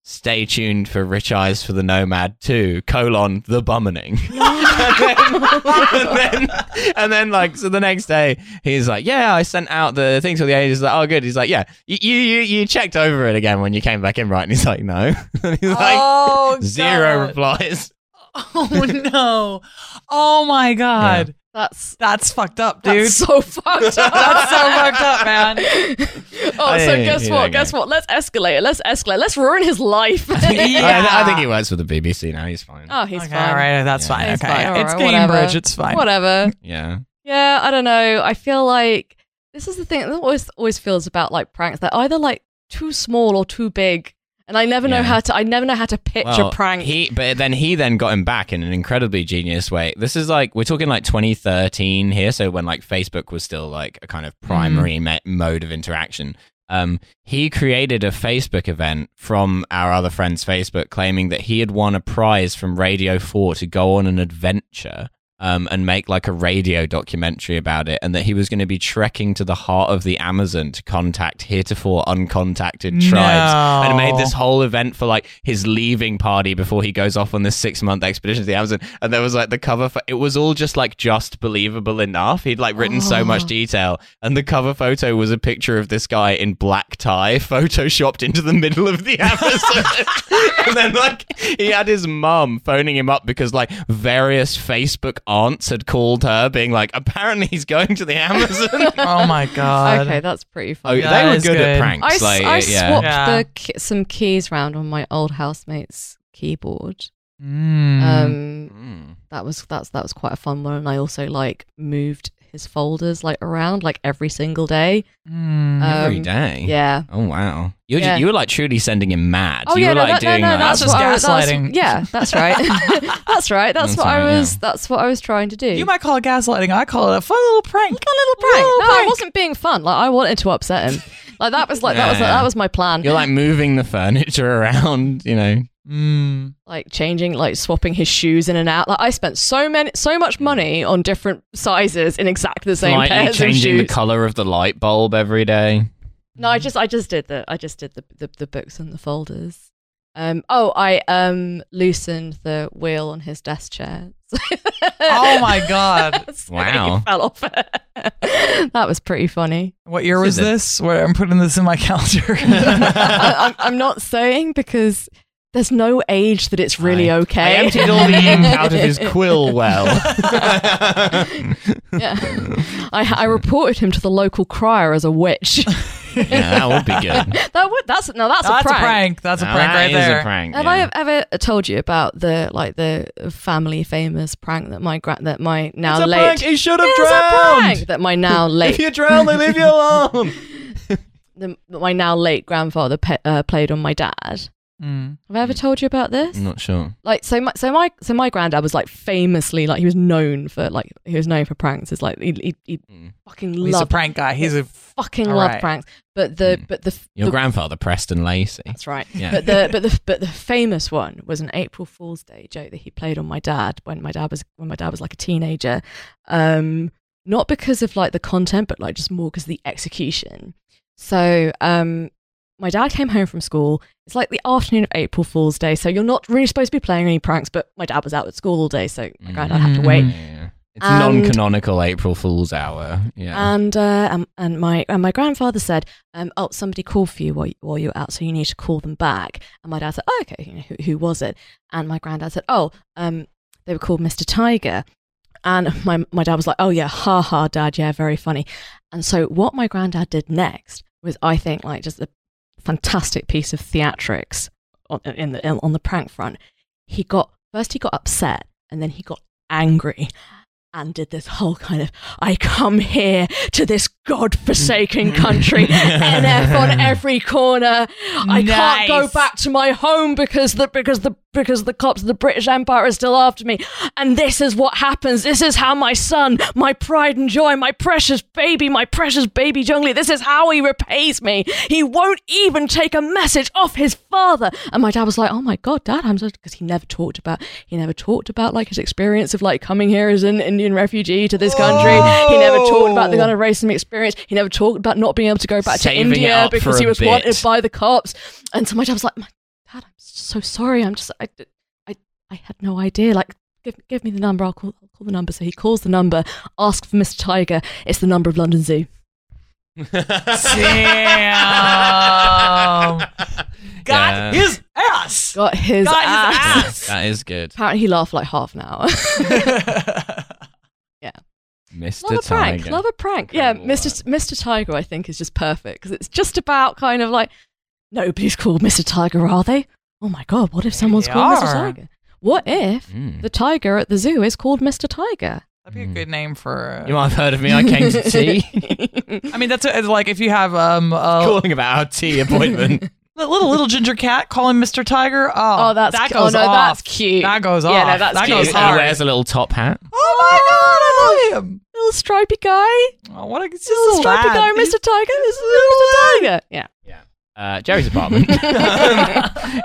C: stay tuned for rich eyes for the nomad 2 colon the bummening and then, and then like so the next day he's like yeah i sent out the thing to the agents like oh good he's like yeah you you you- you checked over it again when you came back in right and he's like no and he's like
B: oh,
C: zero
B: God.
C: replies
B: Oh no! Oh my God!
A: That's
B: That's fucked up, dude.
A: that's
B: That's so,
A: so fucked up.
B: fucked up, man.
A: oh, so
C: Hey,
A: guess
C: here
A: what?
C: we go.
A: Guess what? Let's escalate. it. Let's escalate. Let's ruin his life.
B: Yeah.
C: I, I think he works for the BBC now. He's fine.
A: oh, he's
B: okay,
A: fine.
B: all right, that's
C: Yeah.
B: fine.
A: It's
B: Okay,
A: fine, all
B: it's
A: right,
B: Cambridge.
A: whatever.
B: It's fine.
A: Whatever.
C: Yeah.
A: Yeah, I don't know. I feel like this is the thing that always always feels about like pranks. They're either like too small or too big, and I never know
C: Yeah.
A: how to. I never know how to pitch
C: Well,
A: a prank.
C: He, but then he then got him back in an incredibly genius way. This is like we're talking like 2013 here, so when like Facebook was still like a kind of primary me- mode of interaction. Um, he created a Facebook event from our other friend's Facebook, claiming that he had won a prize from Radio Four to go on an adventure. Um, and make like a radio documentary about it, and that he was going to be trekking to the heart of the Amazon to contact heretofore uncontacted tribes and made this
B: No.
C: whole event for like his leaving party before he goes off on this six month expedition to the Amazon. And there was like the cover for it was all just like just believable enough. He'd like written so much
A: Oh.
C: detail, and the cover photo was a picture of this guy in black tie, photoshopped into the middle of the Amazon. and then like he had his mum phoning him up because like various Facebook aunts had called her, being like, apparently he's going to the Amazon.
B: Oh my god.
A: okay, that's pretty
C: Oh,
A: funny.
B: Yeah,
C: they were
B: it's
C: good,
B: good.
C: at pranks.
A: I, s-
C: like,
A: I
C: yeah.
A: swapped
B: Yeah.
A: the ki- some keys round on my old housemate's keyboard.
B: Mm.
A: Um,
C: Mm.
A: that was that's that was quite a fun one, and I also like moved his folders like around like every single day.
B: Mm.
A: uh,
C: Every
A: um,
C: day.
A: Yeah,
C: Oh wow! You were,
A: Yeah.
C: ju- you were like truly sending him mad.
A: Oh
C: you
A: yeah,
C: were
A: no,
C: like
A: that- no,
C: doing
A: no,
C: that.
A: that's,
B: That's just
A: what I was- that was-
B: gaslighting.
A: yeah, that's right. that's right. That's,
C: That's
A: what
C: right,
A: I
C: yeah.
A: was. That's what I was trying to do.
B: you might call it gaslighting. I call it a fun little prank.
A: a little prank.
B: Little
A: no, I
B: prank.
A: wasn't being fun. Like I wanted to upset him. Like that was like that was
C: Yeah, yeah.
A: that was my plan.
C: You're like moving the furniture around. You know.
B: Mm.
A: like changing, like swapping his shoes in and out. Like I spent so many, so much money on different sizes in exactly the same
C: Slightly
A: pairs of
C: changing the
A: shoes.
C: color of the light bulb every day.
A: no, I just, I just did the, I just did the, the, the books and the folders. Um, oh, I um loosened the wheel on his desk chair.
B: Oh my god.
A: So
C: Wow.
A: he fell off. that was pretty funny.
B: What year was
C: Is it-
B: this? Where I'm putting this in my calendar.
A: I, I'm, I'm not saying because there's no age that it's really
C: I-
A: okay.
C: I emptied all the ink out of his quill well.
A: Yeah. I, I reported him to the local crier as a witch.
C: yeah, that would be good.
A: that would that's no, that's,
B: That's a prank. That's a
C: Now,
B: prank
C: that
B: right
C: is
B: there.
C: a prank.
A: Have
C: yeah.
A: I have ever told you about the like the family famous prank that my gra- that my now
C: It's a
A: late
C: prank. He should have
A: It's a
C: drowned.
A: prank that my now
C: If
A: late
C: you drown, they leave you alone.
A: the, my now late grandfather pe- uh, played on my dad. Have
B: Mm.
A: I ever told you about this?
C: I'm not sure.
A: like so my so my so my granddad was like famously like he was known for like he was known for pranks it's like he he, he
C: Mm.
A: fucking
B: He's a
A: loved
B: prank guy. He's a
A: fucking
B: all
A: loved
B: right.
A: pranks but the
C: Mm.
A: but the,
C: Your
A: the
C: grandfather, Preston Lacey.
A: that's right
C: Yeah.
A: but the but the but the famous one was an April Fool's Day joke that he played on my dad when my dad was when my dad was like a teenager um not because of like the content but like just more because of the execution so um my dad came home from school. It's like the afternoon of April Fool's Day, so you're not really supposed to be playing any pranks. But my dad was out at school all day, so my granddad had to wait. Um,
C: Yeah. It's
A: And-
C: non-canonical April Fool's hour. Yeah.
A: And uh, um, and my and my grandfather said, um, "Oh, somebody called for you while, you while you were out, so you need to call them back." And my dad said, "Oh, okay, you know, who, who was it?" And my granddad said, "Oh, um, they were called Mister Tiger." And my my dad was like, "Oh yeah, ha ha, dad, yeah, very funny." And so what my granddad did next was, I think, like just a fantastic piece of theatrics on, uh, in the on the prank front. He got first he got upset, and then he got angry and did this whole kind of I come here to this godforsaken country, NF on every corner. I can't go
B: Nice.
A: back to my home because the because the because the cops of the British Empire are still after me. And this is what happens. This is how my son, my pride and joy, my precious baby, my precious baby Jungly, this is how he repays me. He won't even take a message off his father. And my dad was like, Oh my god, dad, I'm so because he never talked about he never talked about like his experience of like coming here as an Indian refugee to this country. He never talked about the kind of racism experience. He never talked about not being able to go back
C: Saving
A: to
C: it
A: India
C: up
A: because
C: for
A: he
C: a
A: was
C: bit.
A: wanted by the cops. And so my dad was like, my dad, I'm so sorry. I'm just I, I, I had no idea. Like, give, give me the number. I'll call, I'll call the number. So he calls the number, asks for Mr. Tiger. It's the number of London Zoo. um,
B: Damn.
C: Yeah.
B: Got his ass.
A: Got his
B: Got
A: ass.
B: his ass.
C: that is good.
A: Apparently he laughed like half an hour.
G: Mr.
A: Love a prank.
G: Tiger.
A: Love a prank. Yeah,
G: Incredible
A: Mr. Mr. Tiger, I think, is just perfect because it's just about kind of like nobody's called Mr. Tiger, are they? Oh my god, what if someone's
B: They
A: called Mr.
B: are.
A: Tiger? What if
G: Mm.
C: Hmm.
A: the tiger at the zoo is called Mr. Tiger?
B: That'd be a
A: Mm.
B: good name for.
C: You might have heard of me. I came to tea.
B: I mean, that's a, like if you have um a
C: Calling about our tea appointment.
B: li- little little ginger cat calling Mr. Tiger. Oh,
A: Oh, that's
B: that
A: cu- oh,
B: goes
A: no,
B: off.
A: that's cute.
B: That goes
A: Yeah,
B: off.
A: no, that's
B: that
A: cute.
B: goes
C: he
B: hard.
C: wears a little top hat.
B: Oh my god, I love him.
A: Little stripy guy,
B: Oh, what a he's a
A: little stripy
B: lad.
A: guy,
B: He's-
A: Mr. Tiger. This is little Mr. Tiger. Yeah.
C: Uh, Jerry's apartment.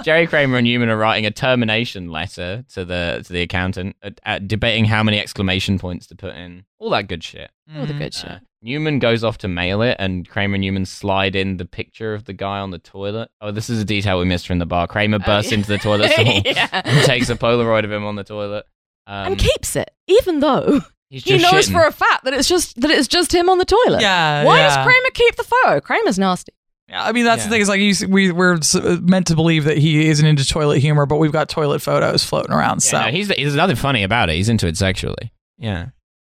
C: Jerry Kramer and Newman are writing a termination letter to the to the accountant, uh, uh, debating how many exclamation points to put in. All that good shit.
A: All the good
C: Uh,
A: shit.
C: Newman goes off to mail it, and Kramer and Newman slide in the picture of the guy on the toilet. Oh, this is a detail we missed from the bar. Kramer bursts
A: yeah.
C: into the toilet stall
A: Oh, yeah.
C: and takes a Polaroid of him on the toilet. Um,
A: and keeps it, even though
C: he's
A: he
C: just
A: knows
C: shitting.
A: for a fact that it's just that it's just him on the toilet.
B: Mm. Yeah.
A: Why
B: yeah.
A: does Kramer keep the photo? Kramer's nasty.
B: Yeah, I mean, that's the
C: Yeah.
B: thing. Is like you, s- we we're s- uh, meant to believe that he isn't into toilet humor, but we've got toilet photos floating around.
C: Yeah,
B: so
C: no, he's there's nothing funny about it. He's into it sexually. Yeah.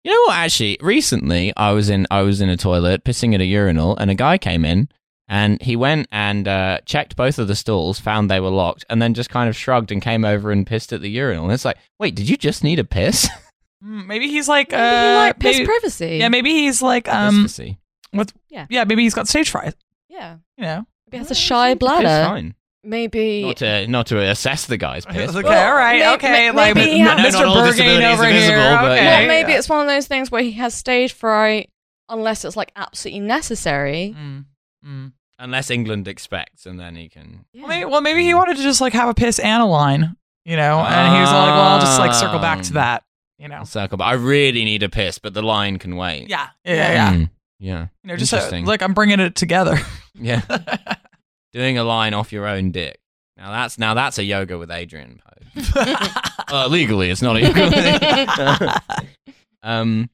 C: You know what? Actually, recently I was in I was in a toilet pissing at a urinal, and a guy came in, and he went and uh, checked both of the stalls, found they were locked, and then just kind of shrugged and came over and pissed at the urinal. And it's like, wait, did you just need a piss?
B: Mm, maybe he's like,
A: Maybe
B: uh,
A: he like piss
B: maybe-
A: privacy.
B: yeah, maybe he's like, um,
C: Pussy.
B: yeah, maybe he's got stage fright.
A: yeah.
B: You know,
A: Maybe he has a
C: Well,
A: shy
C: it's
A: bladder.
C: fine.
A: Maybe
C: Not to not to assess the guy's piss.
B: okay,
A: Well,
B: all right,
A: may-
B: okay,
A: may-
B: like
A: maybe he
B: M-
A: has-
C: No,
B: Mr.
C: not all
B: Burgain
C: disabilities are
B: over here.
C: visible, but
B: okay.
C: yeah.
A: well, maybe it's one of those things where he has stage fright unless it's like absolutely necessary.
B: Mm, mm.
C: Unless England expects, and then he can.
A: Yeah.
B: Well, maybe, well, maybe he wanted to just like have a piss and a line, you know, and he was like, well, I'll just like circle back to
C: Um,
B: that, you know.
C: Circle, but I really need a piss, but the line can wait.
B: Yeah, yeah, yeah. yeah.
C: Mm. yeah.
B: You know, just uh,
C: Interesting.
B: like I'm bringing it together.
C: Yeah. doing a line off your own dick. Now that's now that's a yoga with Adrian pose. uh, legally, it's not a yoga. with um,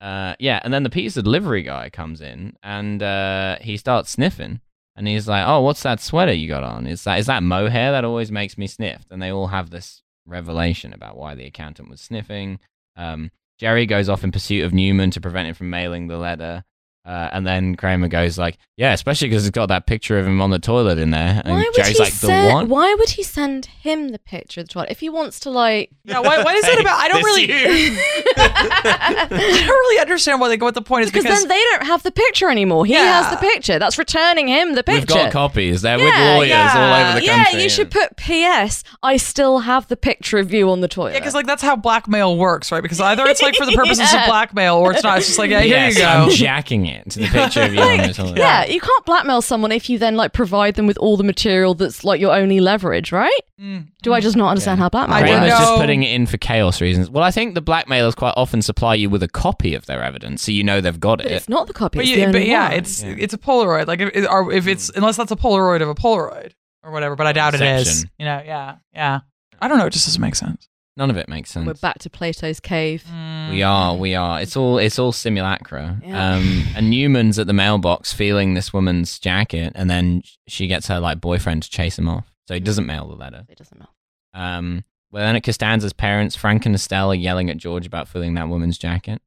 C: uh, yeah, and then the pizza delivery guy comes in and uh, he starts sniffing. And he's like, "Oh, what's that sweater you got on? Is that is that mohair that always makes me sniff?" And they all have this revelation about why the accountant was sniffing. Um, Jerry goes off in pursuit of Newman to prevent him from mailing the letter. Uh, and then Kramer goes like, "Yeah, especially because it's got that picture of him on the toilet in there." And
A: Why would
C: Jerry's
A: he
C: like, "The
A: send?
C: what?"
A: Why would he send him the picture of the toilet if he wants to like?
B: yeah, why, why is it about? I don't
C: This
B: really.
C: you.
B: I don't really understand why they go. What the point is
A: because
B: because,
A: then they don't have the picture anymore. He
B: Yeah.
A: has the picture. That's returning him the picture.
C: We've got copies. They're
A: Yeah,
C: with lawyers all over the
A: yeah,
C: country.
A: you should put P.S. I still have the picture of you on the toilet.
B: yeah, because like that's how blackmail works, right? Because either it's like for the purposes
A: Yeah.
B: of blackmail or it's not. It's just like yeah, here
C: yes,
B: you go.
C: I'm jacking it to the picture of you on the toilet.
A: Yeah, you can't blackmail someone if you then like provide them with all the material that's like your only leverage, right?
B: Mm.
A: Do I just not understand how blackmail
B: I
A: works?
B: don't
C: Kramer's just
B: know.
C: putting it in for chaos reasons. Well, I think the blackmailers quite often supply you with a copy of their evidence, so you know they've got
A: But
C: it.
A: it's not the copy.
B: But,
A: it's
B: you-
A: the only
B: but yeah,
A: one.
B: it's it's a Polaroid. Like if, it- or if it's unless that's a Polaroid of a Polaroid or whatever. But I doubt it is.
C: Perception.
B: You know, yeah, yeah. I don't know. It just doesn't make sense. Mm,
C: None of it makes sense.
A: We're back to Plato's cave.
C: We are, we are. It's all it's all simulacra.
A: Mm. Yeah.
C: Um, and Newman's at the mailbox feeling this woman's jacket, and then she gets her like boyfriend to chase him off, so he
A: Mm.
C: doesn't mail the letter.
A: It doesn't matter.
C: Um, well, then at Costanza's parents, Frank and Estelle are yelling at George about filling that woman's jacket.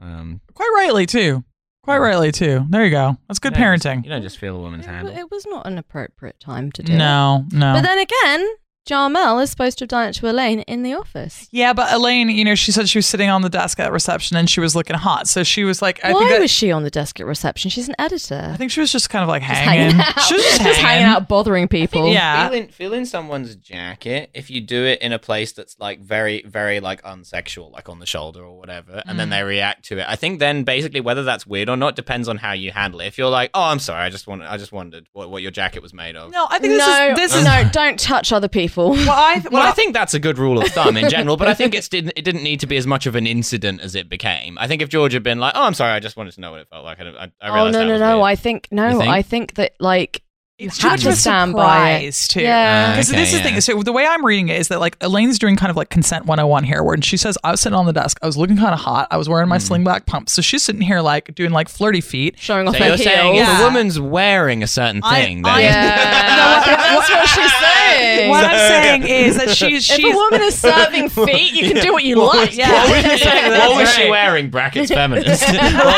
C: Um,
B: quite rightly too. Quite rightly too. There you go. That's good
C: you don't just-
B: parenting.
C: You don't just feel a woman's
A: It,
C: hand.
A: w- it was not an appropriate time to do it.
B: No, no.
A: But then again, Jarmel is supposed to have done it to Elaine in the office.
B: yeah, but Elaine, you know, she said she was sitting on the desk at reception and she was looking hot. So she was like, I
A: Why
B: think that,
A: was she on the desk at reception? She's an editor.
B: I think she was just kind of like
A: Just
B: hanging.
A: out.
B: She was just,
A: hanging out, bothering people.
B: Yeah.
C: Feeling, feeling someone's jacket, if you do it in a place that's like very, very like unsexual, like on the shoulder or whatever, and then
B: Mm.
C: they react to it. I think then basically whether that's weird or not depends on how you handle it. If you're like, oh, I'm sorry, I just wanted, I just wondered what, what your jacket was made of.
B: No, I think this
A: No,
B: is this is
A: no, don't touch other people.
B: well, I well,
C: Well, I think that's a good rule of thumb in general, but I think it's didn't, it didn't need to be as much of an incident as it became. I think if George had been like, "Oh, I'm sorry, I just wanted to know what it felt like," I, don't- I, I
A: Oh
C: realized
A: no,
C: that
A: no,
C: was
A: no!
C: weird.
A: I think no.
C: You think?
A: I think that like you
B: it's too
A: have
B: much
A: to
B: of a
A: stand by it.
B: surprise too.
A: Yeah.
C: Uh,
B: Because
C: Okay,
B: this is the
C: yeah.
B: thing. So the way I'm reading it is that like Elaine's doing kind of like consent 101 here, where she says I was sitting on the desk, I was looking kind of hot, I was wearing
C: Mm.
B: my sling black pumps, so she's sitting here like doing like flirty feet.
A: showing off
C: So
A: her
C: you're
A: heels.
C: saying
B: Yeah.
C: the woman's wearing a certain
B: I-
C: thing.
B: I-
C: then.
A: Yeah, that's what she's saying.
B: What I'm saying is that she's
A: if
B: she's
A: a woman is serving feet, you can do what you like.
B: yeah.
C: What was she,
B: That's
C: what was she
B: right.
C: wearing? Brackets feminist.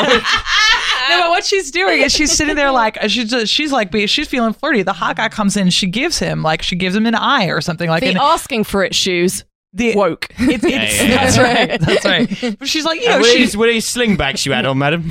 B: No, but what she's doing is she's sitting there like uh, she's just, she's like be- she's feeling flirty. The hot guy comes in, she gives him like she gives him an eye or something like
A: The
B: an,
A: asking for it shoes
B: the
A: woke.
B: It's, it's,
C: yeah, yeah.
B: That's right. That's
A: That's
B: right. But she's like, you know,
C: what,
B: she's
C: is, what is slingbacks you had on, madam?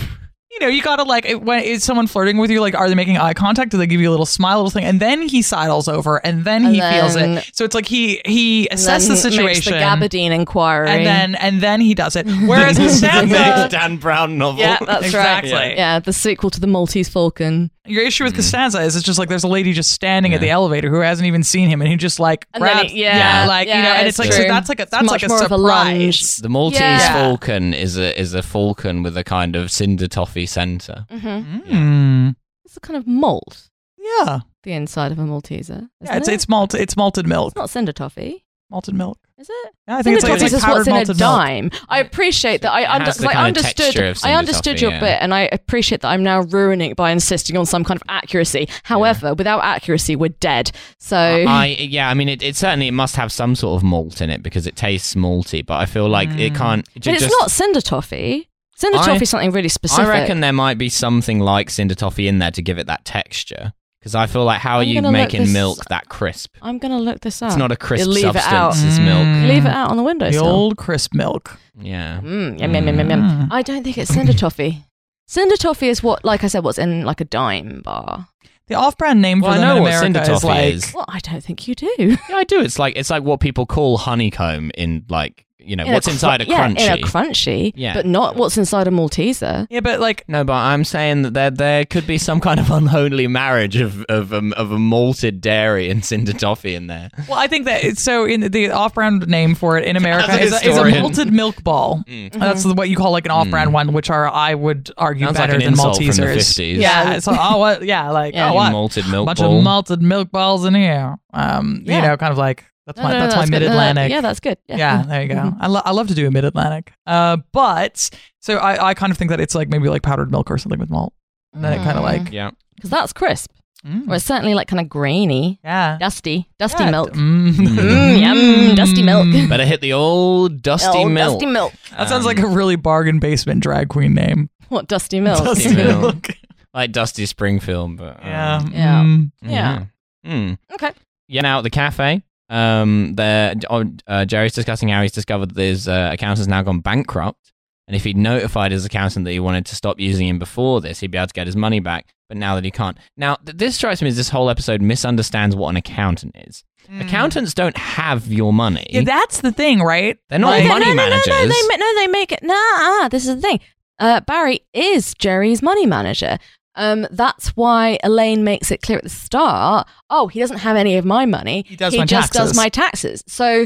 B: you know, you gotta like it- when is someone flirting with you? Like, are they making eye contact? Do they give you a little smile, little thing? And then he sidles over, and then
A: And
B: he feels
A: then-
B: it. So it's like he he
A: And
B: assesses the
A: then makes
B: situation,
A: the gabardine inquiry.
B: and then and then he does it. Whereas with
C: The next
B: Santa,
C: Dan Brown novel.
A: yeah, uh, that's
B: exactly.
A: right. Yeah, the sequel to the Maltese Falcon.
B: Your issue with Costanza is it's just like there's a lady just standing at the elevator who hasn't even seen him, and he just like
A: And then
B: grabs,
A: it- yeah,
B: like you
A: yeah,
B: know, and
A: it's
B: it's like so
A: true.
B: that's like a
A: It's
B: that's like
A: much
B: a
A: more of a lunge.
B: surprise.
C: The Maltese
A: Yeah.
C: falcon is a is a falcon with a kind of cinder toffee center.
A: Mm-hmm.
B: Mm.
A: It's a kind of malt,
B: Yeah,
A: the inside of a Malteser. Isn't
B: yeah, it's
A: it?
B: it's malt it's malted milk,
A: it's not cinder toffee,
B: malted milk.
A: is it?
B: Yeah, I
A: Cinder
B: think it's like,
A: toffee
B: it's
A: is
B: like
A: what's
B: powdered
A: in a
B: malted milk.
A: dime. I appreciate that. I,
C: It
A: under,
C: has the
A: like,
C: kind of
A: understood.
C: texture of
A: I
C: cinder
A: understood
C: toffee,
A: your
C: yeah.
A: bit, and I appreciate that. I'm now ruining it by insisting on some kind of accuracy. However, without accuracy, we're dead. So
C: I yeah, I mean it, it certainly it must have some sort of malt in it because it tastes malty, but I feel like it can't. ju-
A: Mm. but it's
C: just-
A: not cinder toffee. Cinder
C: I-
A: toffee is something really specific.
C: I reckon there might be something like cinder toffee in there to give it that texture because I feel like how are
A: I'm
C: you
A: gonna look
C: making
A: this
C: milk that crisp?
A: I'm gonna look this up.
C: It's not a crisp
A: You leave it out.
C: substance. Mm. It's milk.
A: Leave it out on the window.
B: The old crisp milk.
C: Yeah.
A: Mm, yum, yum, yum, yum, yum. I don't think it's cinder toffee. Cinder toffee is what, like I said, what's in like a dime bar.
B: The off-brand name
C: Well,
B: for
C: I
B: them
C: know
B: in
C: what cinder
B: America is
C: toffee
B: like
C: is.
A: Well, I don't think you do.
C: Yeah, I do. It's like it's like what people call honeycomb in like you know
A: In a
C: what's
A: cru-
C: inside a
A: yeah,
C: crunchy.
A: in a crunchy,
C: Yeah.
A: but not what's inside a Malteser.
B: yeah, but like
C: no, but I'm saying that there there could be some kind of unholy marriage of of um, of a malted dairy and cinder toffee in there.
B: well, I think that it's so in the- the off-brand name for it in America
C: As a
B: is a, is a
C: historian.
B: malted milk ball.
C: Mm.
B: Oh,
A: Mm-hmm.
B: That's what you call like an off-brand one, which are I would argue
C: Sounds like
B: better
C: an
B: than
C: insult from the
B: Maltesers.
C: 50s.
B: Yeah, it's like, oh what? Yeah, like
A: Yeah.
B: oh what?
C: Malted milk
B: bunch
C: ball.
B: of malted milk balls in here. Um, you
A: Yeah.
B: know, kind of like that's
A: Mm-hmm.
B: my
A: No, no,
B: that's,
A: good.
B: my
A: No, no,
B: mid-Atlantic.
A: yeah, that's good. Yeah.
B: yeah, there you go.
A: Mhm.
B: I, lo- I love to do a mid Atlantic. Uh, but so I, I kind of think that it's like maybe like powdered milk or something with malt. And then it kind of like,
C: yeah.
A: Because that's crisp,
B: mm,
A: or it's certainly like kind of grainy,
B: yeah.
A: dusty, dusty
B: Yeah,
A: milk.
B: mm.
A: Mm, yum, dusty milk.
C: Better hit the old dusty
A: Oh,
C: milk. Um,
A: Dusty milk.
B: That sounds like a really bargain basement drag queen name.
A: What dusty milk?
B: Dusty
C: milk.
B: milk.
C: like dusty Springfield, but um,
B: Yeah.
A: Yeah.
B: mm.
A: Yeah.
C: Mm.
A: Okay.
C: Yeah. Now at the cafe, um, there oh, uh, Jerry's discussing how he's discovered that his uh, accountant's now gone bankrupt, and if he'd notified his accountant that he wanted to stop using him before this, he'd be able to get his money back. But now that he can't, now th- this strikes me as this whole episode misunderstands what an accountant is.
A: Hmm.
C: Accountants don't have your money.
B: Mm. Yeah, that's the thing, right?
C: They're not
B: Like-
C: money
A: no, no, no,
C: managers.
A: no, they ma- no, they make it. Nah, ah, this is the thing. Uh, Barry is Jerry's money manager. Um, that's why Elaine makes it clear at the start. Oh, he doesn't have any of my money.
B: He does my
A: just
B: taxes."
A: does my taxes. So,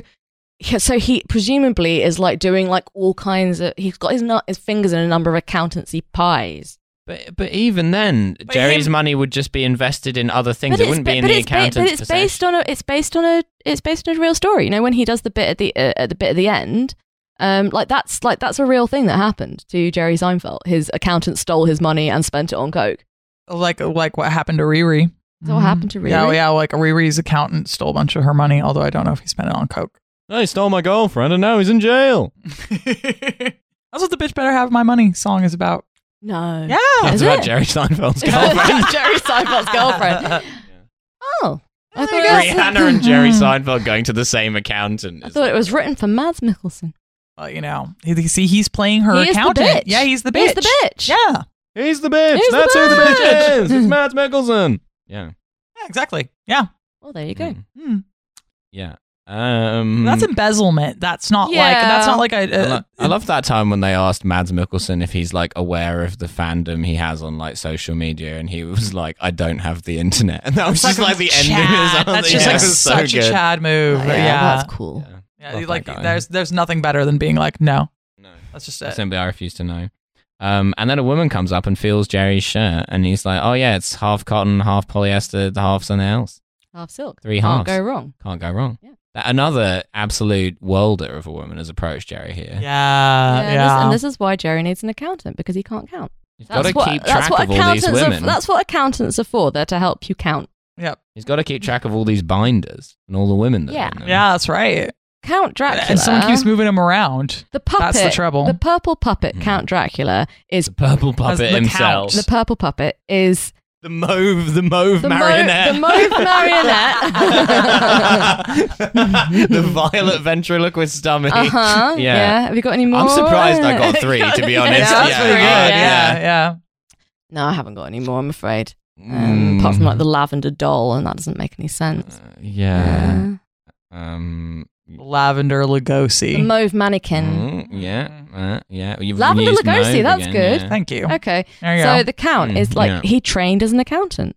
A: yeah, so he presumably is like doing like all kinds of. He's got his nu- his fingers in a number of accountancy pies.
C: but, but even then, Jerry's
B: him-
C: money would just be invested in other things. it
A: it's
C: wouldn't
A: ba-
C: be in
A: but
C: the
A: it's ba-
C: accountant's
A: But it's based on a. It's based on a. It's based on a real story. You know, when he does the bit at the uh, at the bit at the end, um, like that's like that's a real thing that happened to Jerry Seinfeld. His accountant stole his money and spent it on coke.
B: Like, like what happened to Riri.
A: Is that what happened to Riri?
B: Yeah, yeah. Like Riri's accountant stole a bunch of her money, although I don't know if he spent it on Coke.
C: I stole my girlfriend and now he's in jail.
B: That's what the bitch better have my money song is about.
A: No.
B: Yeah.
A: Oh, Is
C: That's about
A: it?
C: Jerry Seinfeld's girlfriend.
A: Jerry Seinfeld's girlfriend. Oh, I thought, it was,
C: Rihanna and Jerry Seinfeld going to the same accountant.
A: I thought it was written for Mads Mikkelsen.
B: Well, you know, he, he- see, he's playing her
A: He is the
B: accountant.
A: bitch.
B: Yeah, he's the bitch.
A: He's the bitch.
B: Yeah. yeah,
C: He's the bitch.
A: He's the
C: That's who the
A: bitch.
C: bitch is. It's Matt Mickelson. Yeah.
B: exactly. Yeah.
A: Well, there you go.
C: Mm.
B: Hmm.
C: Yeah. Um,
B: That's embezzlement. That's not like
A: Yeah.
B: that's not like
C: I,
A: uh,
B: a.
C: lo-
B: a
C: I love that time when they asked Mads Mikkelsen if he's like aware of the fandom he has on like social media, and he
A: Mm.
C: was like, "I don't have the internet," and that was just like the end of his.
B: Chad. That's just
C: yeah,
B: like
C: it was so
B: such a
C: good.
B: Chad move.
A: Oh,
B: yeah,
A: that's cool.
C: Yeah.
B: Yeah,
C: Love
B: you
C: that
B: like
C: guy.
B: there's there's nothing better than being like no.
C: No.
B: That's just
C: That's
B: it.
C: Simply, I refuse to know. Um, and then a woman comes up and feels Jerry's shirt, and he's like, "Oh yeah, it's half cotton, half polyester, half something else.
A: Half silk.
C: Three
A: Can't
C: halves.
A: go wrong.
C: Can't go wrong."
A: Yeah.
C: That- Another absolute worlder of a woman has approached Jerry here.
B: Yeah,
C: Uh,
A: Yeah,
B: yeah.
A: and this- and this is why Jerry needs an accountant because he can't count.
C: You've got to keep track of all these
A: accountants
C: women.
A: Are, that's what accountants are for. They're to help you count.
B: Yep.
C: He's got to keep track of all these binders and all the women. That are
A: Yeah.
C: in them.
B: Yeah, that's right.
A: Count Dracula.
B: And Uh, someone keeps moving him around.
A: the puppet.
B: That's the trouble.
A: The purple puppet,
C: Hmm.
A: Count Dracula, is
C: The purple
B: As the
C: puppet
B: count.
C: himself.
A: the purple puppet is
C: The mauve, the mauve
A: the mo-
C: marionette.
A: the mauve marionette.
C: the violet ventriloquist dummy.
A: uh huh. Yeah.
C: Yeah.
A: Have you got any more?
C: I'm surprised I got three, to be honest.
A: Yeah, that's
C: Yeah,
A: pretty
C: yeah,
A: good.
B: yeah, yeah.
A: No, I haven't got any more. I'm afraid.
C: Hmm.
A: Um,
C: Mm.
A: Apart from like the lavender doll, and that doesn't make any sense.
C: Uh, yeah.
A: Yeah.
C: Um.
B: Lavender
A: the
B: Lugosi.
A: mauve mannequin.
C: mm, yeah. Uh, yeah. You've
A: Lavender
C: used
A: Lugosi,
C: mauve
A: that's
C: again,
A: good.
C: yeah.
B: Thank you.
A: Okay.
B: There you
A: so
B: go.
A: the count
C: Mm,
A: is like
C: yeah.
A: he trained as an accountant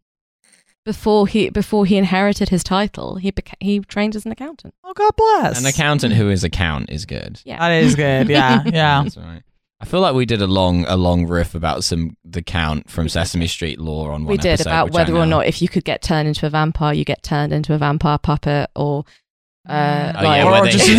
A: before he before he inherited his title. He beca- he trained as an accountant.
B: oh, God bless.
C: An accountant who is a count is good.
B: That
A: Yeah.
B: is good. Yeah, yeah.
C: That's all right. I feel like we did a long, a long riff about some the count from Sesame Street lore on one
A: We did
C: episode,
A: about
C: which I
A: whether or
C: know-
A: not if you could get turned into a vampire, you get turned into a vampire puppet, or uh,
C: Oh,
A: like-
C: yeah,
B: or
C: whether-
B: just an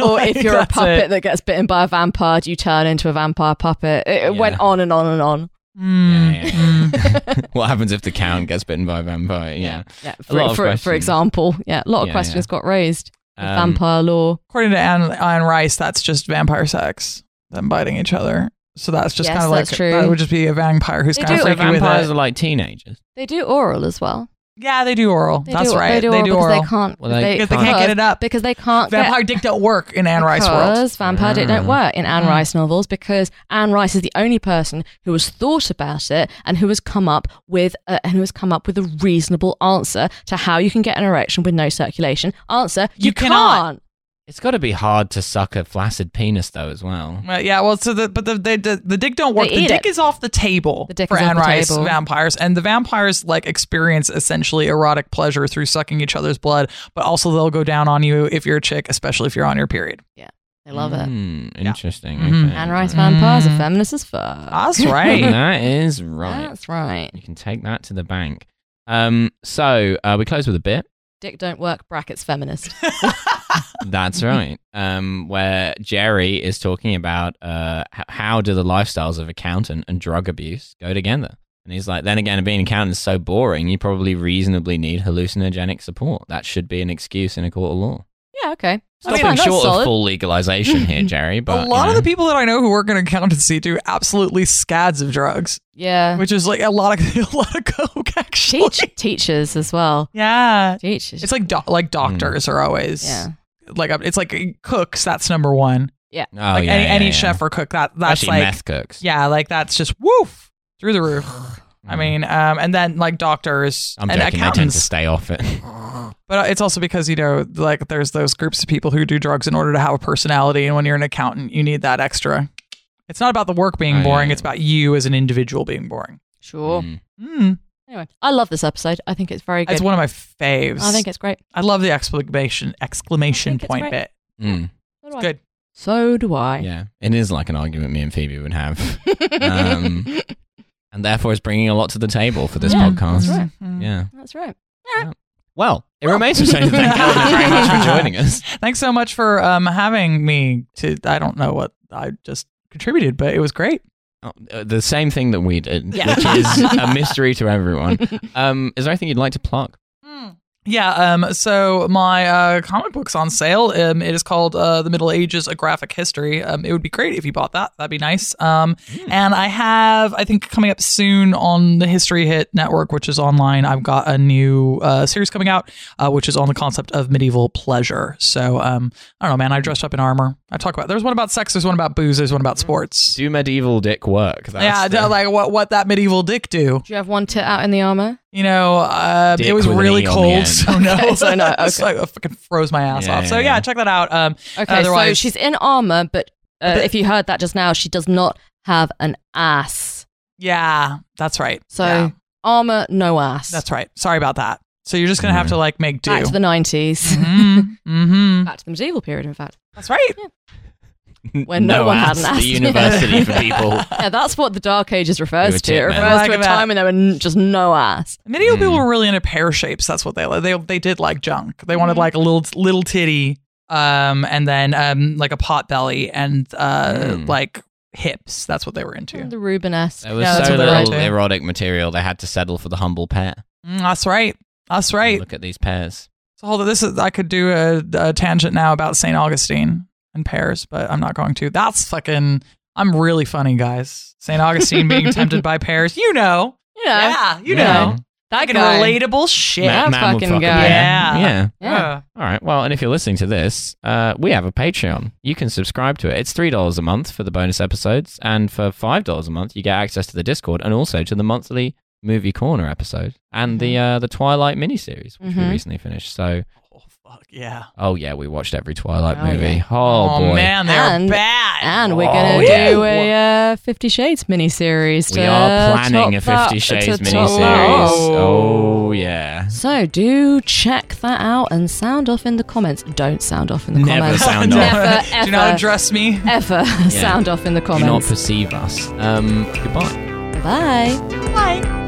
A: or if
B: Like,
A: you're a
B: that's
A: puppet
B: it.
A: that gets bitten by a vampire, you turn into a vampire puppet. It, it went
C: Yeah.
A: on and on and on.
B: Mm,
C: Yeah, yeah,
B: mm.
C: what happens if the count gets bitten by a vampire? Yeah.
A: yeah.
C: A lot
A: For, for,
C: of
A: for
C: questions.
A: example, yeah, a lot of
C: Yeah,
A: questions got raised. with
C: Um,
A: vampire law.
B: According to Anne, Anne Rice, that's just vampire sex, them biting each other. So that's just
A: Yes,
B: kind of like
A: that's true.
B: that would just be a vampire who's
A: They
B: kind of
A: do-
C: So
B: freaky
C: vampires
B: with
C: are
B: it.
C: like teenagers.
A: They do oral as well.
B: Yeah, they do oral.
A: They
B: that's
A: do, They
B: right.
A: do oral because they can't.
C: Well, they-
B: because they can't get it up.
A: because they can't get
B: Vampire dick don't work in Anne Rice world.
A: because vampire dick don't
C: Mm.
A: work in Anne
B: Mm.
A: Rice novels because Anne Rice is the only person who has thought about it and who has come up with a, and who has come up with a reasonable answer to how you can get an erection with no circulation. Answer: You,
B: You cannot.
A: can't.
C: It's got to be hard to suck a flaccid penis though, as well.
B: Right, Uh, yeah, well, so the but the the, the, the dick don't work.
A: They
B: the
A: eat
B: dick
A: it.
B: is off the table
A: The dick
B: for
A: is off
B: Anne
A: the
B: Rice
A: table.
B: vampires, and the vampires like experience essentially erotic pleasure through sucking each other's blood, but also they'll go down on you if you're a chick, especially if you're on your period.
A: I love it.
C: Mm, interesting.
B: Mhm.
C: Okay. Mm,
A: Anne Rice vampires
B: Mm.
A: are feminist as fuck.
B: That's right.
C: that is right.
A: That's right.
C: You can take that to the bank. Um, so uh, we close with a bit.
A: Dick don't work. Brackets feminist.
C: That's right. Um, where Jerry is talking about uh, h- how do the lifestyles of accountant and drug abuse go together? And he's like, then again, being an accountant is so boring. You probably reasonably need hallucinogenic support. That should be an excuse in a court of law.
A: Yeah. Okay. That's
C: Nothing
A: fine, that's
C: short
A: solid.
C: of full legalization here, Jerry. But
B: a lot
C: you
B: of the
C: know.
B: people that I know who work in accountancy do absolutely scads of drugs,
A: yeah.
B: which is like a lot of a lot of coke actually.
A: Teach, teachers as well.
B: Yeah,
A: Teachers.
B: it's like do-
C: Hmm.
B: like doctors are always
A: yeah.
B: like it's like cooks. That's number one.
C: Oh,
B: Like
C: yeah,
B: any,
C: yeah,
B: any
C: yeah.
B: chef or cook that that's
C: Especially
B: like
C: meth cooks. Mm.
B: yeah, like that's just woof through the roof. I mean, um, and then like doctors
C: Hmm. I'm
B: and
C: joking. They tend to
B: accountants,
C: stay off it.
B: but uh, it's also because you know like there's those groups of people who do drugs in order to have a personality, and when you're an accountant, you need that extra. It's not about the work being
C: Oh, yeah,
B: boring;
C: yeah.
B: it's about you as an individual being boring.
A: Sure.
C: Mm.
B: Mm.
A: Anyway, I love this episode. I think it's very Hmm. good.
B: It's one of my faves.
A: I think it's great.
B: I love the exclamation exclamation
A: I think it's
B: point
A: great.
B: bit.
C: Mm.
A: So do I.
B: Good.
A: So do I.
C: Yeah, it is like an argument me and Phoebe would have, Um, and therefore is bringing a lot to the table for this
A: Yeah,
C: podcast.
A: that's right.
B: Mhm.
C: Yeah.
A: That's right.
C: Well, it remains to say to thank Eleanor very much for joining us.
B: Thanks so much for um having me. To I don't know what I just contributed, but it was great.
C: Oh, uh, the same thing that we did,
B: Yeah.
C: which is a mystery to everyone. Um, is there anything you'd like to plug?
B: Yeah, um, so my uh, comic book's on sale. Um, it is called uh, The Middle Ages, A Graphic History. Um, it would be great if you bought that. That'd be nice. Um,
C: Hmm.
B: And I have, I think, coming up soon on the History Hit Network, which is online, I've got a new uh, series coming out, uh, which is on the concept of medieval pleasure. So um, I don't know, man. I dressed up in armor. I talk about, there's one about sex, there's one about booze, there's one about sports.
C: Do medieval dick work? Hmm. That's
B: yeah,
C: the-
B: like what, what that medieval dick do?
A: Do you have one tit out in the armor?
B: You know, uh,
C: Dick
B: it was
C: with an
B: really
C: E on the
B: cold,
C: end.
B: so no,
A: Okay, so no,
B: It's like, I fucking froze my ass
C: Yeah,
B: off. So
C: yeah,
B: yeah,
C: yeah.
B: check that out. Um,
A: Okay, so
B: Otherwise-
A: she's in armor, but, uh,
B: But-
A: if you heard that just now, she does not have an ass.
B: yeah, that's right.
A: So
B: Yeah,
A: armor, no ass.
B: that's right. Sorry about that. So you're just gonna
C: Mm-hmm.
B: have to like make do.
A: Back to the 90s.
B: mm-hmm.
A: Back to the medieval period, in fact.
B: That's right.
A: When no one had
C: ass
A: an
C: at
A: ass.
C: The university for people.
A: Yeah, that's what the Dark Ages
C: We were
A: refers to. It
C: tit men.
A: refers
B: Like
A: to a
B: about-
A: time when there were n- just no ass.
B: Medieval
C: Mm.
B: people were really into pear shapes. That's what they they they did like junk. They
A: Mm-hmm.
B: wanted like a little little titty, um, and then um, like a pot belly and uh,
C: Mm.
B: like hips. That's what they were into.
A: Mm, The Rubenesque.
C: There was
B: Yeah, that's
C: so
B: what they're
C: little
B: into.
C: erotic material, they had to settle for the humble pair.
B: Mm, that's right. That's right.
C: Look at these pairs.
B: So hold on, this is I could do a, a tangent now about Saint Augustine and pears, but I'm not going to. That's fucking. I'm really funny, guys. Saint Augustine being tempted by pears. You know.
A: You know,
B: Yeah, you
A: Yeah.
B: know.
A: that
B: Fucking
A: guy.
B: relatable shit.
A: Yeah,
C: Ma- man would
A: fucking
C: fuck a
A: guy.
C: pear.
B: Yeah.
C: Yeah.
A: Yeah.
B: Uh,
C: All right. Well, and if you're listening to this, uh, we have a Patreon. You can subscribe to it. It's three dollars a month for the bonus episodes, and for five dollars a month, you get access to the Discord and also to the monthly movie corner episode and the
A: Mm-hmm.
C: uh, the Twilight miniseries, which we
A: Mhm.
C: recently finished. So,
B: oh fuck yeah.
C: oh yeah, we watched every Twilight
A: Oh,
C: movie.
A: yeah.
C: Oh, boy.
B: man, they're
A: And-
B: bad.
A: And we're
C: Oh,
A: gonna
C: yeah.
A: do a uh, Fifty Shades miniseries. To
C: We are planning a
A: top that-
C: Fifty Shades
A: to top that
C: miniseries.
A: off.
C: Oh yeah.
A: So do check that out and sound off in the comments. Don't sound off in the
C: Never
A: comments.
C: sound off.
A: Never
B: Do not
A: ever
B: address me.
A: ever sound off in the
C: Do not
A: comments.
C: perceive us. Um, goodbye.
A: Bye.
B: Bye.